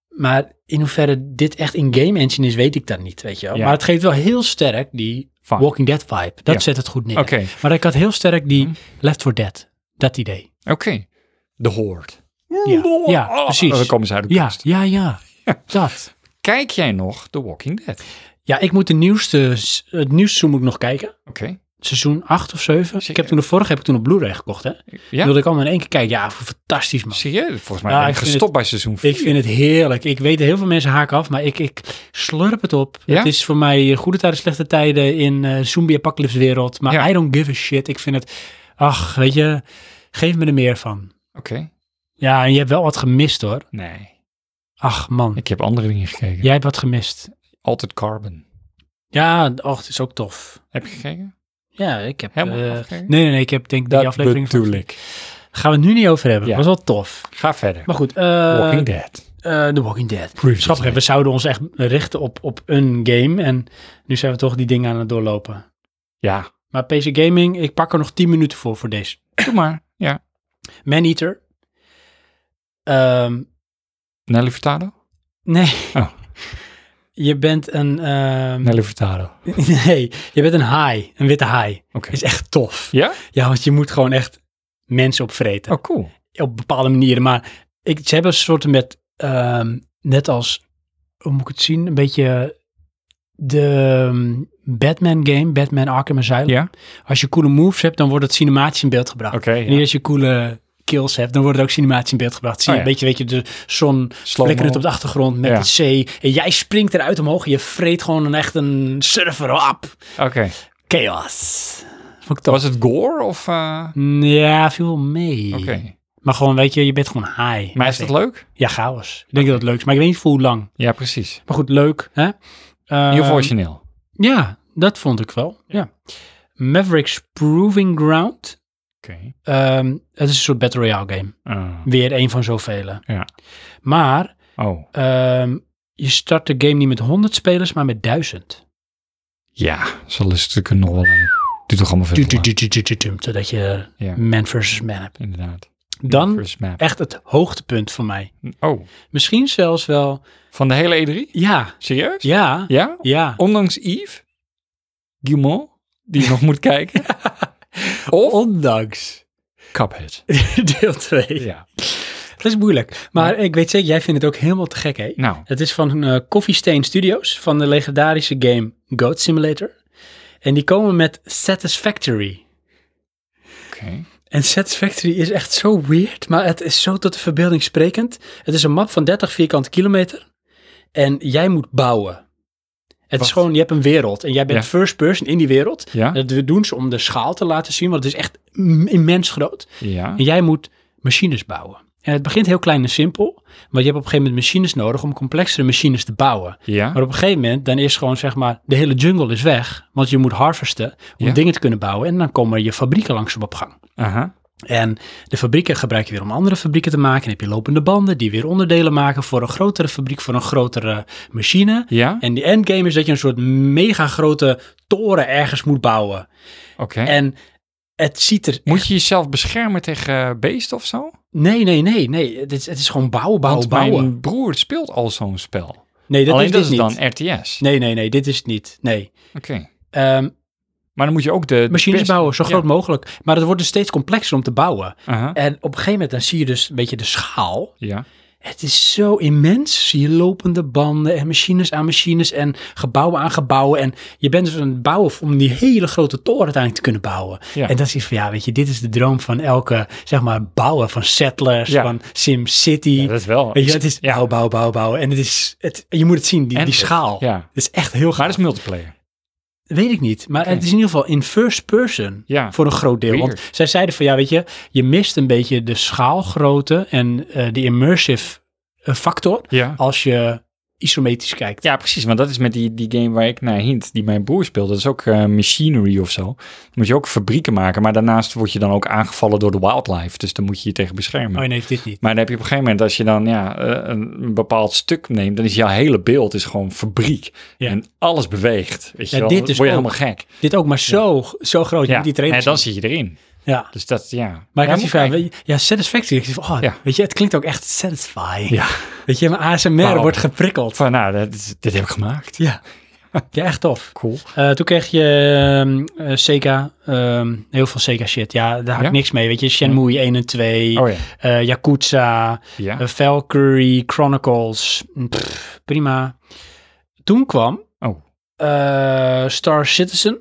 A: Maar in hoeverre dit echt in game engine is, weet ik dan niet, weet je wel.
C: Ja.
A: Maar het geeft wel heel sterk die
C: Fine.
A: Walking Dead vibe. Dat
C: Ja.
A: zet het goed neer.
C: Oké.
A: Maar ik had heel sterk die
C: Hm.
A: Left 4 Dead, dat idee.
C: Oké. De hoort.
A: Ja, ja, precies.
C: oh. Dan komen ze uit de
A: Ja,
C: kast.
A: ja, ja. Dat.
C: Kijk jij nog The Walking Dead?
A: Ja, ik moet de nieuwste, s- het nieuwste moet ik nog kijken.
C: Oké.
A: Seizoen 8 of 7. Ik heb
C: Zeker.
A: toen de vorige heb ik toen op Blu-ray gekocht, hè. Toen
C: Ja.
A: wilde ik allemaal in één keer kijken. Ja, fantastisch, man.
C: Serieus? Volgens mij
A: Ja,
C: ben
A: ik
C: ik
A: vind
C: gestopt bij seizoen 4.
A: Ik vind het heerlijk. Ik weet heel veel mensen haken af, maar ik, ik slurp het op.
C: Ja?
A: Het is voor mij eh, goede tijden, slechte tijden in eh zombie apocalypse wereld. Maar
C: Ja.
A: I don't give a shit. Ik vind het, ach, weet je, geef me er meer van.
C: Oké.
A: Ja, en je hebt wel wat gemist hoor.
C: Nee.
A: Ach man,
C: Ik heb andere dingen gekeken.
A: jij hebt wat gemist.
C: Altijd Carbon.
A: Ja, och, het is ook tof.
C: Heb je gekeken?
A: Ja, ik heb...
C: Helemaal
A: eh,
C: afgekeken?
A: nee, nee, nee, ik heb denk ik die aflevering...
C: bedoel ik.
A: Gaan we het nu niet over hebben.
C: Ja.
A: Dat was wel tof.
C: Ga verder.
A: Maar goed, eh
C: Walking Dead.
A: eh, The Walking Dead.
C: Previous
A: Schattig, hè, we zouden ons echt richten op, op een game. En nu zijn we toch die dingen aan het doorlopen.
C: Ja.
A: Maar PC Gaming, ik pak er nog 10 minuten voor voor deze.
C: Doe maar. Ja.
A: Maneater. Ehm
C: Nelly Furtado?
A: nee.
C: Oh.
A: Je bent een... ehm,
C: Nelly Furtado. Oké.
A: nee, je bent een haai. Een witte haai. Is echt tof.
C: Ja?
A: Ja, want je moet gewoon echt mensen opvreten.
C: Oh, cool.
A: Op bepaalde manieren. Maar ik, ze hebben een soort met, ehm, net als, hoe moet ik het zien? Een beetje de ehm, Batman game, Batman Arkham Asylum.
C: Ja.
A: Als je coole moves hebt, dan wordt het cinematisch in beeld gebracht.
C: Oké, ja.
A: En als je coole kills hebt, dan wordt het ook cinematisch in beeld gebracht. Zie je
C: Oh,
A: een beetje, weet je, de zon
C: Slow-mo.
A: flikkerend op de achtergrond met
C: Ja.
A: het zee. En jij springt eruit omhoog en je vreet gewoon een, echt een surfer op.
C: Oké.
A: Chaos. Vond ik tof.
C: Was het gore of... eh,
A: Ja, viel mee.
C: Oké.
A: Maar gewoon, weet je, je bent gewoon high.
C: Maar is dat leuk?
A: Ja, chaos. Ik denk dat het leuk is, maar ik weet niet voor hoe lang.
C: Ja, precies.
A: Maar goed, leuk. Hè?
C: In ieder
A: Ehm,
C: geval origineel.
A: ja, dat vond ik wel. Ja. Mavericks Proving Ground.
C: Oké.
A: Ehm, het is een soort Battle Royale game.
C: Ah.
A: Weer een van zoveel.
C: Ja.
A: Maar
C: Oh.
A: ehm, je start de game niet met 100 spelers, maar met 1000.
C: Ja, zo lust ik er nog wel in. Doet toch allemaal veel
A: Du- du-
C: te lang.
A: du- du- du- du- du- Zodat je
C: Ja.
A: man versus man hebt.
C: Inderdaad.
A: Dan
C: First map.
A: echt het hoogtepunt voor mij.
C: Oh,
A: Misschien zelfs wel,
C: van de hele E3?
A: ja,
C: Serieus?
A: ja,
C: Ja?
A: ja.
C: Ondanks Yves? Guillemot? Die nog moet kijken? Of
A: Ondanks.
C: Cuphead.
A: Deel 2.
C: Ja.
A: Dat is moeilijk. Maar ik weet zeker, jij vindt het ook helemaal te gek, hè?
C: Nou,
A: Het is van eh Koffiesteen Studios, van de legendarische game Goat Simulator. En die komen met Satisfactory.
C: oké.
A: En Satisfactory is echt zo weird, maar het is zo tot de verbeelding sprekend. Het is een map van 30 vierkante kilometer en jij moet bouwen. Het
C: Wat?
A: is gewoon, je hebt een wereld en jij bent
C: Ja.
A: first person in die wereld.
C: Ja.
A: Dat we doen ze om de schaal te laten zien, want het is echt mm, immens groot.
C: Ja.
A: En jij moet machines bouwen. En het begint heel klein en simpel, maar je hebt op een gegeven moment machines nodig om complexere machines te bouwen. Maar
C: Ja.
A: op een gegeven moment, dan is gewoon zeg maar, de hele jungle is weg, want je moet harvesten om
C: Ja.
A: dingen te kunnen bouwen. En dan komen je fabrieken langzaam op gang.
C: Aha.
A: En de fabrieken gebruik je weer om andere fabrieken te maken. En heb je lopende banden die weer onderdelen maken voor een grotere fabriek, voor een grotere machine.
C: Ja.
A: En de endgame is dat je een soort mega grote toren ergens moet bouwen.
C: Oké.
A: En het ziet er...
C: Moet je jezelf beschermen tegen eh, beesten of zo?
A: Nee, nee, nee, nee. Het is, het is gewoon bouwen, bouwen,
C: Want
A: bouwen.
C: mijn broer speelt al zo'n spel.
A: Nee, dat
C: Alleen
A: is
C: dat
A: dit
C: is dan
A: niet.
C: RTS.
A: Nee, nee, nee, dit is het niet. Nee.
C: Oké.
A: Ehm,
C: Maar dan moet je ook de... de
A: machines
C: best-
A: bouwen, zo
C: Ja. Uh-huh.
A: groot mogelijk. Maar het wordt dus steeds complexer om te bouwen.
C: Aha.
A: En op een gegeven moment dan zie je dus een beetje de schaal.
C: Ja.
A: Het is zo immens. Zie je lopende banden en machines aan machines en gebouwen aan gebouwen. En je bent dus aan het bouwen om die hele grote toren uiteindelijk te kunnen bouwen.
C: Ja.
A: En dat is iets van, ja, weet je, dit is de droom van elke, zeg maar, bouwer van Settlers,
C: Ja.
A: van Sim City.
C: Ja, dat is wel.
A: Weet je, het is
C: Ja.
A: bouw, bouw, bouw, bouwen. En het is, het, je moet het zien, die,
C: En
A: die
C: het-
A: schaal.
C: ja.
A: Het is echt heel
C: Maar
A: gaaf.
C: dat is multiplayer.
A: Weet ik niet. Maar het is in ieder geval in first person
C: Ja.
A: voor een groot deel. Want
C: Weird.
A: zij zeiden van ja, weet je, je mist een beetje de schaalgrootte en eh, de immersive eh, factor
C: Ja.
A: als je isometrisch kijkt.
C: Ja, precies. Want dat is met die, die game waar ik naar hint, die mijn broer speelt. Dat is ook eh, machinery of zo. Dan moet je ook fabrieken maken. Maar daarnaast word je dan ook aangevallen door de wildlife. Dus dan moet je je tegen beschermen.
A: Oh nee, dit niet.
C: Maar dan heb je op een gegeven moment, als je dan ja, eh, een bepaald stuk neemt, dan is jouw hele beeld is gewoon fabriek.
A: Ja.
C: En alles beweegt. Weet je
A: Ja,
C: wel.
A: dit
C: Dan
A: is
C: word je
A: ook-
C: helemaal gek.
A: Dit ook, maar zo, zo groot. Ja.
C: Ja,
A: Die
C: en
A: trainer.
C: dan zit je erin.
A: Ja.
C: Dus dat, ja.
A: Maar ik
C: ja,
A: had die
C: moet
A: vraag,
C: kijken.
A: weet je, ja, satisfactory. Ik dacht van, oh,
C: Ja.
A: weet je, het klinkt ook echt satisfying.
C: Ja.
A: Weet je, mijn ASMR
C: Wauw.
A: wordt geprikkeld.
C: Van, nou, dat is- dit heb ik gemaakt.
A: Ja. Ja, echt tof.
C: Cool.
A: Eh, toen kreeg je ehm, eh, Sega, ehm, heel veel Sega shit. Ja, daar had ik
C: Ja?
A: niks mee. Weet je, Shenmue 1 en 2,
C: Oh ja.
A: eh, Yakuza,
C: Ja.
A: eh, Valkyrie, Chronicles. Mm, pff, prima. Toen kwam
C: Oh.
A: eh, Star Citizen.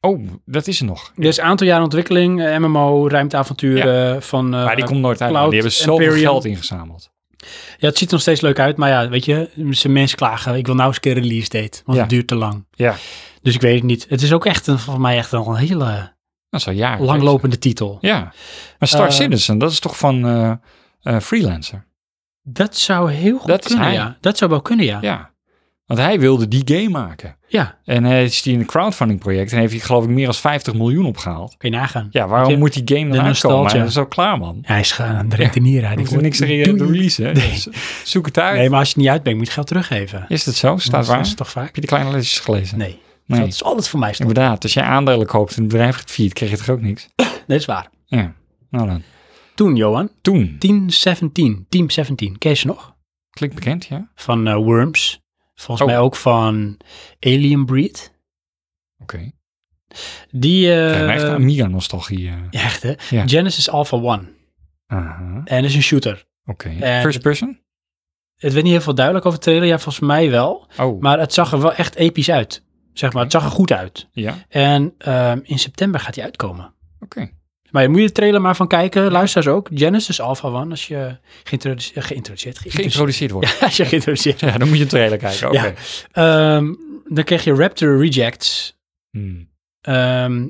C: Oh, dat is er nog.
A: Er is een aantal jaren ontwikkeling, eh, MMO, ruimteavonturen van... eh,
C: maar die komt nooit uit.
A: Cloud
C: die hebben zoveel
A: Imperium.
C: geld ingezameld.
A: Ja, het ziet er nog steeds leuk uit, maar ja, weet je, ze mensen klagen. Ik wil nou eens een keer een release date, want
C: Ja.
A: het duurt te lang.
C: Ja.
A: Dus ik weet het niet. Het is ook echt, een, volgens mij echt al een hele
C: Dat is al jaren.
A: langlopende titel.
C: Ja. Maar Star
A: Eh,
C: Citizen, dat is toch van eh, eh, Freelancer?
A: Dat zou heel goed
C: Dat is
A: kunnen,
C: hij.
A: ja. Dat zou wel kunnen, ja. Ja,
C: Ja. Want hij wilde die game maken. En hij is die in een crowdfunding project en heeft hij geloof ik meer dan 50 miljoen opgehaald.
A: kun je nagaan.
C: Ja, waarom
A: Je-
C: moet die game
A: de
C: dan aankomen?
A: nostalgia.
C: Hij is al klaar, man.
A: Ja, hij is gaan aan de retenieren. Hij
C: Hij hoeft
A: denkt,
C: er niks
A: doei.
C: te te releasen. hè. Dus zoek het uit.
A: Nee, maar als je het niet uitbrengt, moet je het geld teruggeven.
C: Is dat zo?
A: Dat
C: Staat
A: is-
C: waar?
A: Dat is
C: Heb
A: toch vaak?
C: je de kleine lesjes gelezen?
A: Nee.
C: Nee.
A: Dat is alles voor mij. Stop.
C: Inderdaad, als jij aandelen koopt en het bedrijf gaat failliet, krijg je toch ook niks?
A: Dat is waar.
C: Ja, nou dan.
A: Toen, Johan,
C: Toen.
A: Team 17, Team 17, ken je ze nog?
C: Klinkt bekend, ja?
A: Van eh, Worms. Volgens
C: Oh.
A: mij ook van Alien Breed.
C: Oké.
A: Die, eh,
C: Krijgen we echt Amiga-nostalgie. eh.
A: ja, echt hè?
C: Ja.
A: Genesis Alpha One.
C: Aha,
A: En dat is een shooter.
C: Oké.
A: Eh,
C: First person?
A: Het werd niet heel veel duidelijk over de trailer. Ja, volgens mij wel.
C: Oh,
A: Maar het zag er wel echt episch uit. Zeg maar, het zag er goed uit.
C: ja. Oké.
A: En ehm, in september gaat die uitkomen. Maar je moet je de trailer maar van kijken. Luisteraars ook. Genesis Alpha One. Als je geïntroduceerd... Geïntroduceerd. geïntroduceerd-
C: Geïntroduceerd worden.
A: als je geïntroduceerd.
C: Ja, dan moet je een trailer kijken. Oké.
A: Dus- Ja. Ehm, dan kreeg je Raptor Rejects.
C: Hmm.
A: Ehm,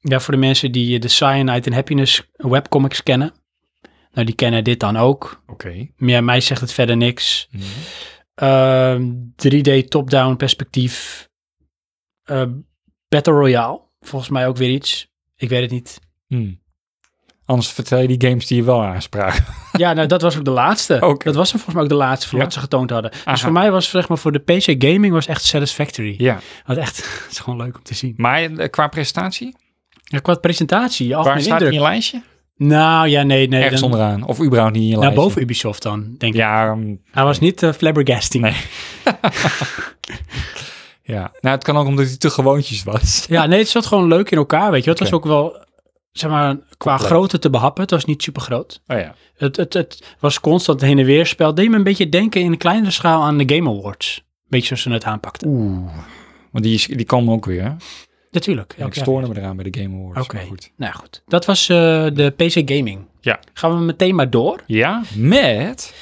A: ja, voor de mensen die eh, de Cyanide and Happiness webcomics kennen. Nou, die kennen dit dan ook.
C: Oké.
A: Maar ja, mij zegt het verder niks.
C: Hmm.
A: Ehm, 3D top-down perspectief. Ehm, Battle Royale. Volgens mij ook weer iets. Ik weet het niet.
C: Hmm. Anders vertel je die games die je wel aanspraken.
A: Ja, nou, dat was ook de laatste.
C: Oké.
A: Dat was hem volgens mij ook de laatste van
C: Ja.
A: wat ze getoond hadden.
C: Aha.
A: Dus voor mij was, zeg maar, voor de PC gaming was echt satisfactory.
C: Ja.
A: Want echt, het is gewoon leuk om te zien.
C: Maar eh, qua prestatie?
A: Ja, qua presentatie,
C: Waar
A: algemeen
C: staat die in
A: indruk.
C: je lijstje?
A: Nou, ja, nee, nee.
C: Ergens
A: dan-
C: onderaan. Of überhaupt niet in je
A: Naar
C: lijstje.
A: boven Ubisoft dan, denk ik.
C: Ja, ehm,
A: Hij was niet eh, flabbergasting.
C: ja. Nou, het kan ook omdat hij te gewoontjes was.
A: Ja, nee, het zat gewoon leuk in elkaar, weet je. wel. Het
C: Oké.
A: was ook wel, zeg maar, qua grootte te behappen. Het was niet super groot.
C: Oh ja.
A: Het, het, het was constant heen en weer spel. Het deed me een beetje denken in een kleinere schaal aan de Game Awards. Beetje zoals ze het aanpakten.
C: Oeh. Want die, is- die komen ook weer. hè?
A: Natuurlijk.
C: En ik
A: elk jaar
C: stoorde me eraan bij de Game Awards.
A: Oké,
C: maar goed.
A: nou goed. Dat was eh, de PC Gaming.
C: Ja.
A: Gaan we meteen maar door?
C: Ja, met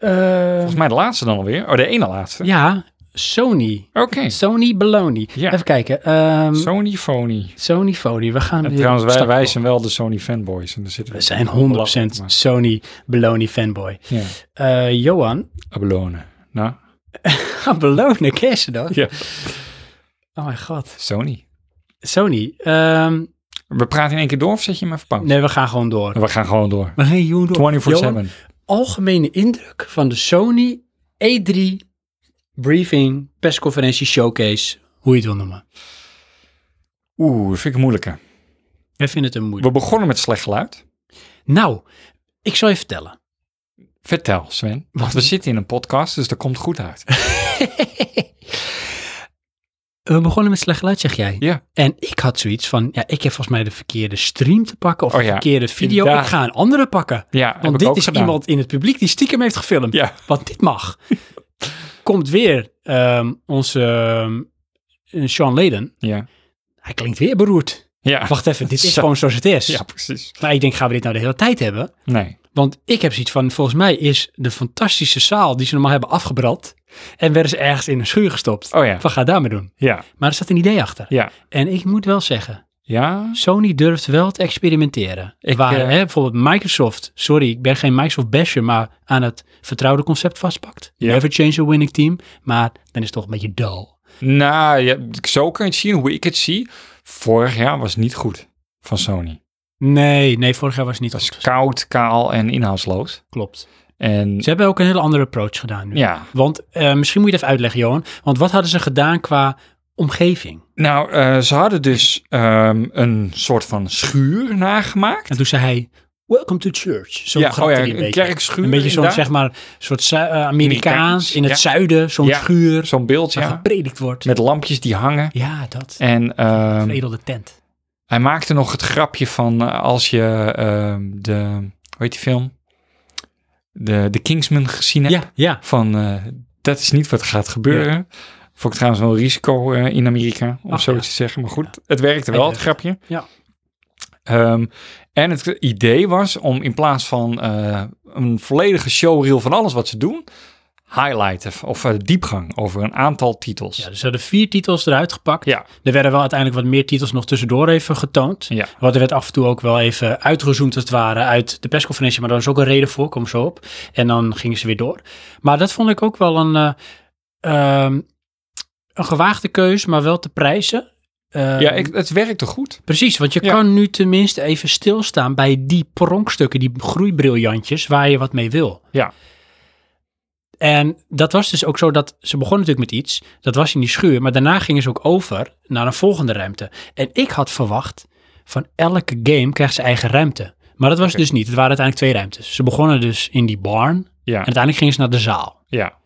C: volgens mij de laatste dan alweer. Oh, de ene laatste.
A: ja, Sony.
C: Oké.
A: Sony Baloney.
C: Ja.
A: Even kijken. ehm,
C: Sony Phony. Sony.
A: Sony Fody. We gaan
C: En
A: weer
C: trouwens, wij,
A: stappen
C: wij
A: op.
C: zijn wel de Sony fanboys. En daar zitten
A: We zijn 100%
C: Maar-
A: Sony Baloney fanboy.
C: Ja,
A: Eh, Johan.
C: Abelone. Nou,
A: Ga belonen, kersen dan.
C: ja.
A: Oh mijn god.
C: Sony.
A: Sony. ehm,
C: We praten in één keer door of zet je hem even pauze?
A: nee, we gaan gewoon door.
C: We gaan gewoon door.
A: We gaan Johan door.
C: 24-7.
A: algemene indruk van de Sony E3 briefing, persconferentie, showcase, hoe je het wil noemen.
C: Oeh, dat vind ik moeilijker.
A: Wij vinden het een moeite.
C: We begonnen met slecht geluid.
A: Nou, ik zal je vertellen.
C: Vertel, Sven. Want we zitten in een podcast, dus dat komt goed uit.
A: We begonnen met slecht geluid, zeg jij.
C: Ja.
A: En ik had zoiets van, ja, ik heb volgens mij de verkeerde stream te pakken of
C: Oh
A: de
C: ja,
A: verkeerde video.
C: inderdaad.
A: Ik ga een andere pakken.
C: Ja, heb
A: Want
C: ik
A: dit
C: ook
A: is
C: gedaan.
A: iemand in het publiek die stiekem heeft gefilmd.
C: Ja.
A: Want dit mag. Komt weer ehm, onze ehm, Sean Leden.
C: Ja.
A: Hij klinkt weer beroerd.
C: Ja.
A: Wacht even, dit is
C: Zo.
A: gewoon zoals het is.
C: ja, precies.
A: Maar ik denk, gaan we dit nou de hele tijd hebben?
C: Nee.
A: Want ik heb zoiets van, volgens mij is de fantastische zaal die ze normaal hebben afgebrand. En werden ze ergens in een schuur gestopt.
C: Oh ja.
A: Wat ga daarmee doen?
C: Ja.
A: Maar er zat een idee achter.
C: Ja.
A: En ik moet wel zeggen,
C: Ja.
A: Sony durft wel te experimenteren.
C: Ik,
A: Waar
C: eh,
A: hè, bijvoorbeeld Microsoft, sorry, ik ben geen Microsoft basher, maar aan het vertrouwde concept vastpakt.
C: Ja.
A: Never change a winning team. Maar dan is het toch een beetje dull.
C: Nou, ja, zo kun je het zien hoe ik het zie. Vorig jaar was niet goed van Sony.
A: Nee, nee, vorig jaar was het niet
C: Dat
A: als
C: is koud, kaal en inhoudsloos.
A: klopt.
C: En
A: Ze hebben ook een hele andere approach gedaan nu.
C: ja,
A: Want eh, misschien moet je het even uitleggen, Johan. Want wat hadden ze gedaan qua omgeving?
C: nou, eh, ze hadden dus ehm, een soort van schuur nagemaakt.
A: En toen zei hij, welcome to church. Zo
C: Ja,
A: grapte
C: oh ja,
A: hij een,
C: een
A: beetje.
C: kerkschuur
A: Een beetje zo'n,
C: inderdaad.
A: zeg maar, soort zu- eh, Amerikaans
C: Amerikaans,
A: in het
C: ja.
A: zuiden. Zo'n
C: Ja,
A: schuur
C: Zo'n beeld,
A: waar
C: ja.
A: gepredikt wordt.
C: Met lampjes die hangen.
A: Ja, dat.
C: En ehm,
A: Veredelde tent.
C: hij maakte nog het grapje van eh, als je ehm, de, hoe heet die film? De, de Kingsman gezien hebt.
A: Ja, ja.
C: Van eh, dat is niet wat gaat gebeuren. Vond ik trouwens wel een risico eh, in Amerika, om
A: Ach,
C: zoiets
A: ja.
C: te zeggen. Maar goed, het werkte wel, het
A: Uiteraard.
C: grapje.
A: Ja.
C: Ehm, en het idee was om in plaats van eh, een volledige showreel van alles wat ze doen, highlighten of eh, diepgang over een aantal titels.
A: ja. Dus ze hadden vier titels eruit gepakt.
C: Ja.
A: Er werden wel uiteindelijk wat meer titels nog tussendoor even getoond.
C: Ja.
A: Wat er werd af en toe ook wel even uitgezoomd als het ware uit de persconferentie. Maar daar was ook een reden voor, kom zo op. En dan gingen ze weer door. Maar dat vond ik ook wel een, eh, ehm, een gewaagde keus, maar wel te prijzen. Eh,
C: Ja, ik, het werkte goed.
A: Precies, want je
C: Ja.
A: kan nu tenminste even stilstaan bij die pronkstukken, die groeibriljantjes waar je wat mee wil.
C: Ja.
A: En dat was dus ook zo dat ze begonnen natuurlijk met iets, dat was in die schuur, maar daarna gingen ze ook over naar een volgende ruimte. En ik had verwacht van elke game krijgt zijn eigen ruimte. Maar dat was
C: Oké.
A: dus niet. Het waren uiteindelijk twee ruimtes. Ze begonnen dus in die barn en
C: Ja,
A: uiteindelijk gingen ze naar de zaal.
C: ja.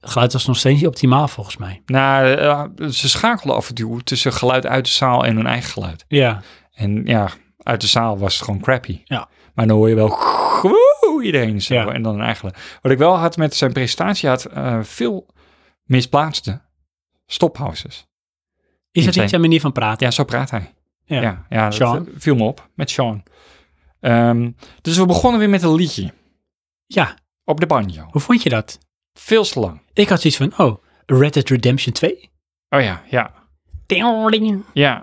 A: Het geluid was nog steeds niet optimaal volgens mij.
C: Nou, eh, ze schakelden af en toe tussen geluid uit de zaal en hun eigen geluid.
A: Ja.
C: En ja, uit de zaal was het gewoon crappy.
A: Ja.
C: Maar dan hoor je wel woe, iedereen zo.
A: Ja.
C: En dan eigenlijk. Wat ik wel had met zijn presentatie, hij had eh, veel misplaatste stophouses.
A: Is dat
C: Insane.
A: niet zijn manier van praten?
C: Ja, zo praat hij.
A: Ja.
C: Ja, ja, dat
A: Sean.
C: viel me op met Sean. Ehm, dus we begonnen weer met een liedje
A: Ja.
C: op de banjo.
A: Hoe vond je dat?
C: Veel te lang.
A: Ik had zoiets van, oh, Red Dead Redemption 2?
C: Oh ja, ja, ja.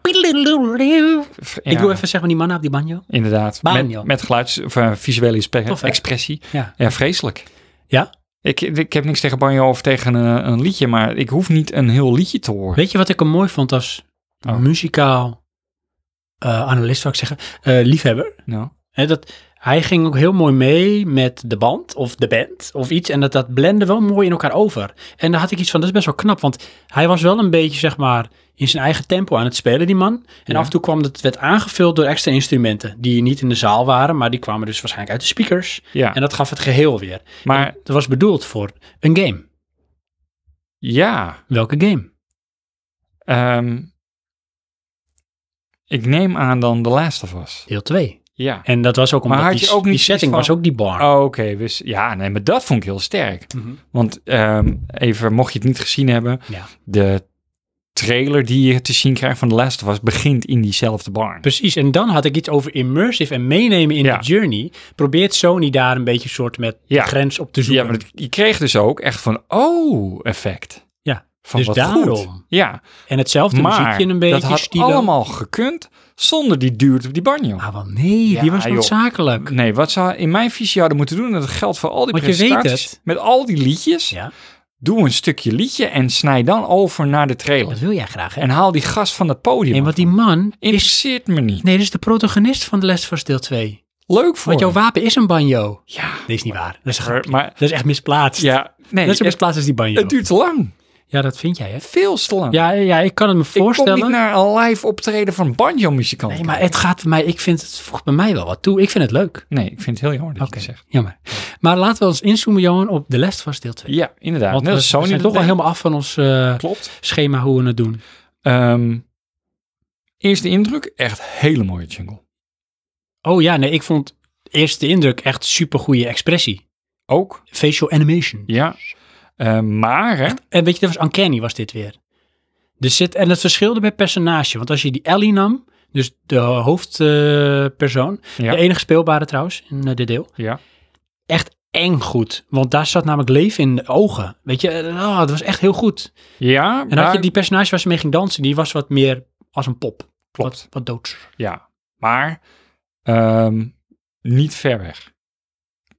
C: V-
A: Ik
C: ja,
A: doe even zeg maar die mannen op die banjo.
C: Inderdaad.
A: Banjo.
C: Met, met geluids, of, eh, visuele expe-
A: Tof, hè?
C: expressie.
A: Ja.
C: Ja, vreselijk.
A: Ja?
C: Ik, ik heb niks tegen banjo of tegen eh, een liedje, maar ik hoef niet een heel liedje te horen.
A: Weet je wat ik hem mooi vond als
C: Oh.
A: muzikaal eh, analist, zou ik zeggen, eh, liefhebber?
C: Nou,
A: Hè, dat, hij ging ook heel mooi mee met de band of de band of iets. En dat, dat blende wel mooi in elkaar over. En daar had ik iets van, dat is best wel knap. Want hij was wel een beetje, zeg maar, in zijn eigen tempo aan het spelen, die man. En
C: Ja.
A: af en toe kwam dat, werd aangevuld door extra instrumenten. Die niet in de zaal waren, maar die kwamen dus waarschijnlijk uit de speakers.
C: ja,
A: En dat gaf het geheel weer.
C: maar
A: En dat was bedoeld voor een game.
C: ja,
A: Welke game?
C: ehm, ik neem aan dan The Last of Us.
A: Deel 2.
C: Ja.
A: En dat was ook omdat
C: had
A: die,
C: je ook
A: die
C: niet
A: setting
C: zoiets
A: was
C: van-
A: ook die bar.
C: Oh, Oké, dus ja, nee, maar dat vond ik heel sterk.
A: Mhm.
C: Want ehm, even, mocht je het niet gezien hebben,
A: Ja.
C: de trailer die je te zien krijgt van The Last of Us begint in diezelfde bar.
A: Precies, en dan had ik iets over immersive en meenemen in
C: Ja.
A: de journey. Probeert Sony daar een beetje soort met
C: Ja.
A: de grens op te
C: Ja,
A: zoeken.
C: maar het- je kreeg dus ook echt van, oh, effect.
A: Ja,
C: Van
A: dus
C: wat
A: daarom.
C: goed. Ja,
A: En hetzelfde
C: maar
A: muziekje een beetje.
C: dat had
A: stilo.
C: allemaal gekund zonder die duurt op die banjo.
A: Ah, wel nee,
C: Ja,
A: die was
C: joh.
A: noodzakelijk.
C: Nee, wat ze in mijn visie hadden moeten doen, en dat geldt voor al die
A: Want je weet
C: presentaties,
A: het.
C: met al die liedjes,
A: Ja,
C: doe een stukje liedje en snij dan over naar de trailer.
A: dat wil jij graag, hè?
C: En haal die gast van het podium.
A: En
C: af.
A: wat die man is...
C: Interesseert me niet.
A: Nee, dat is de protagonist van The Last of Us deel 2.
C: Leuk voor
A: Want jouw
C: hem.
A: wapen is een banjo.
C: Ja,
A: Nee, is niet waar. Dat is, een grapje.
C: maar
A: dat is echt misplaatst.
C: ja, nee,
A: dat is zo
C: het,
A: misplaatst als die banjo.
C: het duurt te lang.
A: Ja, dat vind jij, hè?
C: Veel te lang.
A: Ja, ja, ik kan het me
C: ik kom niet
A: voorstellen.
C: naar een live optreden van banjo-muzikanten.
A: Nee, maar het gaat mij... Ik vind het voegt bij mij wel wat toe. Ik vind het leuk.
C: Nee, ik vind het heel jammer dat
A: Oké,
C: je het zegt.
A: jammer. Maar laten we eens inzoomen, Johan, op de les van deel 2.
C: Ja, inderdaad.
A: Want
C: Net
A: we,
C: als Sony
A: we zijn
C: dat
A: toch wel
C: deed.
A: helemaal af van ons eh,
C: Klopt.
A: schema hoe we het doen.
C: Ehm, eerste indruk, echt hele mooie jungle.
A: Oh ja, nee, ik vond eerst de indruk echt super goede expressie.
C: Ook,
A: Facial animation.
C: ja. Ehm, maar, hè,
A: En weet je, dat was uncanny was dit weer. Er zit, en dat verschilde bij personage. Want als je die Ellie nam, dus de hoofdpersoon,
C: Ja.
A: de enige speelbare trouwens in eh, dit deel,
C: ja.
A: echt eng goed. Want daar zat namelijk leven in de ogen. Weet je, eh, ah, dat was echt heel goed.
C: Ja,
A: En had
C: maar-
A: je die personage waar ze mee ging dansen, die was wat meer als een pop.
C: Klopt.
A: Wat, wat doods.
C: Ja, maar ehm, niet ver weg.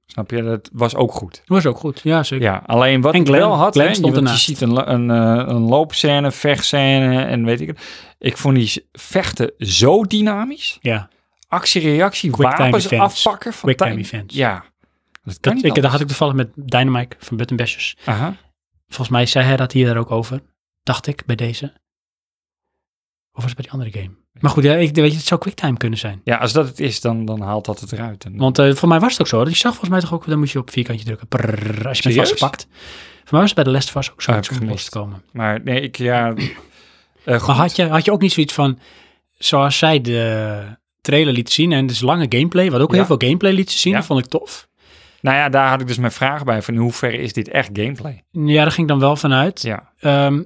C: Snap je? Dat was ook goed.
A: Dat was ook goed, ja zeker.
C: Ja, alleen wat
A: En
C: ik
A: Glenn-
C: wel had,
A: Glenn
C: hè, je,
A: stond
C: want je
A: ernaast.
C: ziet een, lo- een, eh, een loopscène, vechtscène en weet ik het. Ik vond die s- vechten zo dynamisch.
A: Ja.
C: Actie-reactie,
A: Quick-time
C: wapens
A: events.
C: afpakken. Van
A: Quick-time
C: tijd-
A: events.
C: Ja. Dat kan
A: Dat, ik,
C: niet
A: daar had ik
C: anders.
A: toevallig met Dynamite van Button Bashers.
C: Aha.
A: Volgens mij zei hij dat hier daar ook over. Dacht ik, bij deze. Of was het bij die andere game? Maar goed, ja, ik, weet je, het zou QuickTime kunnen zijn.
C: Ja, als dat het is, dan, dan haalt dat het eruit. En,
A: Want eh, voor mij was het ook zo. Je zag volgens mij toch ook, dan moet je op vierkantje drukken. Prrrr, als je bent
C: Serieus?
A: vastgepakt. Voor mij was het bij de les vast ook zo
C: Ah,
A: om
C: heb ik
A: los
C: gemist.
A: te komen.
C: maar nee, ik ja... eh,
A: Maar
C: goed.
A: had je, had je ook niet zoiets van, zoals zij de trailer liet zien en dus lange gameplay, wat ook
C: Ja.
A: heel veel gameplay liet zien,
C: Ja.
A: dat vond ik tof.
C: Nou ja, daar had ik dus mijn vraag bij. Van in hoeverre is dit echt gameplay?
A: Ja, daar ging ik dan wel vanuit.
C: Ja.
A: ehm,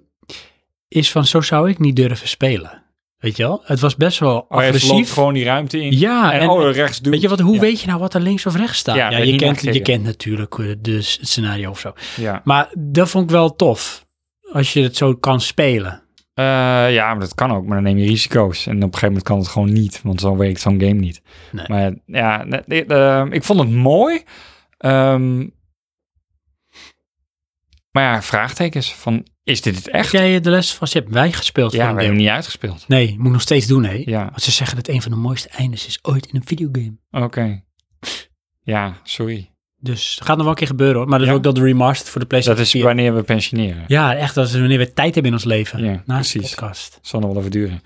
A: is van zo zou ik niet durven spelen. Weet je wel? Het was best wel
C: Oh, ja, ze loopt
A: agressief.
C: gewoon die ruimte in.
A: Ja,
C: en,
A: en-
C: oh, rechts duwt.
A: Weet je wat, hoe
C: Ja.
A: weet je nou wat er links of rechts staat?
C: Ja,
A: Ja,
C: ben
A: je,
C: niet
A: kent,
C: nagegeven.
A: je kent natuurlijk eh, dus het scenario of zo.
C: Ja.
A: Maar dat vond ik wel tof. Als je het zo kan spelen.
C: Eh, ja, maar dat kan ook, maar dan neem je risico's. En op een gegeven moment kan het gewoon niet, want zo werkt zo'n game niet.
A: Nee.
C: Maar ja, nee, nee, ehm, ik vond het mooi. Ehm, maar ja, vraagtekens van, is dit het echt?
A: Heb jij eh, de les van, je hebt wij gespeeld
C: Ja, we
A: voor een
C: hebben hem
A: deel.
C: niet uitgespeeld.
A: Nee, moet ik nog steeds doen, hè?
C: Ja,
A: Want ze zeggen dat een van de mooiste eindes is ooit in een videogame.
C: oké. Ja, sorry.
A: Dus het gaat nog wel een keer gebeuren, hoor. Maar dat is
C: Ja.
A: ook dat de remastered voor de
C: Dat
A: PlayStation
C: is
A: 4.
C: wanneer we pensioneren.
A: Ja, echt, dat is wanneer we tijd hebben in ons leven.
C: Ja,
A: na de
C: precies.
A: podcast.
C: Zal nog wel even duren.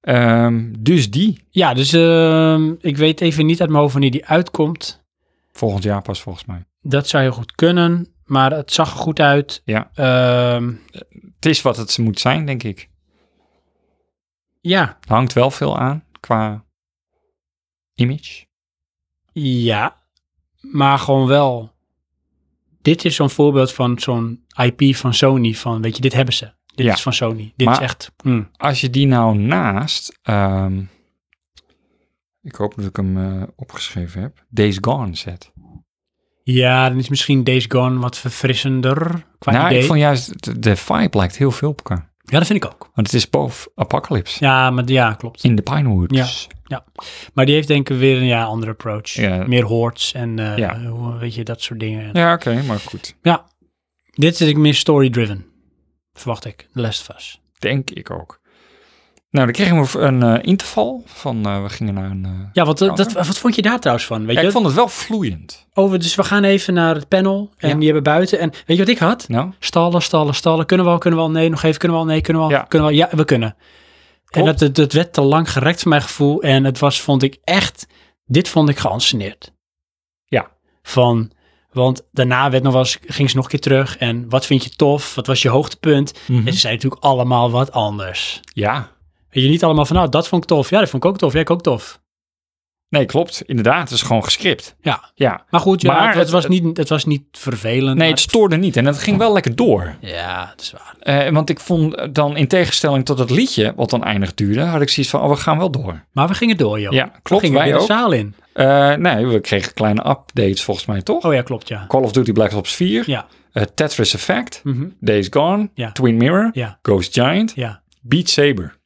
C: Ehm, dus die,
A: Ja, dus ehm, ik weet even niet uit mijn hoofd wanneer die uitkomt.
C: volgend jaar pas volgens mij.
A: Dat zou heel goed kunnen, maar het zag er goed uit.
C: Ja.
A: Ehm,
C: Het is wat het moet zijn, denk ik.
A: ja,
C: Er hangt wel veel aan qua image.
A: ja, maar gewoon wel. Dit is zo'n voorbeeld van zo'n IP van Sony. Van, weet je, dit hebben ze. Dit
C: Ja.
A: is van Sony. Dit
C: Maar-
A: is echt... mm.
C: als je die nou naast. ehm, ik hoop dat ik hem eh, opgeschreven heb. Days Gone zet.
A: Ja, dan is misschien Days Gone wat verfrissender qua
C: nou,
A: idee.
C: ik vond juist. de- De vibe lijkt heel veel op elkaar.
A: Ja, dat vind ik ook.
C: Want het is boven Apocalypse.
A: Ja, maar, ja, klopt.
C: In de Pinewoods.
A: Ja. Maar die heeft denk ik weer een ja, andere approach.
C: Ja.
A: Meer hordes en eh,
C: Ja.
A: hoe- weet je, dat soort dingen.
C: Ja, oké, maar goed.
A: Ja, dit is ik meer story-driven. Verwacht ik, The Last of Us.
C: Denk ik ook. Nou, dan kregen we een eh, interval van. eh, we gingen naar een. eh,
A: Ja, wat,
C: Ja,
A: dat, wat vond je daar trouwens van? Weet
C: ja,
A: je,
C: ik vond het wel vloeiend.
A: over, dus we gaan even naar het panel en
C: Ja.
A: die hebben buiten. En weet je wat ik had?
C: Nou,
A: Stallen, stallen, stallen. Kunnen we al, kunnen we al, nee, nog even, kunnen we al, nee, kunnen we al,
C: Ja.
A: kunnen we al. Ja, we kunnen.
C: Klopt.
A: En dat, dat, dat werd te lang gerekt voor mijn gevoel. En het was, vond ik echt, dit vond ik geanceneerd.
C: Ja.
A: Van, want daarna werd nog wel eens, ging ze nog een keer terug. En wat vind je tof? Wat was je hoogtepunt?
C: Mhm.
A: En ze zei natuurlijk allemaal wat anders.
C: ja.
A: Weet je niet allemaal van, nou, dat vond ik tof. Ja, dat vond ik ook tof. Ja, ik ook tof.
C: Nee, klopt. Inderdaad, het is gewoon gescript.
A: Ja.
C: Ja.
A: Maar goed, ja,
C: Maar
A: het,
C: het-
A: was niet, het was niet vervelend.
C: Nee, het
A: maar-
C: stoorde niet. En dat ging wel lekker door.
A: Ja, dat is waar.
C: Eh, want ik vond dan in tegenstelling tot het liedje, wat dan eindig duurde, had ik zoiets van, oh, we gaan wel door.
A: Maar we gingen door, joh.
C: Ja,
A: we
C: klopt.
A: gingen
C: Wij
A: weer de
C: ook.
A: zaal in.
C: Eh, nee, we kregen kleine updates volgens mij, toch?
A: Oh ja, klopt, ja.
C: Call of Duty Black Ops 4,
A: Ja,
C: eh, Tetris Effect,
A: mhm,
C: Days Gone,
A: Ja.
C: Twin Mirror,
A: Ja.
C: Ghost Giant,
A: ja.
C: Beat Saber.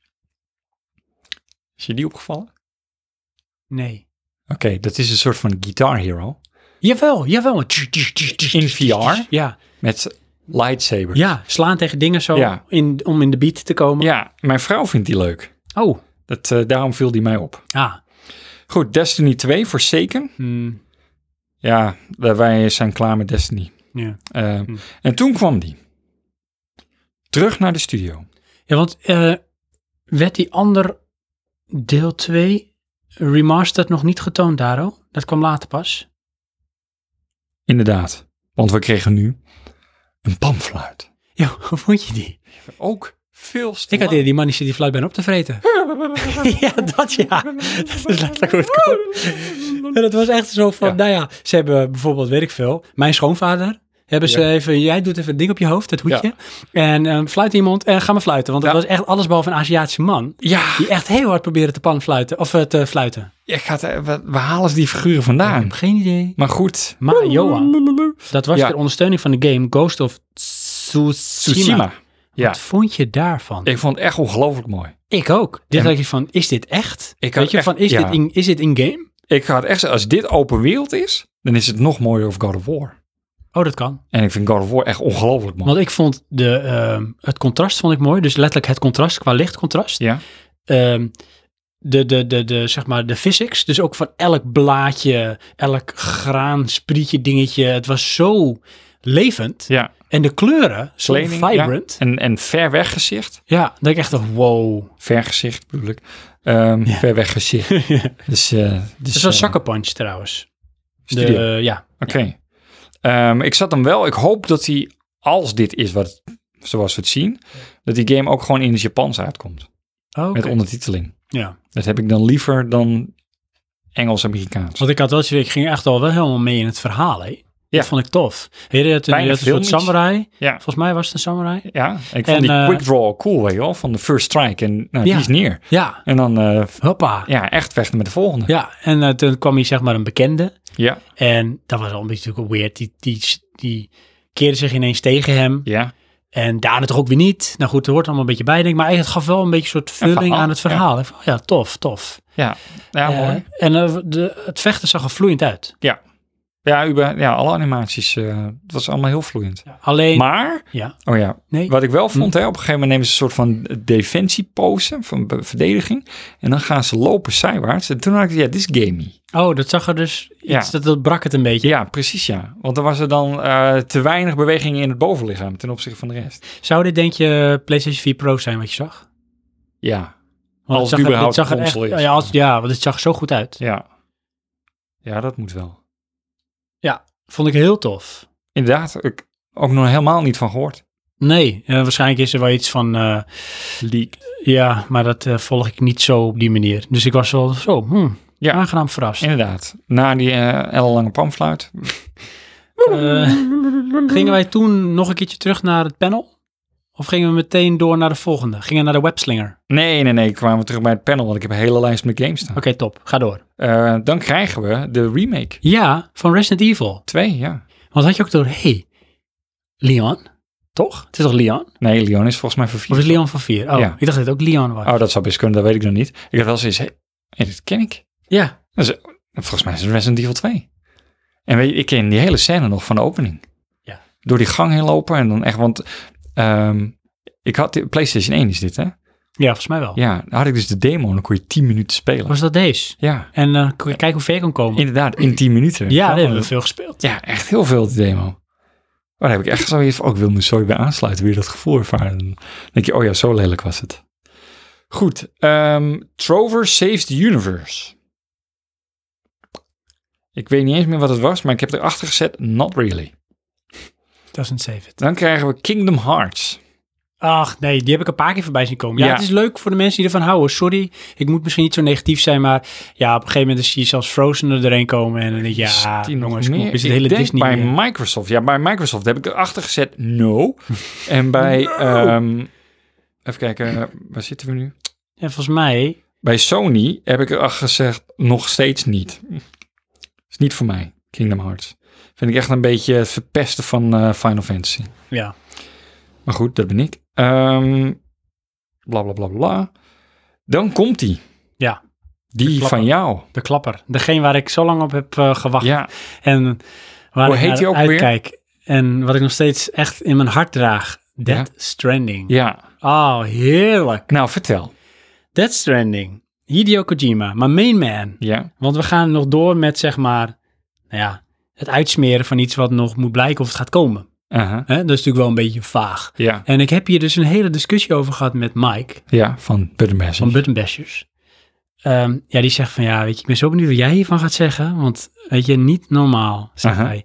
C: Is je die opgevallen?
A: Nee.
C: Oké, dat is een soort van Guitar Hero
A: Jawel, jawel.
C: in VR
A: Ja,
C: met lightsaber.
A: ja, slaan tegen dingen zo
C: Ja.
A: in, om in de beat te komen.
C: Ja, mijn vrouw vindt die leuk.
A: Oh,
C: Dat, eh, daarom viel die mij op.
A: ah.
C: Goed, Destiny 2 voor zeker.
A: hmm,
C: Ja, wij zijn klaar met Destiny.
A: ja.
C: Eh, En toen kwam die. Terug naar de studio.
A: ja, want eh, werd die ander deel 2 remastered nog niet getoond, Daro? Dat kwam later pas.
C: Inderdaad. Want we kregen nu een pamfluit.
A: Ja, hoe vond je die?
C: Ook veel te
A: Ik had
C: lang.
A: eerder die man die zit die fluit bijna op te vreten. ja, dat ja. Dat is letterlijk hoe het komt. En dat was echt zo van,
C: Ja.
A: nou ja, ze hebben bijvoorbeeld, weet ik veel, mijn schoonvader. Hebben ze
C: Ja.
A: even, jij doet even het ding op je hoofd, het hoedje. En ehm, fluit iemand en ga maar fluiten. Want het
C: Ja.
A: was echt alles behalve een Aziatische man.
C: Ja,
A: Die echt heel hard probeerde te panfluiten, of eh, te fluiten.
C: ik had, eh, we, we halen die figuren vandaan.
A: Geen idee.
C: Maar goed.
A: Maar Johan, dat was
C: Ja.
A: ter ondersteuning van de game Ghost of Tsushima.
C: Tsushima. Ja,
A: Wat vond je daarvan?
C: ik vond het echt ongelooflijk mooi.
A: Ik ook. Dit
C: En-
A: had ik van, is dit echt?
C: Ik had
A: Weet je,
C: echt-
A: van, is,
C: ja.
A: dit in, is dit in-game?
C: Ik had echt, zo- als dit open wereld is, dan is het nog mooier of God of War.
A: Oh, dat kan.
C: En ik vind God of War echt ongelooflijk mooi.
A: Want ik vond de, ehm, het contrast vond ik mooi. Dus letterlijk het contrast qua lichtcontrast.
C: Ja,
A: Ehm, de, de, de, de, zeg maar de physics. Dus ook van elk blaadje, elk graan, sprietje, dingetje. Het was zo levend.
C: ja.
A: En de kleuren, zo
C: Kleding, ja.
A: vibrant. Ja.
C: En, en ver weg gezicht.
A: dat ik echt dacht, wow.
C: Ver gezicht bedoel ik. Ehm, Ver weg gezicht. Dus, eh dus,
A: Het is wel
C: eh,
A: Sucker Punch trouwens. De,
C: studio.
A: eh, ja.
C: Oké. Ehm, ik zat hem wel. Ik hoop dat hij, als dit is wat, zoals we het zien, dat die game ook gewoon in het Japans uitkomt.
A: Oh,
C: Met ondertiteling.
A: ja.
C: Dat heb ik dan liever dan Engels-Amerikaans.
A: Want ik had wel zoiets, ik ging echt al wel helemaal mee in het verhaal, hè.
C: Ja.
A: Dat vond ik tof. Heer, het,
C: Bijna
A: het een soort
C: filmisch.
A: samurai.
C: Ja.
A: Volgens mij was het een samurai.
C: Ja, ik vond
A: En,
C: die
A: eh,
C: quick draw cool, weet je wel. Van de first strike en nou,
A: Ja.
C: die is neer.
A: Ja,
C: En dan eh, f-
A: hoppa.
C: ja, echt vechten met de volgende.
A: Ja, en eh, toen kwam hij zeg maar een bekende.
C: Ja,
A: En dat was al een beetje natuurlijk weird. Die, die, die keerde zich ineens tegen hem.
C: ja.
A: En daarna toch ook weer niet. Nou goed, er hoort allemaal een beetje bij, denk ik. Maar het gaf wel een beetje een soort vulling
C: verhaal,
A: aan het
C: ja.
A: verhaal. Ja, ja tof, tof.
C: Ja, ja,
A: Eh,
C: mooi.
A: en eh, de, het vechten zag er vloeiend uit.
C: Ja, uber, ja, alle animaties. eh het was allemaal heel vloeiend.
A: Alleen,
C: Maar,
A: ja,
C: oh ja,
A: nee.
C: wat ik wel vond, hè, op een gegeven moment nemen ze een soort van defensiepose, van be- verdediging. En dan gaan ze lopen zijwaarts. En toen had ik, ja, dit is gamey.
A: Oh, dat zag er dus
C: Ja.
A: iets, dat, dat brak het een beetje.
C: Ja, precies ja. Want er was er dan eh, te weinig beweging in het bovenlichaam ten opzichte van de rest.
A: Zou dit denk je PlayStation 4 Pro zijn wat je zag? Want
C: Ja,
A: het
C: Als
A: zag
C: het
A: er- dit
C: überhaupt
A: zag er
C: een
A: echt-
C: console is.
A: Ja, als, ja, want het zag er zo goed uit.
C: Ja. Ja, dat moet wel.
A: Vond ik heel tof.
C: Inderdaad, ik ook nog helemaal niet van gehoord.
A: Nee, eh, waarschijnlijk is er wel iets van, eh,
C: Leaked.
A: ja, maar dat eh, volg ik niet zo op die manier. Dus ik was wel zo, hmm,
C: Ja.
A: aangenaam verrast.
C: Inderdaad. Na die eh ellenlange pamfluit.
A: Eh, gingen wij toen nog een keertje terug naar het panel? Of gingen we meteen door naar de volgende? Gingen we naar de webslinger?
C: Nee, nee, nee. Kwamen we terug bij het panel, want ik heb een hele lijst met games staan.
A: Oké, top. Ga door.
C: Eh, dan krijgen we de remake.
A: Ja, van Resident Evil.
C: Twee, ja.
A: Want had je ook door, hey, Leon? Toch? Het is toch Leon?
C: Nee, Leon is volgens mij voor
A: Of
C: vier.
A: is Leon van 4? Oh,
C: Ja.
A: ik dacht dat het ook Leon was.
C: Oh, dat zou best kunnen. Dat weet ik nog niet. Ik had wel zoiets. Hé, hé, dit ken ik.
A: Ja.
C: Dat is- volgens mij is het Resident Evil 2. En weet je, ik ken die hele scène nog van de opening.
A: Ja.
C: Door die gang heen lopen en dan echt, want ehm, ik had, de- PlayStation 1 is dit hè?
A: Ja, volgens mij wel.
C: Ja, dan had ik dus de demo en dan kon je 10 minuten spelen.
A: Was dat deze?
C: Ja,
A: En eh, k- kijk hoe ver je kon komen.
C: inderdaad, in 10 minuten.
A: ja,
C: Zo,
A: daar hebben we
C: dat-
A: veel gespeeld.
C: ja, echt heel veel de demo. Maar daar heb ik echt zoiets van, oh, ik wil me zo weer aansluiten, weer dat gevoel ervaren. Dan denk je, oh ja, zo lelijk was het. Goed, ehm, Trover Saves the Universe. Ik weet niet eens meer wat het was, maar ik heb erachter gezet, not really.
A: Doesn't save it.
C: Dan krijgen we Kingdom Hearts.
A: Ach nee, die heb ik een paar keer voorbij zien komen. Ja,
C: Ja.
A: het is leuk voor de mensen die ervan houden. Sorry, ik moet misschien niet zo negatief zijn, maar ja, op een gegeven moment zie je zelfs Frozen er doorheen komen en dan denk je, ja,
C: Is die nog
A: jongens, kom op,
C: meer?
A: is het
C: Ik
A: hele
C: denk
A: Disney
C: bij
A: meer?
C: Microsoft. Ja, bij Microsoft heb ik erachter gezet no. en bij, ehm, even kijken, eh, waar zitten we nu?
A: En volgens mij,
C: Bij Sony heb ik erachter gezegd nog steeds niet. Is niet voor mij, Kingdom Hearts. Vind ik echt een beetje het verpesten van eh, Final Fantasy.
A: ja,
C: Maar goed, dat ben ik. Ehm bla bla bla bla. Dan komt die.
A: Ja.
C: Die
A: klapper.
C: van jou.
A: de klapper. Degene waar ik zo lang op heb eh, gewacht
C: Ja,
A: en waar
C: Hoe
A: ik
C: heet
A: naar
C: die ook weer?
A: uitkijk. En wat ik nog steeds echt in mijn hart draag, Death Stranding.
C: ja.
A: Oh, heerlijk.
C: Nou, vertel.
A: Death Stranding, Hideo Kojima, maar main man.
C: Ja.
A: Want we gaan nog door met, zeg maar, nou ja, het uitsmeren van iets wat nog moet blijken of het gaat komen.
C: Aha.
A: Hè? Dat is natuurlijk wel een beetje vaag.
C: Ja.
A: En ik heb hier dus een hele discussie over gehad met Mike
C: Ja, van Buddenbasser.
A: van Buttonbashers. Ehm, ja, die zegt van, ja, weet je, ik ben zo benieuwd wat jij hiervan gaat zeggen. Want, weet je, niet normaal, zegt
C: Aha.
A: hij.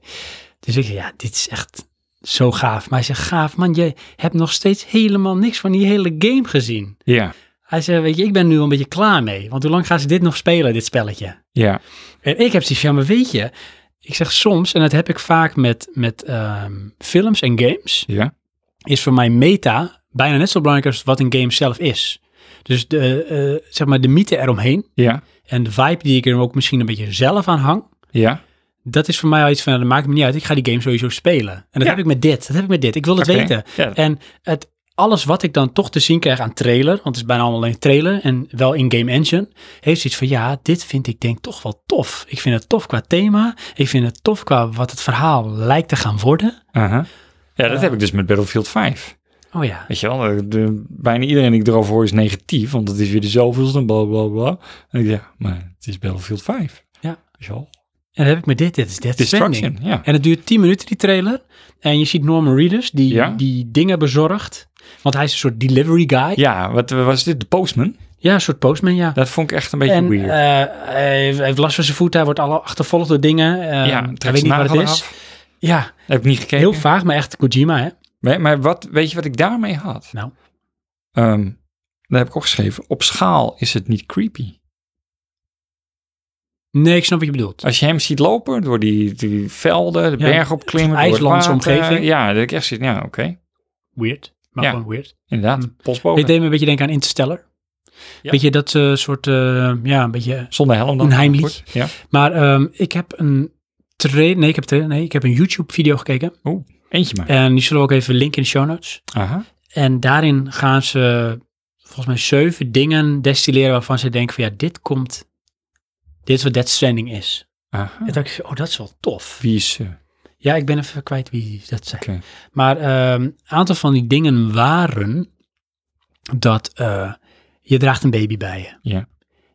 A: Dus ik zeg, ja, dit is echt zo gaaf. Maar hij zegt, gaaf, man, jij hebt nog steeds helemaal niks van die hele game gezien.
C: Ja.
A: Hij zegt, weet je, ik ben nu wel een beetje klaar mee. Want hoe lang gaan ze dit nog spelen, dit spelletje?
C: Ja.
A: En ik heb zoiets van, ja, maar weet je, ik zeg soms, en dat heb ik vaak met, met ehm, films en games,
C: Ja.
A: is voor mij meta bijna net zo belangrijk als wat een game zelf is. Dus de, eh, zeg maar de mythe eromheen
C: Ja.
A: en de vibe die ik er ook misschien een beetje zelf aan hang,
C: Ja.
A: dat is voor mij al iets van, nou, dat maakt me niet uit, ik ga die game sowieso spelen. En dat
C: Ja.
A: heb ik met dit, dat heb ik met dit, ik wil het
C: Oké.
A: weten.
C: Ja.
A: En het, alles wat ik dan toch te zien krijg aan trailer, want het is bijna allemaal alleen trailer en wel in Game Engine, heeft iets van ja, dit vind ik denk toch wel tof. Ik vind het tof qua thema, ik vind het tof qua wat het verhaal lijkt te gaan worden.
C: Aha. Ja, dat heb ik dus met Battlefield 5.
A: Oh ja,
C: Weet je wel, de, de- bijna iedereen die ik erover hoor is negatief, want het is weer de zoveelste en bla bla bla. En ik denk, ja, maar het is Battlefield 5.
A: Ja.
C: Weet je wel?
A: en dan heb ik met dit, dit is Death
C: Destruction,
A: Stranding.
C: ja.
A: En het duurt 10 minuten die trailer en je ziet Norman Reedus die,
C: Ja.
A: die dingen bezorgt, want hij is een soort delivery guy. Ja,
C: Ja, wat was dit? De Postman?
A: een soort postman, ja.
C: Dat vond ik echt een beetje
A: En
C: weird.
A: eh, hij heeft last van zijn voet, hij wordt alle achtervolgd door dingen. eh,
C: ja,
A: hij
C: trek
A: weet
C: zijn
A: niet wat het
C: nagel
A: is.
C: af.
A: Ja,
C: Heb ik niet gekeken.
A: Heel vaag, maar echt Kojima, hè?
C: Nee, maar wat, weet je wat ik daarmee had?
A: Nou.
C: Ehm, dat heb ik opgeschreven. Op schaal is het niet creepy.
A: Nee, ik snap wat je bedoelt.
C: Als je hem ziet lopen door die, die velden, de
A: Ja,
C: berg opklimmen, door
A: IJslandse
C: het water,
A: omgeving.
C: Ja, dat ik echt zit, ja, oké.
A: Weird. Maar
C: Ja. Oh,
A: gewoon weird.
C: Inderdaad,
A: Hm.
C: postbode.
A: Ik deed me een beetje denken aan Interstellar.
C: Ja.
A: Weet je, dat eh, soort, eh, ja, een beetje...
C: Zonder helm dan.
A: Een heimlich.
C: Goed, Ja.
A: Maar ehm, ik heb een trailer, nee, ik heb, tra- nee, ik heb een YouTube-video gekeken.
C: Eentje maar.
A: En die zullen we ook even linken in de show notes.
C: Aha.
A: En daarin gaan ze, volgens mij, zeven dingen destilleren waarvan ze denken van, ja, dit komt... Dit is wat Dead Stranding is.
C: Aha.
A: En toen dacht ik, oh, dat is wel tof.
C: Wie is ze?
A: Ja, ik ben even kwijt wie dat zijn.
C: Oké.
A: Maar ehm, een aantal van die dingen waren dat eh, je draagt een baby bij je.
C: Ja.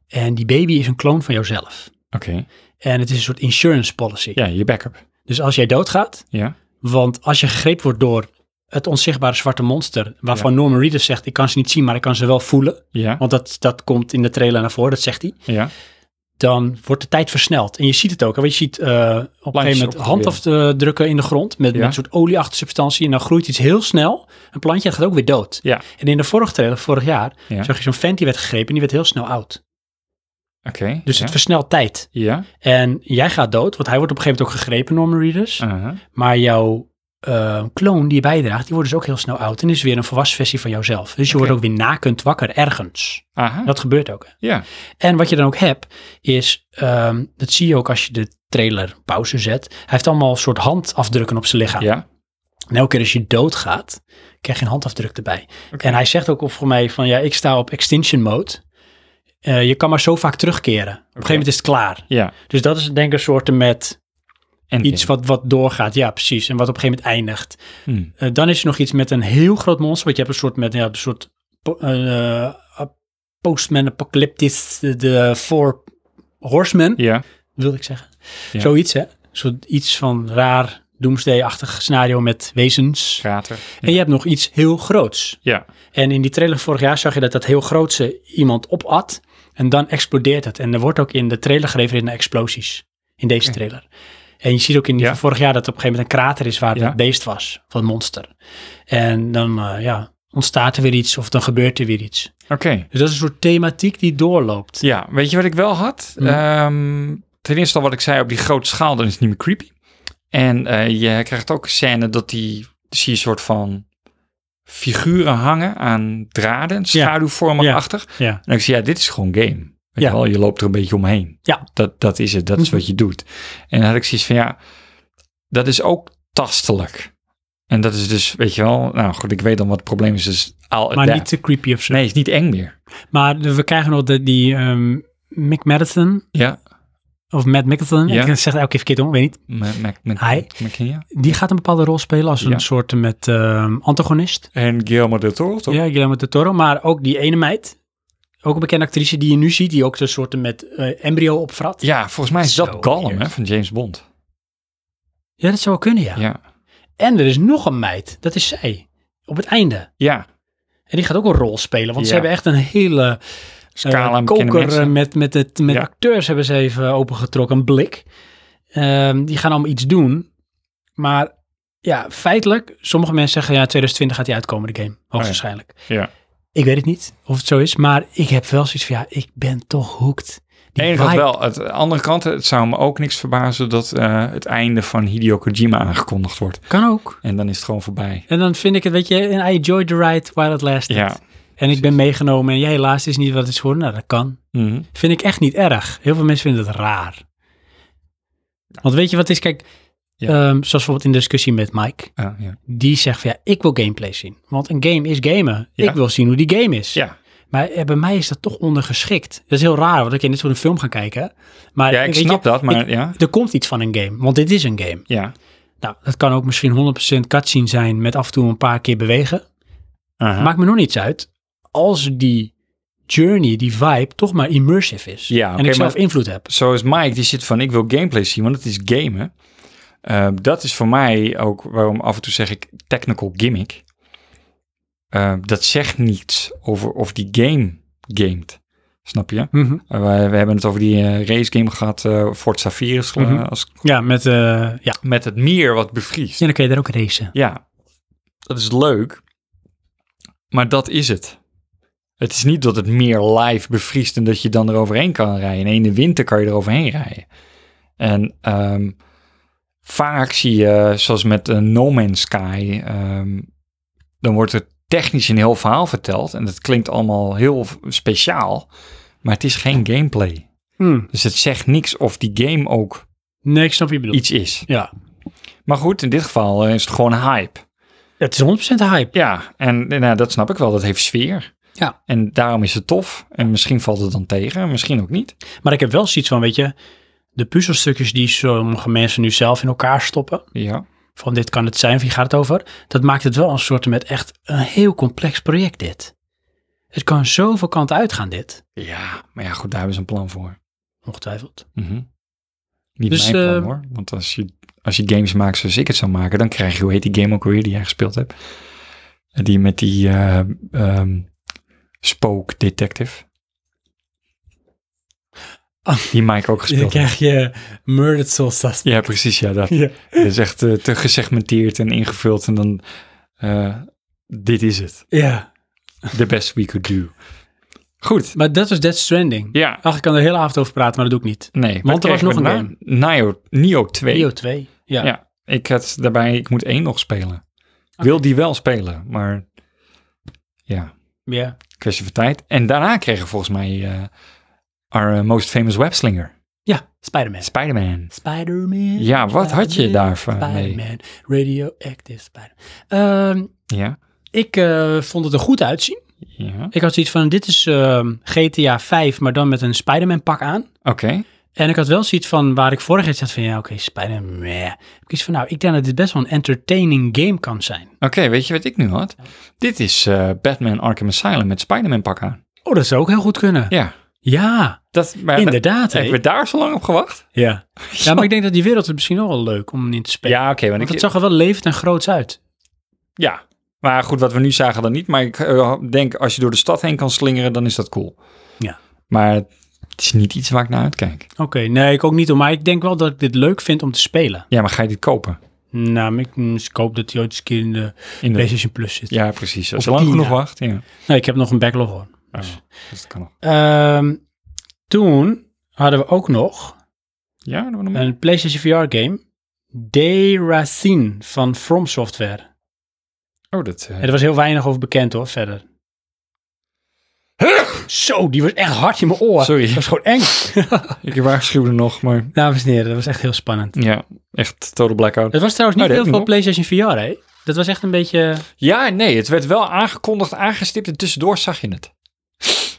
A: En die baby is een kloon van jouzelf.
C: Oké.
A: En het is een soort insurance policy.
C: Ja, je backup.
A: Dus als jij doodgaat,
C: Ja.
A: want als je gegrepen wordt door het onzichtbare zwarte monster, waarvan Norman Reedus zegt, ik kan ze niet zien, maar ik kan ze wel voelen,
C: Ja.
A: want dat, dat komt in de trailer naar voren, dat zegt hij,
C: Ja.
A: dan wordt de tijd versneld. En je ziet het ook, hè, want je ziet eh, op een gegeven moment
C: opgroeien.
A: handafdrukken in de grond met,
C: Ja.
A: met een soort olieachtige substantie en dan groeit iets heel snel, een plantje, dat gaat ook weer dood.
C: Ja.
A: En in de vorige trailer, vorig jaar,
C: Ja.
A: zag je zo'n vent die werd gegrepen en die werd heel snel oud.
C: Oké.
A: Dus
C: ja.
A: het versnelt tijd.
C: Ja.
A: En jij gaat dood, want hij wordt op een gegeven moment ook gegrepen, Norman Reedus.
C: Aha.
A: Maar jouw eh, kloon die je bijdraagt, die wordt dus ook heel snel oud en is weer een volwassen versie van jouzelf. Dus je
C: Oké.
A: wordt ook weer nakend wakker ergens.
C: Aha.
A: Dat gebeurt ook. hè.
C: Ja.
A: En wat je dan ook hebt, is, ehm, dat zie je ook als je de trailer pauze zet. Hij heeft allemaal een soort handafdrukken op zijn lichaam.
C: Ja.
A: En elke keer als je doodgaat, krijg je een handafdruk erbij.
C: Oké.
A: En hij zegt ook op voor mij van, ja, ik sta op extinction mode. Eh, je kan maar zo vaak terugkeren. Op een gegeven moment is het klaar.
C: Ja.
A: Dus dat is denk ik een soort met
C: En
A: iets wat, wat doorgaat. Ja, precies. En wat op een gegeven moment eindigt.
C: Hmm.
A: Eh, dan is er nog iets met een heel groot monster. Want je hebt een soort met ja, een soort po- eh, eh, postman apocalyptisch de- de four horsemen
C: Ja.
A: wil ik zeggen.
C: Ja.
A: Zoiets hè. Zo iets van raar doomsday-achtig scenario met wezens.
C: Krater.
A: En je hebt nog iets heel groots.
C: Ja.
A: En in die trailer vorig jaar zag je dat dat heel grootse iemand opat. En dan explodeert het. En er wordt ook in de trailer gerefereerd naar explosies. In deze trailer. En je ziet ook in die
C: Ja.
A: van vorig jaar dat op een gegeven moment een krater is waar
C: Ja.
A: dat beest was. Van het monster. En dan, eh, ja, ontstaat er weer iets of dan gebeurt er weer iets.
C: Oké.
A: Dus dat is een soort thematiek die doorloopt.
C: Ja, weet je wat ik wel had?
A: Hm.
C: Ehm, ten eerste al wat ik zei, op die grote schaal, dan is het niet meer creepy. En eh, je krijgt ook een scène dat die, zie je een soort van figuren hangen aan draden, schaduwvormen achter.
A: Ja.
C: En ik zie, ja, dit is gewoon game. Weet
A: Ja.
C: je wel, je loopt er een beetje omheen.
A: Ja.
C: Dat, dat is het, dat is
A: Mhm.
C: wat je doet. En dan had ik zoiets van, ja, dat is ook tastelijk. En dat is dus, weet je wel, nou goed, ik weet dan wat het probleem is. Dus al,
A: Maar
C: daar-
A: niet te creepy of zo.
C: nee, het is niet eng meer.
A: Maar de- we krijgen nog de, die ehm Mick Madison,
C: Ja.
A: of Matt Mickelson.
C: Ja.
A: Ik zeg het elke keer verkeerd om, weet niet.
C: Met, met, met,
A: Hi.
C: met- ja.
A: Die gaat een bepaalde rol spelen als een
C: Ja.
A: soort met ehm, antagonist.
C: En Guillermo del Toro, toch?
A: Ja, Guillermo del Toro. Maar ook die ene meid, ook een bekende actrice die je nu ziet, die ook een soort met eh, embryo opvrat. Ja.
C: Ja, volgens mij is
A: Zo
C: dat Gollum
A: weird.
C: hè, van James Bond.
A: dat zou wel kunnen, ja.
C: Ja.
A: En er is nog een meid, dat is zij, op het einde.
C: Ja.
A: En die gaat ook een rol spelen, want ze
C: Ja.
A: hebben echt een hele
C: Scala
A: eh,
C: aan bekende
A: koker
C: mensen.
A: eh, met, met, het, met
C: Ja.
A: acteurs hebben ze even opengetrokken, een blik. Ehm, die gaan allemaal iets doen. Maar ja, feitelijk, sommige mensen zeggen ja, 2020 gaat die uitkomen, de
C: Oh
A: game, hoogstwaarschijnlijk.
C: ja.
A: Ik weet het niet of het zo is, maar ik heb wel zoiets van ja, ik ben toch hooked. Die
C: Enige wat
A: vibe-
C: wel. Het, de andere kant, het zou me ook niks verbazen dat eh, het einde van Hideo Kojima aangekondigd wordt.
A: Kan ook.
C: En dan is het gewoon voorbij.
A: En dan vind ik het, weet je, en I enjoyed the ride while it lasted.
C: Ja.
A: En ik ben meegenomen en jij helaas het is niet wat het is geworden. Nou, dat kan.
C: Mhm.
A: Vind ik echt niet erg. Heel veel mensen vinden het raar. Want weet je wat het is? Kijk,
C: Ja.
A: ehm, zoals bijvoorbeeld in de discussie met Mike.
C: Ah, ja.
A: Die zegt van ja, ik wil gameplay zien. Want een game is gamen.
C: Ja.
A: Ik wil zien hoe die game is.
C: Ja.
A: Maar eh, bij mij is dat toch ondergeschikt. Dat is heel raar, want ik kan net zo'n film gaan kijken. Maar
C: ja, ik
A: weet
C: snap
A: je,
C: dat, maar
A: ik-
C: ja.
A: Er komt iets van een game, want dit is een game.
C: Ja.
A: Nou, dat kan ook misschien 100% cutscene zijn met af en toe een paar keer bewegen.
C: Aha.
A: Maakt me nog niets uit. Als die journey, die vibe, toch maar immersive is.
C: Ja,
A: en
C: oké,
A: ik zelf
C: maar-
A: invloed heb.
C: Zo is Mike, die zit van, ik wil gameplay zien, want het is gamen. Eh, dat is voor mij ook waarom af en toe zeg ik technical gimmick. Eh, dat zegt niets over of die game gamet. Snap je?
A: Mhm.
C: Uh, we, we hebben het over die eh, race game gehad, eh Fort Safiris, eh,
A: Mhm.
C: als,
A: Ja, met, eh, ja.
C: met het meer wat bevriest.
A: ja, dan kun je daar ook racen.
C: Ja, dat is leuk, maar dat is het. Het is niet dat het meer live bevriest en dat je dan eroverheen kan rijden. Nee, in de winter kan je eroverheen rijden. En ehm, vaak zie je, zoals met eh, No Man's Sky, ehm, dan wordt er technisch een heel verhaal verteld. En dat klinkt allemaal heel v- speciaal, maar het is geen gameplay.
A: Hmm.
C: Dus het zegt niks of die game ook
A: Nee, ik snap wat je bedoelt.
C: iets is.
A: Ja,
C: Maar goed, in dit geval eh, is het gewoon hype.
A: het is 100% hype.
C: Ja, en eh, nou, dat snap ik wel. Dat heeft sfeer.
A: Ja.
C: En daarom is het tof. En misschien valt het dan tegen, misschien ook niet.
A: Maar ik heb wel zoiets van, weet je, de puzzelstukjes die sommige mensen nu zelf in elkaar stoppen.
C: Ja.
A: Van dit kan het zijn, of hier gaat het over. Dat maakt het wel een soort met echt een heel complex project dit. Het kan zoveel kanten uitgaan dit,
C: Ja, maar ja, goed, daar hebben ze een plan voor.
A: ongetwijfeld.
C: Mhm. Niet
A: Dus,
C: mijn plan
A: eh,
C: hoor. Want als je, als je games maakt zoals ik het zou maken, dan krijg je, hoe heet die game ook weer die jij gespeeld hebt? Eh, Die met die eh, ehm, Spoke Detective.
A: Ah.
C: Die Mike ook gespeeld heeft.
A: je Murdered Soul Suspect.
C: Ja, precies. Ja, dat.
A: Ja.
C: Dat is echt eh, te gesegmenteerd en ingevuld. En dan, eh, dit is het.
A: ja.
C: The best we could do. Goed.
A: Maar dat was Dead Stranding.
C: Ja.
A: Ach, ik kan er de hele avond over praten, maar dat doe ik niet.
C: Nee.
A: Want er was nog een game.
C: Nio, Nio 2.
A: Rio 2. Ja.
C: Ja. Ik had daarbij, ik moet één nog spelen. Wil die wel spelen, maar ja,
A: Ja.
C: kwestie van tijd. En daarna kregen we volgens mij eh, our eh, most famous webslinger,
A: Ja, Spider-Man.
C: Spider-Man.
A: Spider-Man.
C: Ja, wat had je
A: Spider-Man,
C: daarvan mee?
A: Spider-Man, radioactive Spider-Man. Ehm,
C: Ja,
A: ik eh, vond het er goed uitzien.
C: ja.
A: Ik had zoiets van, dit is ehm, GTA 5, maar dan met een Spider-Man pak aan.
C: Oké.
A: En ik had wel zoiets van, waar ik vorige keer zat van, ja, oké, Spider-Man. meh. Ik iets van, nou, ik denk dat dit best wel een entertaining game kan zijn.
C: Oké, weet je wat ik nu had? Dit is eh, Batman Arkham Asylum met Spider-Man pak aan.
A: Oh, dat zou ook heel goed kunnen.
C: Ja.
A: Ja,
C: Dat, maar,
A: inderdaad. hè.
C: Hebben we daar zo lang op gewacht?
A: Ja. ja, maar ik denk dat die wereld is misschien wel wel leuk om in te spelen.
C: Ja, oké. want
A: Want
C: ik,
A: het zag er wel levend en groots uit.
C: Ja, maar goed, wat we nu zagen dan niet. Maar ik eh, denk, als je door de stad heen kan slingeren, dan is dat cool.
A: Ja.
C: Maar het is niet iets waar ik naar uitkijk.
A: Oké, nee, ik ook niet. hoor. Maar ik denk wel dat ik dit leuk vind om te spelen.
C: Ja, maar ga je dit kopen?
A: Nou, ik, mm, dus ik hoop dat hij ooit eens een keer in de
C: In de,
A: PlayStation Plus zit.
C: ja, precies. Als je
A: Op
C: lang
A: tien,
C: genoeg
A: ja.
C: wacht. Ja.
A: Nou, ik heb nog een backlog hoor.
C: Ja, dus dat kan nog.
A: Ehm, toen hadden we ook nog
C: Ja, dan nog meer.
A: een PlayStation VR game. De Racine van From Software.
C: Oh, dat... eh,
A: En er was heel weinig over bekend hoor, verder. Zo, die was echt hard in mijn oor.
C: Sorry.
A: Dat was gewoon eng.
C: ik waarschuwde nog, maar...
A: Dames en heren, dat was echt heel spannend.
C: Ja, echt total blackout.
A: Het was trouwens
C: Oh,
A: niet
C: dat
A: heel
C: heb
A: veel
C: ik
A: PlayStation VR, hè? Dat was echt een beetje...
C: Ja, nee, het werd wel aangekondigd, aangestipt en tussendoor zag je het.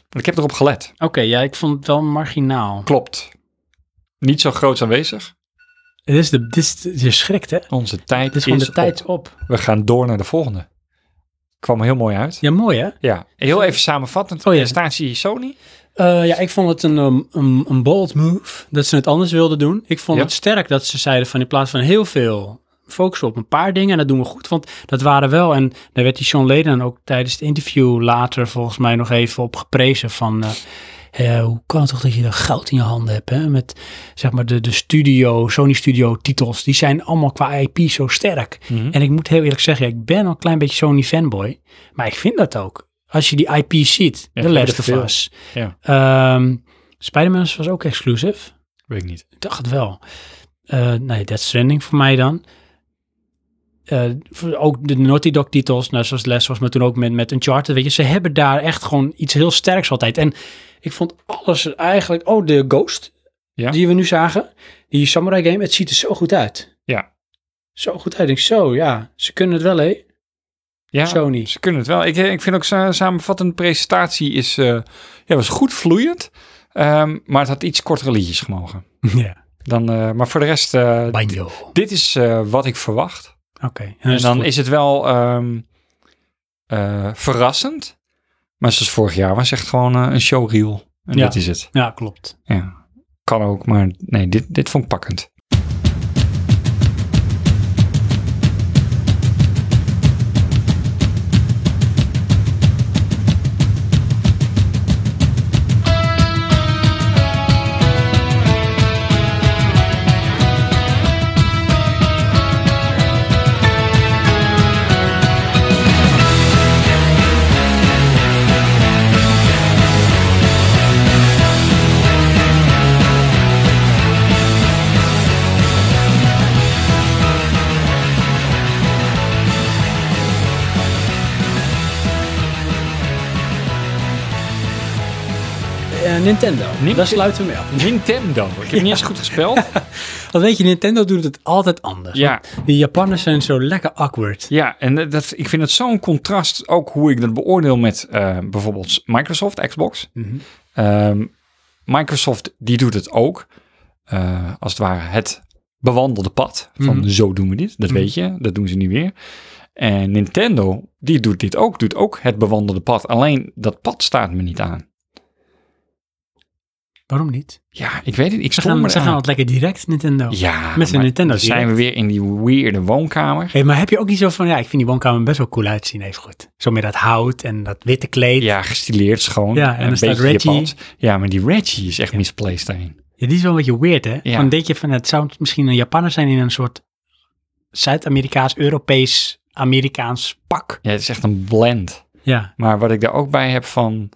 C: Want ik heb erop gelet.
A: Oké, ja, ik vond het wel marginaal.
C: Klopt. Niet zo groots aanwezig.
A: Dit is de, dit is, je schrikt, hè?
C: Onze tijd
A: Het is
C: is,
A: gewoon de tijd
C: op.
A: op.
C: We gaan door naar de volgende. Kwam heel mooi uit.
A: Ja, mooi, hè?
C: Ja, heel even samenvattend.
A: Oh ja.
C: Presentatie Sony.
A: Eh, ja, ik vond het een, um, een, een bold move dat ze het anders wilden doen. Ik vond
C: Ja.
A: het sterk dat ze zeiden van in plaats van heel veel focussen op een paar dingen en dat doen we goed. Want dat waren wel, en daar werd die Sean Leden ook tijdens het interview later volgens mij nog even op geprezen van... eh, eh, hoe kan het toch dat je dan goud in je handen hebt? Hè? Met zeg maar de, de studio, Sony Studio titels, die zijn allemaal qua IP zo sterk.
C: Mhm.
A: En ik moet heel eerlijk zeggen, ja, ik ben al een klein beetje Sony fanboy. Maar ik vind dat ook. Als je die IP ziet,
C: Ja,
A: de
C: er is
A: Last
C: te
A: of
C: veel.
A: Us.
C: Ja.
A: Ehm, Spider-Man was ook exclusief.
C: Weet ik niet.
A: Ik dacht het wel. Eh, nee, Death Stranding voor mij dan. Eh, voor- ook de Naughty Dog titels, nou, zoals Les was, maar toen ook met, met Uncharted. Weet je, ze hebben daar echt gewoon iets heel sterks altijd. En ik vond alles er eigenlijk... Oh, de Ghost,
C: Ja.
A: die we nu zagen. Die Samurai game, het ziet er zo goed uit.
C: Ja.
A: Zo goed uit. Ik denk, zo, ja. Ze kunnen het wel, hé.
C: Ja,
A: Sony.
C: ze kunnen het wel. Ik, eh, ik vind ook sa- samenvattend, de presentatie is, eh, ja, was goed vloeiend. Ehm, maar het had iets kortere liedjes gemogen.
A: Ja.
C: Dan, eh, maar voor de rest, eh,
A: Banjo. Oké.
C: dit is eh, wat ik verwacht.
A: En dan
C: En
A: is het
C: Dus dan
A: goed.
C: is het wel ehm, eh, verrassend. Maar zoals vorig jaar was echt gewoon eh, een showreel. En
A: Ja.
C: dit is het.
A: Ja, klopt.
C: Ja. Kan ook, maar nee, dit, dit vond ik pakkend.
A: Eh, Nintendo.
C: Nintendo.
A: Daar sluiten we mee af.
C: Nintendo. Ik heb niet eens goed gespeeld.
A: Want weet je, Nintendo doet het altijd anders.
C: Ja.
A: Die Japanners zijn zo lekker awkward.
C: Ja, en dat- dat, ik vind het zo'n contrast ook hoe ik dat beoordeel met eh, bijvoorbeeld Microsoft, Xbox. Ehm, Microsoft die doet het ook, eh, als het ware het bewandelde pad. Van
A: Mhm.
C: zo doen we dit, dat weet je, dat doen ze nu weer. En Nintendo die doet dit ook, doet ook het bewandelde pad. Alleen dat pad staat me niet aan.
A: Waarom niet?
C: Ja, ik weet het, ik
A: Ze
C: stond
A: gaan,
C: me
A: ze gaan
C: eraan.
A: het lekker direct, Nintendo.
C: Ja,
A: met hun
C: maar
A: Nintendo
C: dan zijn we weer in die weirde woonkamer.
A: Hey, maar heb je ook niet zo van, ja, ik vind die woonkamer best wel cool uitzien, even goed. Zo met dat hout en dat witte kleed.
C: Ja, gestileerd schoon.
A: Ja, en
C: Een
A: dan staat
C: beetje
A: Reggie.
C: Japans. Ja, maar die Reggie is echt misplaced daarin.
A: Ja, die is wel een beetje weird, hè?
C: Ja.
A: Dan denk je van, het zou misschien een Japanner zijn in een soort Zuid-Amerikaans, Europees, Amerikaans pak.
C: Ja, het is echt een blend.
A: Ja,
C: Maar wat ik daar ook bij heb van...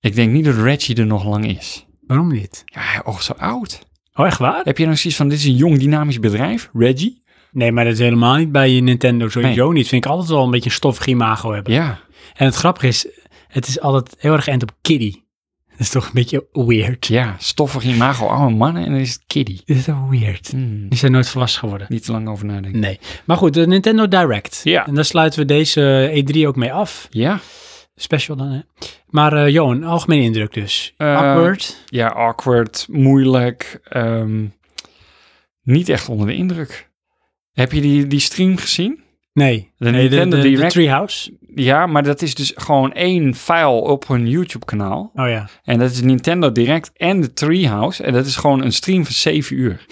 C: Ik denk niet dat Reggie er nog lang is.
A: waarom niet?
C: Ja, hij oogt zo oud.
A: Oh, echt waar?
C: Heb je nou zoiets van, dit is een jong dynamisch bedrijf, Reggie?
A: Nee, maar dat is helemaal niet bij Nintendo, sowieso niet. Vind ik altijd wel een beetje een stoffig imago hebben.
C: Ja.
A: En het grappige is, het is altijd heel erg end op kiddie. Dat is toch een beetje weird.
C: Ja, stoffig imago, oude mannen en dan is het kiddie.
A: Dit is toch weird?
C: Hmm,
A: Die zijn nooit volwassen geworden.
C: niet te lang over nadenken.
A: Nee. Maar goed, de Nintendo Direct.
C: Ja.
A: En daar sluiten we deze E3 ook mee af.
C: Ja,
A: Special dan, hè? Maar eh Johan, algemene indruk dus.
C: Eh,
A: Awkward.
C: ja, awkward, moeilijk, ehm, niet echt onder de indruk. Heb je die, die stream gezien?
A: Nee.
C: de
A: nee,
C: Nintendo
A: de,
C: Direct-
A: Treehouse.
C: Ja, maar dat is dus gewoon één file op hun YouTube kanaal.
A: Oh ja.
C: En dat is Nintendo Direct en de Treehouse. En dat is gewoon een stream van 7 uur.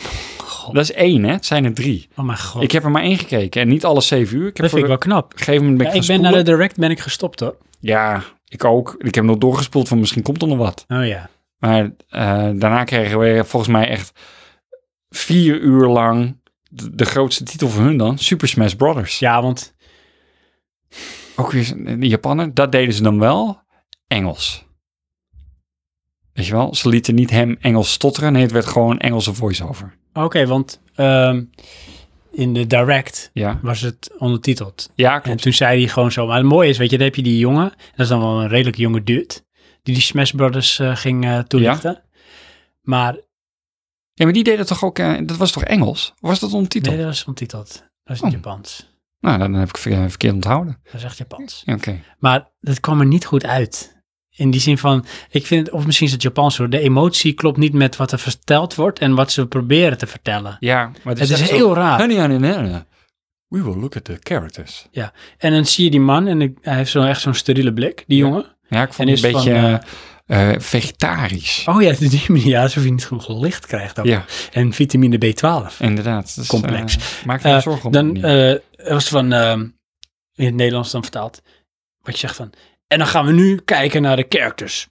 C: Dat is één, hè? Het zijn er drie.
A: Oh mijn god.
C: Ik heb er maar één gekeken. En niet alle 7 uur. Ik heb
A: dat vind ik
C: voor
A: wel knap.
C: Op een gegeven moment ben
A: Ja,
C: ik
A: ik
C: gaan
A: ben naar de
C: spoelen.
A: Direct ben ik gestopt hoor.
C: Ja, ik ook. Ik heb nog doorgespoeld van misschien komt er nog wat.
A: Oh ja.
C: Maar eh, daarna kregen we volgens mij echt vier uur lang de, de grootste titel voor hun dan, Super Smash Brothers.
A: Ja, want
C: Ook weer een- een Japaner, dat deden ze dan wel Engels. Weet je wel, ze lieten niet hem Engels stotteren, nee, het werd gewoon Engelse voice-over.
A: Oké, want ehm, in de direct
C: Ja,
A: was het ondertiteld.
C: ja
A: En
C: klopt.
A: toen zei hij gewoon zo. Maar het mooie is, weet je, dan heb je die jongen. Dat is dan wel een redelijk jonge dude. Die die Smash Brothers eh, ging eh, toelichten. Maar
C: Ja, maar die deden toch ook, eh, dat was toch Engels? Of was dat ondertiteld?
A: nee, dat was ondertiteld. Dat is in
C: Oh.
A: Japans.
C: Nou, dan heb ik ver- verkeerd onthouden.
A: Dat is echt Japans.
C: Ja, oké.
A: Maar dat kwam er niet goed uit. In die zin van, ik vind het, of misschien is het Japans hoor, de emotie klopt niet met wat er verteld wordt en wat ze proberen te vertellen.
C: Ja, maar
A: Het is heel raar.
C: Honey, honey, honey, honey. We will look at the characters.
A: Ja. En dan zie je die man en ik- hij heeft zo echt zo'n steriele blik, die
C: Ja.
A: jongen.
C: Ja, ik
A: En
C: vond het een
A: is
C: beetje
A: van,
C: eh, eh, vegetarisch.
A: Oh ja, die manier, ja, alsof hij niet genoeg licht krijgt ook.
C: Ja,
A: En vitamine B12.
C: inderdaad. Dus,
A: Complex.
C: eh, maak je geen
A: Eh,
C: zorgen om.
A: dan
C: die manier.
A: eh, er was van, ehm, in het Nederlands dan vertaald, wat je zegt van, en dan gaan we nu kijken naar de characters.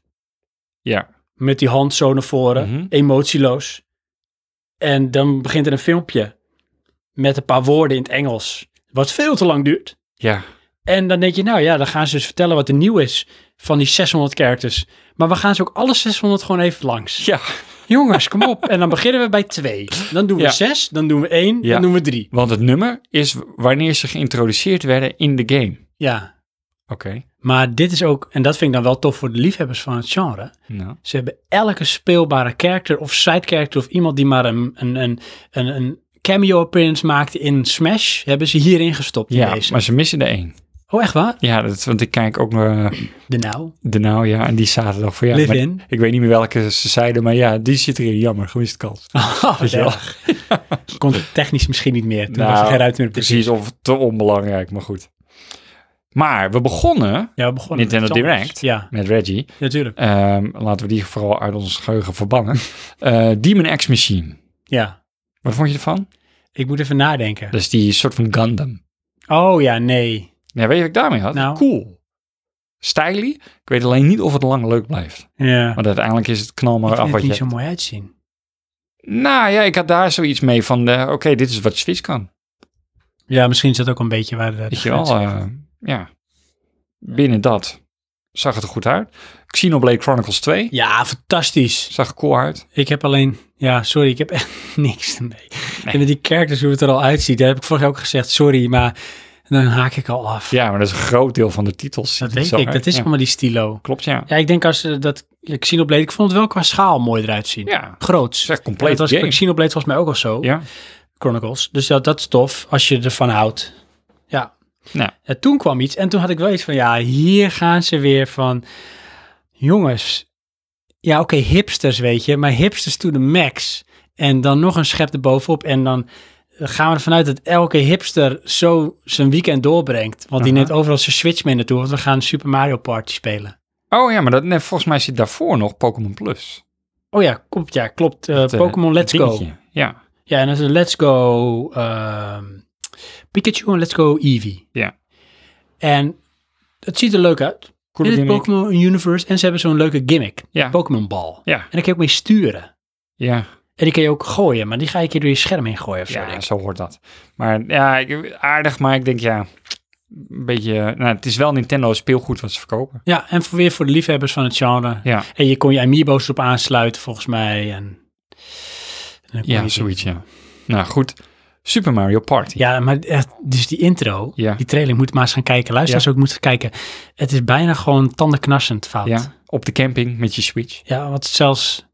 C: ja.
A: Met die hand zo naar voren,
C: Mhm.
A: emotieloos. En dan begint er een filmpje met een paar woorden in het Engels, wat veel te lang duurt.
C: ja,
A: En dan denk je, nou ja, dan gaan ze dus vertellen wat er nieuw is van die 600 characters. Maar we gaan ze ook alle 600 gewoon even langs.
C: ja.
A: Jongens, kom op. En dan beginnen we bij twee. Dan doen we
C: Ja.
A: zes, dan doen we één,
C: Ja.
A: dan doen we drie.
C: Want het nummer is wanneer ze geïntroduceerd werden in de game.
A: Ja,
C: Oké.
A: Maar dit is ook, en dat vind ik dan wel tof voor de liefhebbers van het genre.
C: Nou.
A: Ze hebben elke speelbare character of side character of iemand die maar een, een, een, een, een cameo appearance maakt in Smash, hebben ze hierin gestopt. in
C: Ja,
A: deze.
C: maar ze missen er één.
A: Oh, echt waar?
C: Ja, dat, want ik kijk ook naar eh,
A: De nou.
C: de nou, ja, en die zaterdag voor jou.
A: Live in.
C: Ik weet niet meer welke ze zeiden, maar ja, die zit erin. Jammer, gemiste kans.
A: Oh,
C: Weet je wel?
A: Kon het technisch misschien niet meer. Toen
C: Nou,
A: was er geen ruimte meer op de
C: Precies, of te onbelangrijk, maar goed. Maar we begonnen
A: Ja, we begonnen. met
C: Nintendo
A: iets anders.
C: Direct.
A: Ja,
C: met Reggie.
A: natuurlijk.
C: Ehm, laten we die vooral uit ons geheugen verbannen. Eh Demon X Machine.
A: Ja.
C: Wat vond je ervan?
A: Ik moet even nadenken.
C: Dat is die soort van Gundam.
A: Oh ja, nee.
C: Ja, weet je wat ik daarmee had?
A: Nou.
C: Cool. Stylie. Ik weet alleen niet of het lang leuk blijft.
A: Ja.
C: Want uiteindelijk is het knal maar
A: ik
C: af
A: vind het
C: wat je
A: niet zo
C: hebt.
A: mooi uitzien.
C: Nou ja, ik had daar zoiets mee van, eh, oké, dit is wat Switch kan.
A: Ja, misschien is dat ook een beetje waar de, de
C: Weet je
A: grens
C: wel,
A: ligt.
C: eh, ja. Binnen dat zag het er goed uit. Xenoblade Chronicles 2
A: Ja, fantastisch.
C: zag er cool uit.
A: Ik heb alleen, ja, sorry, ik heb echt niks ermee. En met die characters, hoe het er al uitziet, daar heb ik vorig jaar ook gezegd, sorry, maar dan haak ik al af.
C: Ja, maar dat is een groot deel van de
A: dat
C: titels. Ziet er
A: weet
C: zo
A: ik,
C: uit.
A: dat is
C: Ja,
A: allemaal die stilo.
C: Klopt, ja.
A: Ja, ik denk als eh, dat Xenoblade, ik vond het wel qua schaal mooi eruit zien.
C: Ja,
A: Groots.
C: zeg
A: En
C: compleet
A: dat was
C: game.
A: bij Xenoblade volgens mij ook al zo,
C: Ja,
A: Chronicles. Dus dat, dat is tof, als je ervan houdt. Ja.
C: Nou.
A: Ja, toen kwam iets en toen had ik wel iets van, ja, hier gaan ze weer van, jongens, ja, oké, hipsters, weet je, maar hipsters to the max. En dan nog een schep erbovenop. En dan gaan we ervan uit dat elke hipster zo zijn weekend doorbrengt. Want die
C: Aha.
A: neemt overal zijn Switch mee naartoe, want we gaan Super Mario Party spelen.
C: Oh ja, maar dat, nee, volgens mij zit daarvoor nog Pokémon Plus.
A: Oh ja, klopt, ja, klopt. eh,
C: Dat, eh,
A: Pokémon Let's Go.
C: dingetje. Ja,
A: Ja, en dan is het Let's Go ehm, Pikachu en Let's Go Eevee.
C: Ja.
A: En het ziet er leuk uit.
C: coole
A: in het
C: gimmick.
A: Pokémon Universe. En ze hebben zo'n leuke gimmick.
C: Ja.
A: Pokémon Ball. En
C: Ja,
A: daar kan je ook mee sturen.
C: ja.
A: En die kan je ook gooien, maar die ga ik je door je scherm heen gooien of zo. denk
C: Ja,
A: ik.
C: zo hoort dat. Maar ja, ik- aardig, maar ik denk ja, een beetje... eh, Nou, het is wel Nintendo speelgoed wat ze verkopen.
A: Ja, en voor, weer voor de liefhebbers van het genre.
C: Ja,
A: En je kon je amiibo's erop aansluiten, volgens mij. En, en dan kon
C: ja
A: je-
C: zoiets, ja. Nou, goed. Super Mario Party.
A: Ja, maar echt, dus die intro,
C: Ja.
A: die trailer, ik moet maar eens gaan kijken. Luisteraars ook moeten kijken. Het is bijna gewoon tandenknarsend fout.
C: Ja, op de camping met je Switch.
A: Ja, want zelfs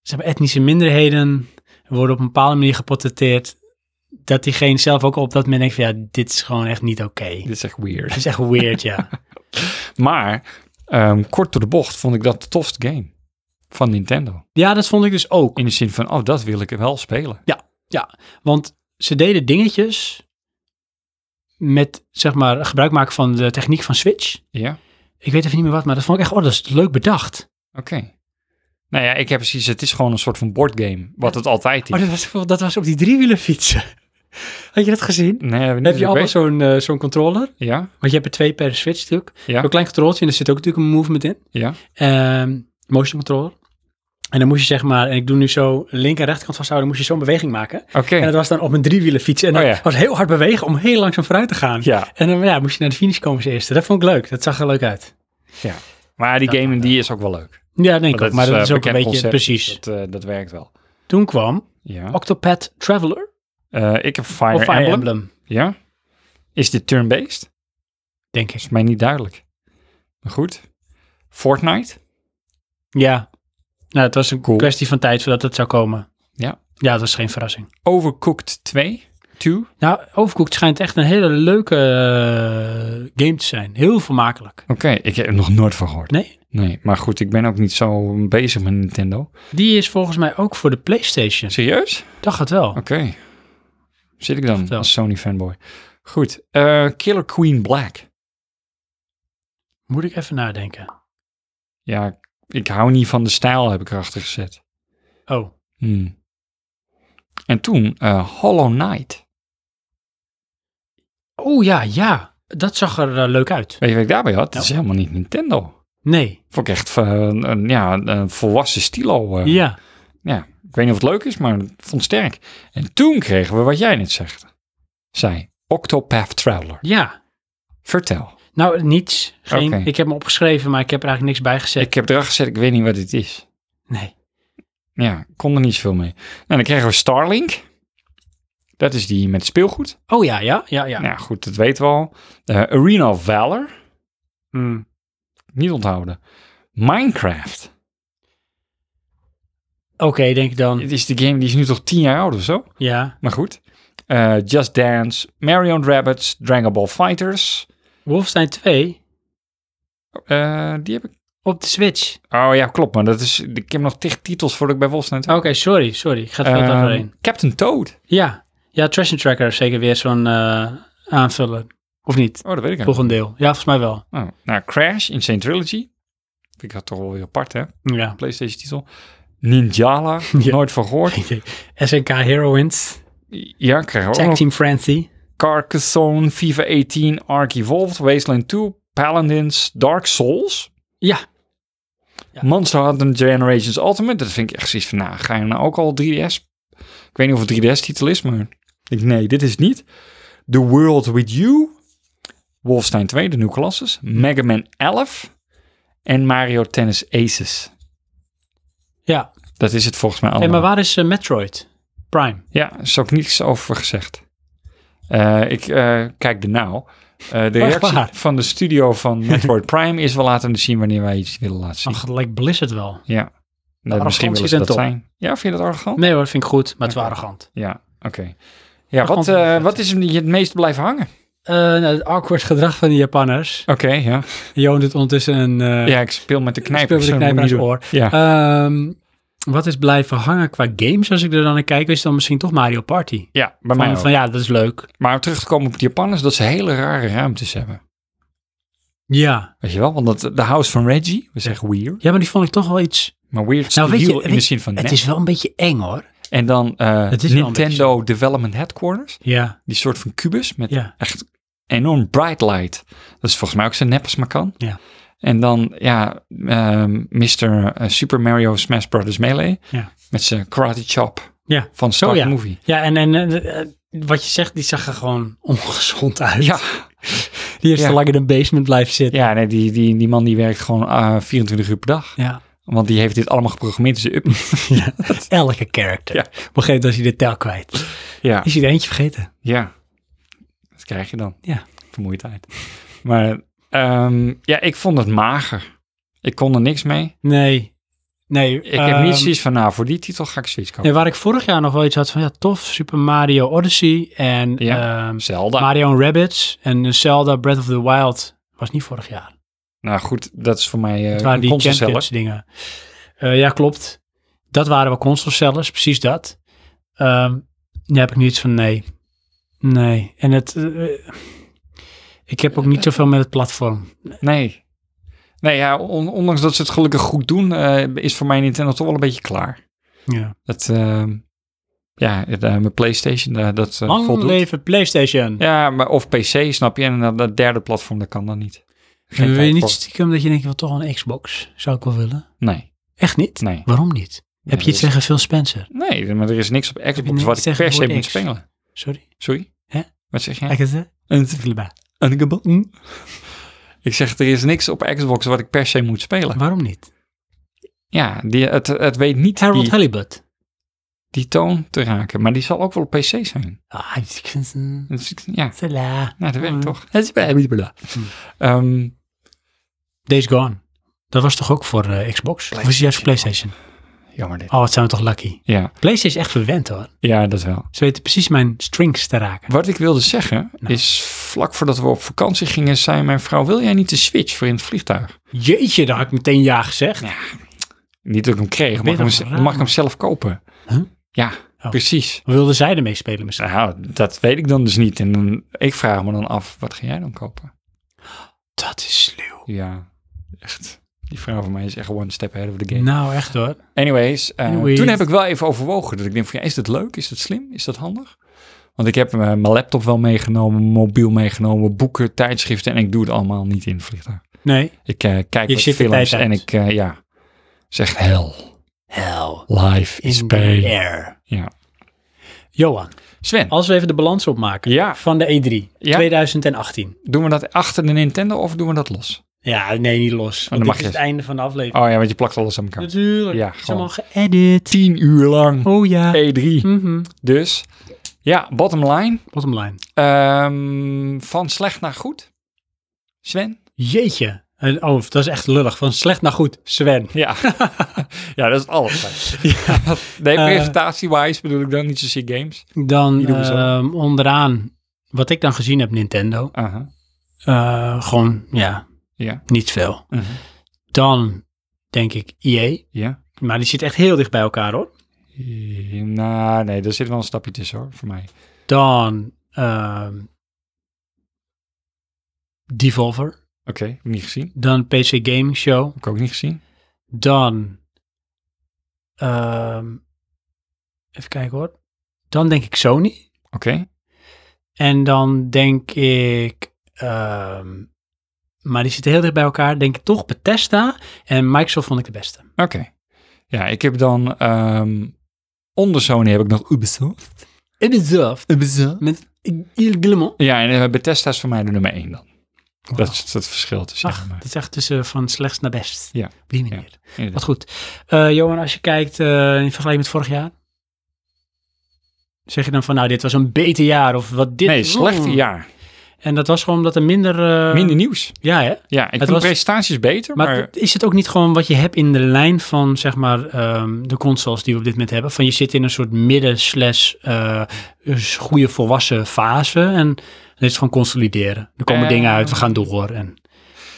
A: zeg maar, etnische minderheden worden op een bepaalde manier geportretteerd. Dat diegene zelf ook op dat moment denkt van, ja, dit is gewoon echt niet oké.
C: Dit is echt
A: Dat
C: weird.
A: is echt weird, ja.
C: Maar, ehm, kort door de bocht vond ik dat de tofste game van Nintendo.
A: Ja, dat vond ik dus ook.
C: In de zin van, oh, dat wil ik wel spelen.
A: Want ze deden dingetjes met, zeg maar, gebruik maken van de techniek van Switch.
C: Ja,
A: Ik weet even niet meer wat, maar dat vond ik echt, oh, dat is leuk bedacht.
C: oké. Nou ja, ik heb precies, het is gewoon een soort van boardgame, wat het altijd is.
A: Maar Oh, dat was, bijvoorbeeld- dat was op die driewielenfietsen. Had je dat gezien?
C: Nee, hebben we
A: Heb
C: niet
A: je
C: ik
A: allemaal
C: weet-
A: zo'n eh, zo'n controller?
C: Ja,
A: Want je hebt er twee per Switch natuurlijk.
C: ja,
A: Zo'n klein controltje en er zit ook natuurlijk een movement in.
C: ja.
A: Ehm, motion controller. En dan moest je zeg maar, en ik doe nu zo linker en rechterkant vasthouden, dan moest je zo'n beweging maken.
C: Oké.
A: En dat was dan op een driewielen fiets. En dat
C: Oh ja.
A: was heel hard bewegen om heel langzaam vooruit te gaan.
C: Ja.
A: En dan ja, moest je naar de finish komen als eerste. Dat vond ik leuk. Dat zag er leuk uit.
C: ja. Maar die game in die is ook wel leuk.
A: Ja, denk ik ook. Maar dat
C: eh,
A: is ook een
C: bekend
A: beetje
C: concept,
A: precies.
C: dus Dat, eh, dat werkt wel.
A: Toen kwam
C: Ja.
A: Octopath Traveler
C: Eh, ik heb Fire,
A: of Fire Emblem.
C: Emblem. Ja. Is dit turn-based?
A: denk ik.
C: Is mij niet duidelijk. Maar goed. Fortnite?
A: Ja. Nou, het was een
C: Cool.
A: kwestie van tijd voordat het zou komen.
C: Ja.
A: Ja, dat was geen verrassing.
C: Overcooked 2? 2?
A: Nou, Overcooked schijnt echt een hele leuke eh, game te zijn. Heel vermakelijk.
C: Oké, ik heb er nog nooit van gehoord.
A: Nee,
C: Nee, maar goed, ik ben ook niet zo bezig met Nintendo.
A: die is volgens mij ook voor de PlayStation.
C: Serieus?
A: Dacht het wel.
C: Oké. Zit ik dan
A: Vertel.
C: als Sony fanboy. Goed, eh, Killer Queen Black.
A: Moet ik even nadenken.
C: Ja, ik hou niet van de stijl, heb ik erachter gezet.
A: Oh,
C: Hmm. En toen eh, Hollow Knight.
A: oh ja, ja. Dat zag er eh, leuk uit.
C: Weet je wat ik daarbij had? Dat
A: Nou.
C: is helemaal niet Nintendo.
A: Nee,
C: Vond ik echt eh, een, een- ja, een volwassen stilo. eh.
A: ja.
C: ja. Ik weet niet of het leuk is, maar ik vond het sterk. En toen kregen we wat jij net zegt. Zij, Octopath Traveler.
A: Ja.
C: Vertel.
A: Nou, niets. Geen,
C: Oké.
A: Ik heb hem opgeschreven, maar ik heb er eigenlijk niks bij gezet.
C: Ik heb erachter gezet, ik weet niet wat het is.
A: Nee.
C: Ja, ik kon er niet zoveel mee. Nou, dan kregen we Starlink. Dat is die met speelgoed.
A: Oh ja, ja, ja, ja.
C: Nou goed, dat weten we al. Eh, Arena of Valor.
A: Hmm.
C: Niet onthouden. Minecraft.
A: Oké, denk ik dan.
C: Het is de game die is nu toch tien jaar oud of zo.
A: Ja.
C: Maar goed. Eh, Just Dance. Marion Rabbits. Dragon Ball Fighters.
A: Wolfenstein 2
C: Eh, die heb ik...
A: op de Switch.
C: Oh ja, klopt. Maar dat is... Ik heb nog tig titels voordat ik bij Wolfenstein...
A: Oké, sorry, sorry. Ik ga het wel
C: Ehm,
A: Oh, overheen.
C: Captain Toad.
A: Ja. Ja, Trash and Tracker is zeker weer zo'n eh aanvullen. Of niet?
C: Oh, dat weet ik eigenlijk.
A: Volgende deel. Ja, volgens mij wel.
C: Oh, nou, Crash. Insane Trilogy. Ik had toch wel weer apart, hè?
A: Ja.
C: PlayStation titel. Ninjala,
A: Ja.
C: nooit van gehoord.
A: SNK Heroines.
C: Ja, krijgen we ook
A: Tag
C: nog.
A: Team Frenzy.
C: Carcassonne, FIFA 18, Ark Evolved, Wasteland 2, Paladins, Dark Souls.
A: Ja. Ja.
C: Monster Hunter Generations Ultimate. Dat vind ik echt zoiets van, nou, ga je nou ook al 3DS? Ik weet niet of het 3DS titel is, maar ik, nee, dit is het niet. The World With You. Wolfenstein 2, de nieuwe klasses. Mega Man 11. En Mario Tennis Aces.
A: Ja.
C: Dat is het volgens mij
A: Hé,
C: allemaal.
A: maar waar is eh, Metroid? Prime.
C: Ja, is ook niets over gezegd. Eh, ik eh, kijk ernaar. Eh de reactie
A: waar?
C: van de studio van Metroid Prime is wel laten zien wanneer wij iets willen laten zien.
A: Ach, lijkt Blizzard wel.
C: ja, nou, misschien
A: arrogantie
C: willen ze
A: ten
C: dat
A: top.
C: zijn. Ja, vind je dat arrogant?
A: Nee hoor, vind ik goed, maar het waren arrogant.
C: Ja, oké. Ja, wat,
A: Arrogantie ten
C: eh,
A: top.
C: wat is hem die je het meest blijft hangen?
A: Eh, nou, het awkward gedrag van de Japanners.
C: Oké, ja.
A: Joon doet ondertussen een... eh,
C: Ja, ik speel met de knijper.
A: Speel met de
C: zo moet
A: knijper
C: je
A: aan
C: niet doen. Ja.
A: Ehm, wat is blijven hangen qua games als ik er dan naar kijk? Is dan misschien toch Mario Party?
C: ja, bij mij
A: Van,
C: ook.
A: van ja, dat is leuk.
C: Maar om terug te komen op de Japanners, dat ze hele rare ruimtes hebben.
A: Ja.
C: Weet je wel? Want dat, de house van Reggie, we zeggen weird.
A: Ja, maar die vond ik toch wel iets.
C: Maar weird is
A: Nou,
C: te
A: weet je,
C: heel in
A: weet
C: de
A: je,
C: zin van
A: Het
C: net.
A: is wel een beetje eng hoor.
C: En dan eh,
A: Het is wel een beetje
C: Nintendo Development Headquarters.
A: Ja.
C: Die soort van kubus met
A: Ja.
C: echt enorm bright light. Dat is volgens mij ook zo nep als maar kan.
A: Ja.
C: En dan, ja, ehm Mr. eh, Super Mario Smash Brothers Melee.
A: Ja.
C: Met zijn karate chop
A: Ja.
C: van Start
A: Oh, ja.
C: Movie.
A: Ja, en, en eh, eh, wat je zegt, die zag er gewoon ongezond uit.
C: Ja,
A: Die is
C: Ja.
A: te lang in een basement blijven zitten.
C: ja nee, die, die, die man die werkt gewoon eh, 24 uur per dag.
A: Ja.
C: Want die heeft dit allemaal geprogrammeerd in zijn up.
A: Ja. Elke character.
C: Ja.
A: Op een gegeven moment was hij de tel kwijt.
C: ja.
A: Is hij er eentje vergeten?
C: ja, dat krijg je dan.
A: Ja.
C: Vermoeidheid. Maar ehm, ja, ik vond het mager. Ik kon er niks mee.
A: Nee. Nee.
C: Ik heb niet
A: ehm,
C: zoiets van, nou, voor die titel ga ik zoiets kopen.
A: Nee, waar ik vorig jaar nog wel iets had van, ja, tof, Super Mario Odyssey en
C: Ja.
A: ehm,
C: Zelda.
A: Mario en Rabbids en eh, Zelda Breath of the Wild was niet vorig jaar.
C: nou goed, dat is voor mij eh,
A: Het waren
C: een
A: die
C: console
A: Champions
C: seller.
A: dingen. Eh, ja, klopt. Dat waren wel console sellers, precies dat. Ehm daar heb ik niets van, nee. Nee. En het... eh, ik heb ook
C: Eh,
A: niet zoveel met het platform.
C: Nee. Nee, ja, on- ondanks dat ze het gelukkig goed doen, eh, is voor mij Nintendo toch wel een beetje klaar.
A: Ja.
C: Dat, ehm, ja, het, eh, mijn PlayStation, eh, dat eh,
A: Lang
C: voldoet.
A: leven PlayStation.
C: Ja, maar, of PC, snap je? En dat, dat derde platform, dat kan dan niet.
A: wil je
C: tijd
A: niet
C: voor.
A: stiekem dat je denkt, wel toch een Xbox? Zou ik wel willen.
C: Nee,
A: Echt niet?
C: nee.
A: Waarom niet? Heb je iets tegen Phil Spencer?
C: Nee, maar er is niks op Xbox
A: niks
C: wat ik
A: tegen
C: per se
A: woord
C: moet
A: X?
C: spelen.
A: Sorry.
C: Sorry?
A: Hè?
C: Wat zeg jij?
A: Ik het
C: Een Ik zeg, er is niks op Xbox wat ik per se moet spelen.
A: Waarom niet?
C: Ja, die, het, het weet niet
A: Harold
C: die,
A: Halibut.
C: die toon te raken. Maar die zal ook wel op PC zijn.
A: Ah, ik vind ze-
C: Dus ik- ja,
A: ze la.
C: nou, dat werkt toch.
A: Het is bij-
C: Ehm,
A: Days Gone. Dat was toch ook voor eh, Xbox? Of is het juist voor PlayStation?
C: jammer dit.
A: Oh, wat zijn we toch lucky.
C: Ja,
A: PlayStation is echt verwend hoor.
C: ja, dat wel.
A: Ze weten precies mijn strings te raken.
C: Wat ik wilde zeggen
A: Nou.
C: is, vlak voordat we op vakantie gingen, zei mijn vrouw, wil jij niet de Switch voor in het vliegtuig?
A: Jeetje, daar had ik meteen ja gezegd.
C: Niet dat ik hem kreeg,
A: Ben
C: mag
A: je
C: ik
A: toch
C: hem,
A: raar,
C: mag ik hem
A: man?
C: zelf kopen?
A: Huh?
C: Ja,
A: Oh.
C: precies.
A: Wilden zij ermee spelen misschien?
C: Nou, dat weet ik dan dus niet. En dan, ik vraag me dan af, wat ga jij dan kopen?
A: Dat is sluw.
C: Ja, echt. Die vrouw van mij is echt one step ahead of the game.
A: Nou, echt hoor.
C: Anyways, eh,
A: Anyways.
C: toen heb ik wel even overwogen. Dat ik denk van, ja, is dat leuk? Is dat slim? Is dat handig? Want ik heb eh, mijn laptop wel meegenomen, mobiel meegenomen, boeken, tijdschriften. En ik doe het allemaal niet in het vliegtuig.
A: Nee.
C: Ik eh, kijk
A: Je
C: wat
A: zit de
C: films
A: tijd
C: en
A: uit.
C: ik, eh, ja, zeg hell.
A: Hell
C: Life is
A: in the
C: pain.
A: air.
C: Ja.
A: Johan,
C: Sven,
A: als we even de balans opmaken
C: Ja.
A: van de E E3
C: Ja.
A: 2018.
C: doen we dat achter de Nintendo of doen we dat los?
A: Ja, nee, niet los.
C: Oh, dan
A: Want
C: mag
A: dit
C: je
A: is het
C: het.
A: einde van de aflevering.
C: Oh ja, want je plakt alles aan elkaar.
A: Natuurlijk.
C: Ja,
A: het is
C: gewoon.
A: allemaal geëdit.
C: Tien uur lang.
A: Oh ja.
C: E3.
A: Mhm.
C: Dus, ja, bottom line.
A: Bottom line.
C: Ehm, van slecht naar goed. Sven?
A: Jeetje. En, oh, dat is echt lullig. Van slecht naar goed, Sven.
C: Ja, ja dat is alles. Nee,
A: Eh.
C: presentatie-wise bedoel ik dan niet zozeer games.
A: Dan
C: Die doen we zo.
A: ehm, onderaan, wat ik dan gezien heb, Nintendo.
C: Aha.
A: Eh, gewoon, ja,
C: Ja.
A: niet veel.
C: Mhm.
A: Dan denk ik EA.
C: Ja.
A: Maar die zit echt heel dicht bij elkaar hoor.
C: Eh, Nou, nee, daar zit wel een stapje tussen hoor, voor mij.
A: Dan ehm, Devolver.
C: Oké, heb ik niet gezien.
A: Dan PC Gaming Show.
C: Heb ik ook niet gezien.
A: Dan. ehm, even kijken hoor. Dan denk ik Sony.
C: Oké.
A: En dan denk ik. ehm, maar die zitten heel dicht bij elkaar. Denk ik toch Bethesda. En Microsoft vond ik de beste.
C: Oké. Ja, ik heb dan... ehm onder Sony heb ik nog Ubisoft.
A: Ubisoft.
C: Ubisoft.
A: Met Il Glimon.
C: Ja, en eh, Bethesda is voor mij de nummer één dan. Dat
A: Wauw.
C: is het verschil tussen.
A: Ach,
C: zeg maar.
A: dat is echt tussen van slechts naar best.
C: Ja.
A: Op die manier.
C: Inderdaad.
A: Wat goed. Eh, Johan, als je kijkt eh, in vergelijking met vorig jaar. Zeg je dan van, nou, dit was een beter jaar of wat dit...
C: Nee, slecht
A: Mm.
C: jaar.
A: En dat was gewoon omdat er minder... eh,
C: Minder nieuws.
A: Ja, hè?
C: Ja, ik vind
A: was-
C: de presentaties beter,
A: Maar,
C: maar...
A: d- is het ook niet gewoon wat je hebt in de lijn van zeg maar ehm, de consoles die we op dit moment hebben? Van je zit in een soort midden slash eh, s- goede volwassen fase en dan is het gewoon consolideren. Er komen
C: Eh.
A: dingen uit, we gaan door en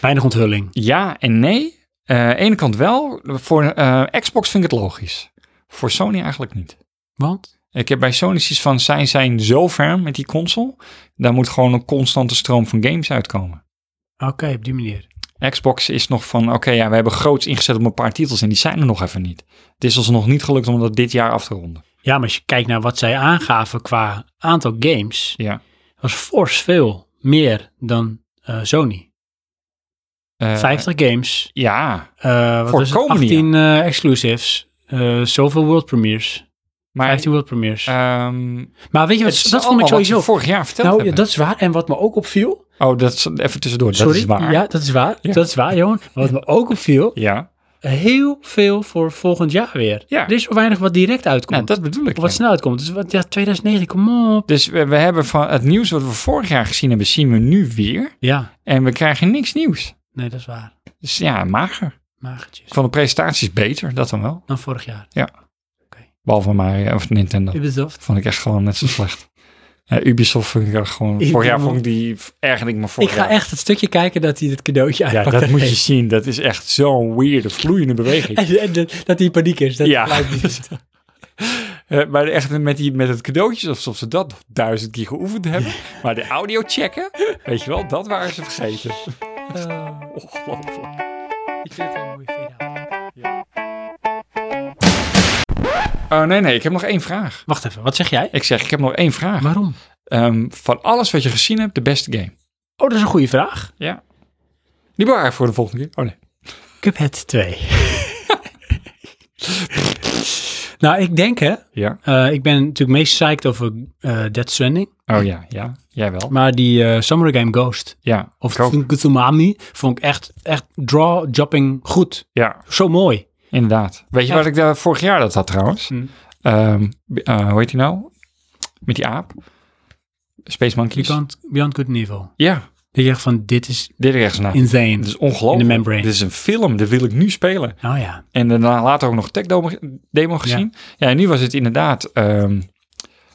A: weinig onthulling.
C: Ja en nee. Eh, Aan de ene kant wel. Voor eh, Xbox vind ik het logisch. Voor Sony eigenlijk niet.
A: Want?
C: Ik heb bij Sony zoiets van, zij zijn zo ver met die console. Daar moet gewoon een constante stroom van games uitkomen.
A: Oké, op die manier.
C: Xbox is nog van, oké, ja, we hebben groots ingezet op een paar titels en die zijn er nog even niet. Het is ons nog niet gelukt om dat dit jaar af te ronden.
A: Ja, maar als je kijkt naar wat zij aangaven qua aantal games,
C: Ja.
A: was fors veel meer dan eh, Sony.
C: Eh,
A: 50 games,
C: Ja,
A: eh, wat
C: voor
A: is
C: het
A: het?
C: komende
A: 18 eh, exclusives, eh, zoveel world premiers,
C: maar
A: 15 world premiers.
C: ehm,
A: Maar weet je wat,
C: het is
A: dat vond
C: allemaal
A: ik
C: wat
A: sowieso...
C: we vorig jaar verteld
A: nou, ja,
C: hebben.
A: dat is waar. En wat me ook opviel...
C: Oh, dat is even tussendoor.
A: sorry,
C: dat is waar.
A: Ja, dat is waar.
C: Ja.
A: Dat is waar, Johan. Wat me ook opviel,
C: ja.
A: heel veel voor volgend jaar weer.
C: Ja.
A: Er is weinig wat direct uitkomt.
C: Nou, dat bedoel ik.
A: Of wat
C: ja.
A: snel uitkomt. Dus wat, ja, 2019, kom op.
C: Dus we, we hebben van het nieuws wat we vorig jaar gezien hebben, zien we nu weer.
A: Ja,
C: En we krijgen niks nieuws.
A: nee, dat is waar.
C: Dus ja, mager.
A: Magertjes.
C: Ik vond de presentaties beter, dat dan wel.
A: Dan vorig jaar.
C: Behalve Mario of Nintendo.
A: Ubisoft.
C: Vond ik echt gewoon net zo slecht. Ja, Ubisoft vond ik echt gewoon... Vorig jaar vond ik die... Ergerde ik me vorig
A: Ik ga
C: jaar.
A: echt het stukje kijken dat hij dit cadeautje
C: Ja,
A: uitpakt.
C: dat moet je zien. Dat is echt zo'n weirde, vloeiende beweging.
A: En, en dat- dat hij in paniek is. Dat
C: Ja.
A: lijkt me niet.
C: Eh, maar echt met, die, met het cadeautjes, alsof ze dat nog duizend keer geoefend hebben. Maar de audio checken, weet je wel, dat waren ze vergeten.
A: Eh,
C: Ongelooflijk.
A: ik vind het wel een mooie fade-out.
C: Oh, nee, nee, ik heb nog één vraag.
A: Wacht even, wat zeg jij?
C: Ik zeg, ik heb nog één vraag.
A: Waarom?
C: Ehm, van alles wat je gezien hebt, de beste game.
A: Oh, dat is een goede vraag.
C: Ja. Die bewaar ik voor de volgende keer. Oh nee.
A: Cuphead 2. Nou, ik denk hè.
C: Ja.
A: eh, ik ben natuurlijk meest psyched over eh Dead Stranding.
C: Oh ja, ja. Jij wel.
A: Maar die eh, Summer Game Ghost
C: Ja.
A: of
C: ik ook.
A: Tsunami vond ik echt, echt jaw-dropping goed.
C: Ja,
A: Zo mooi.
C: inderdaad. Weet je
A: Echt.
C: wat ik daar vorig jaar dat had trouwens?
A: Hmm.
C: Ehm, b- eh, hoe heet die nou? Met die aap? Space Monkeys.
A: Beyond, Beyond Good and Evil.
C: Ja,
A: Dat je echt van, dit is
C: dit rechts na.
A: insane.
C: Dit is ongelooflijk.
A: In de membrane.
C: Dit is een film, dit wil ik nu spelen.
A: Oh ja.
C: En daarna later ook nog tech demo, demo gezien. Ja. en nu was het inderdaad ehm,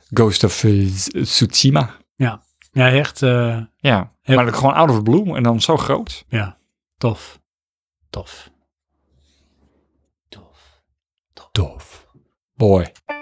C: Ghost of eh, Tsushima.
A: Ja, ja echt eh,
C: Ja,
A: Heel-
C: maar gewoon out of the blue en dan zo groot.
A: ja. tof. Tof. Tof.
C: Tof. Boy.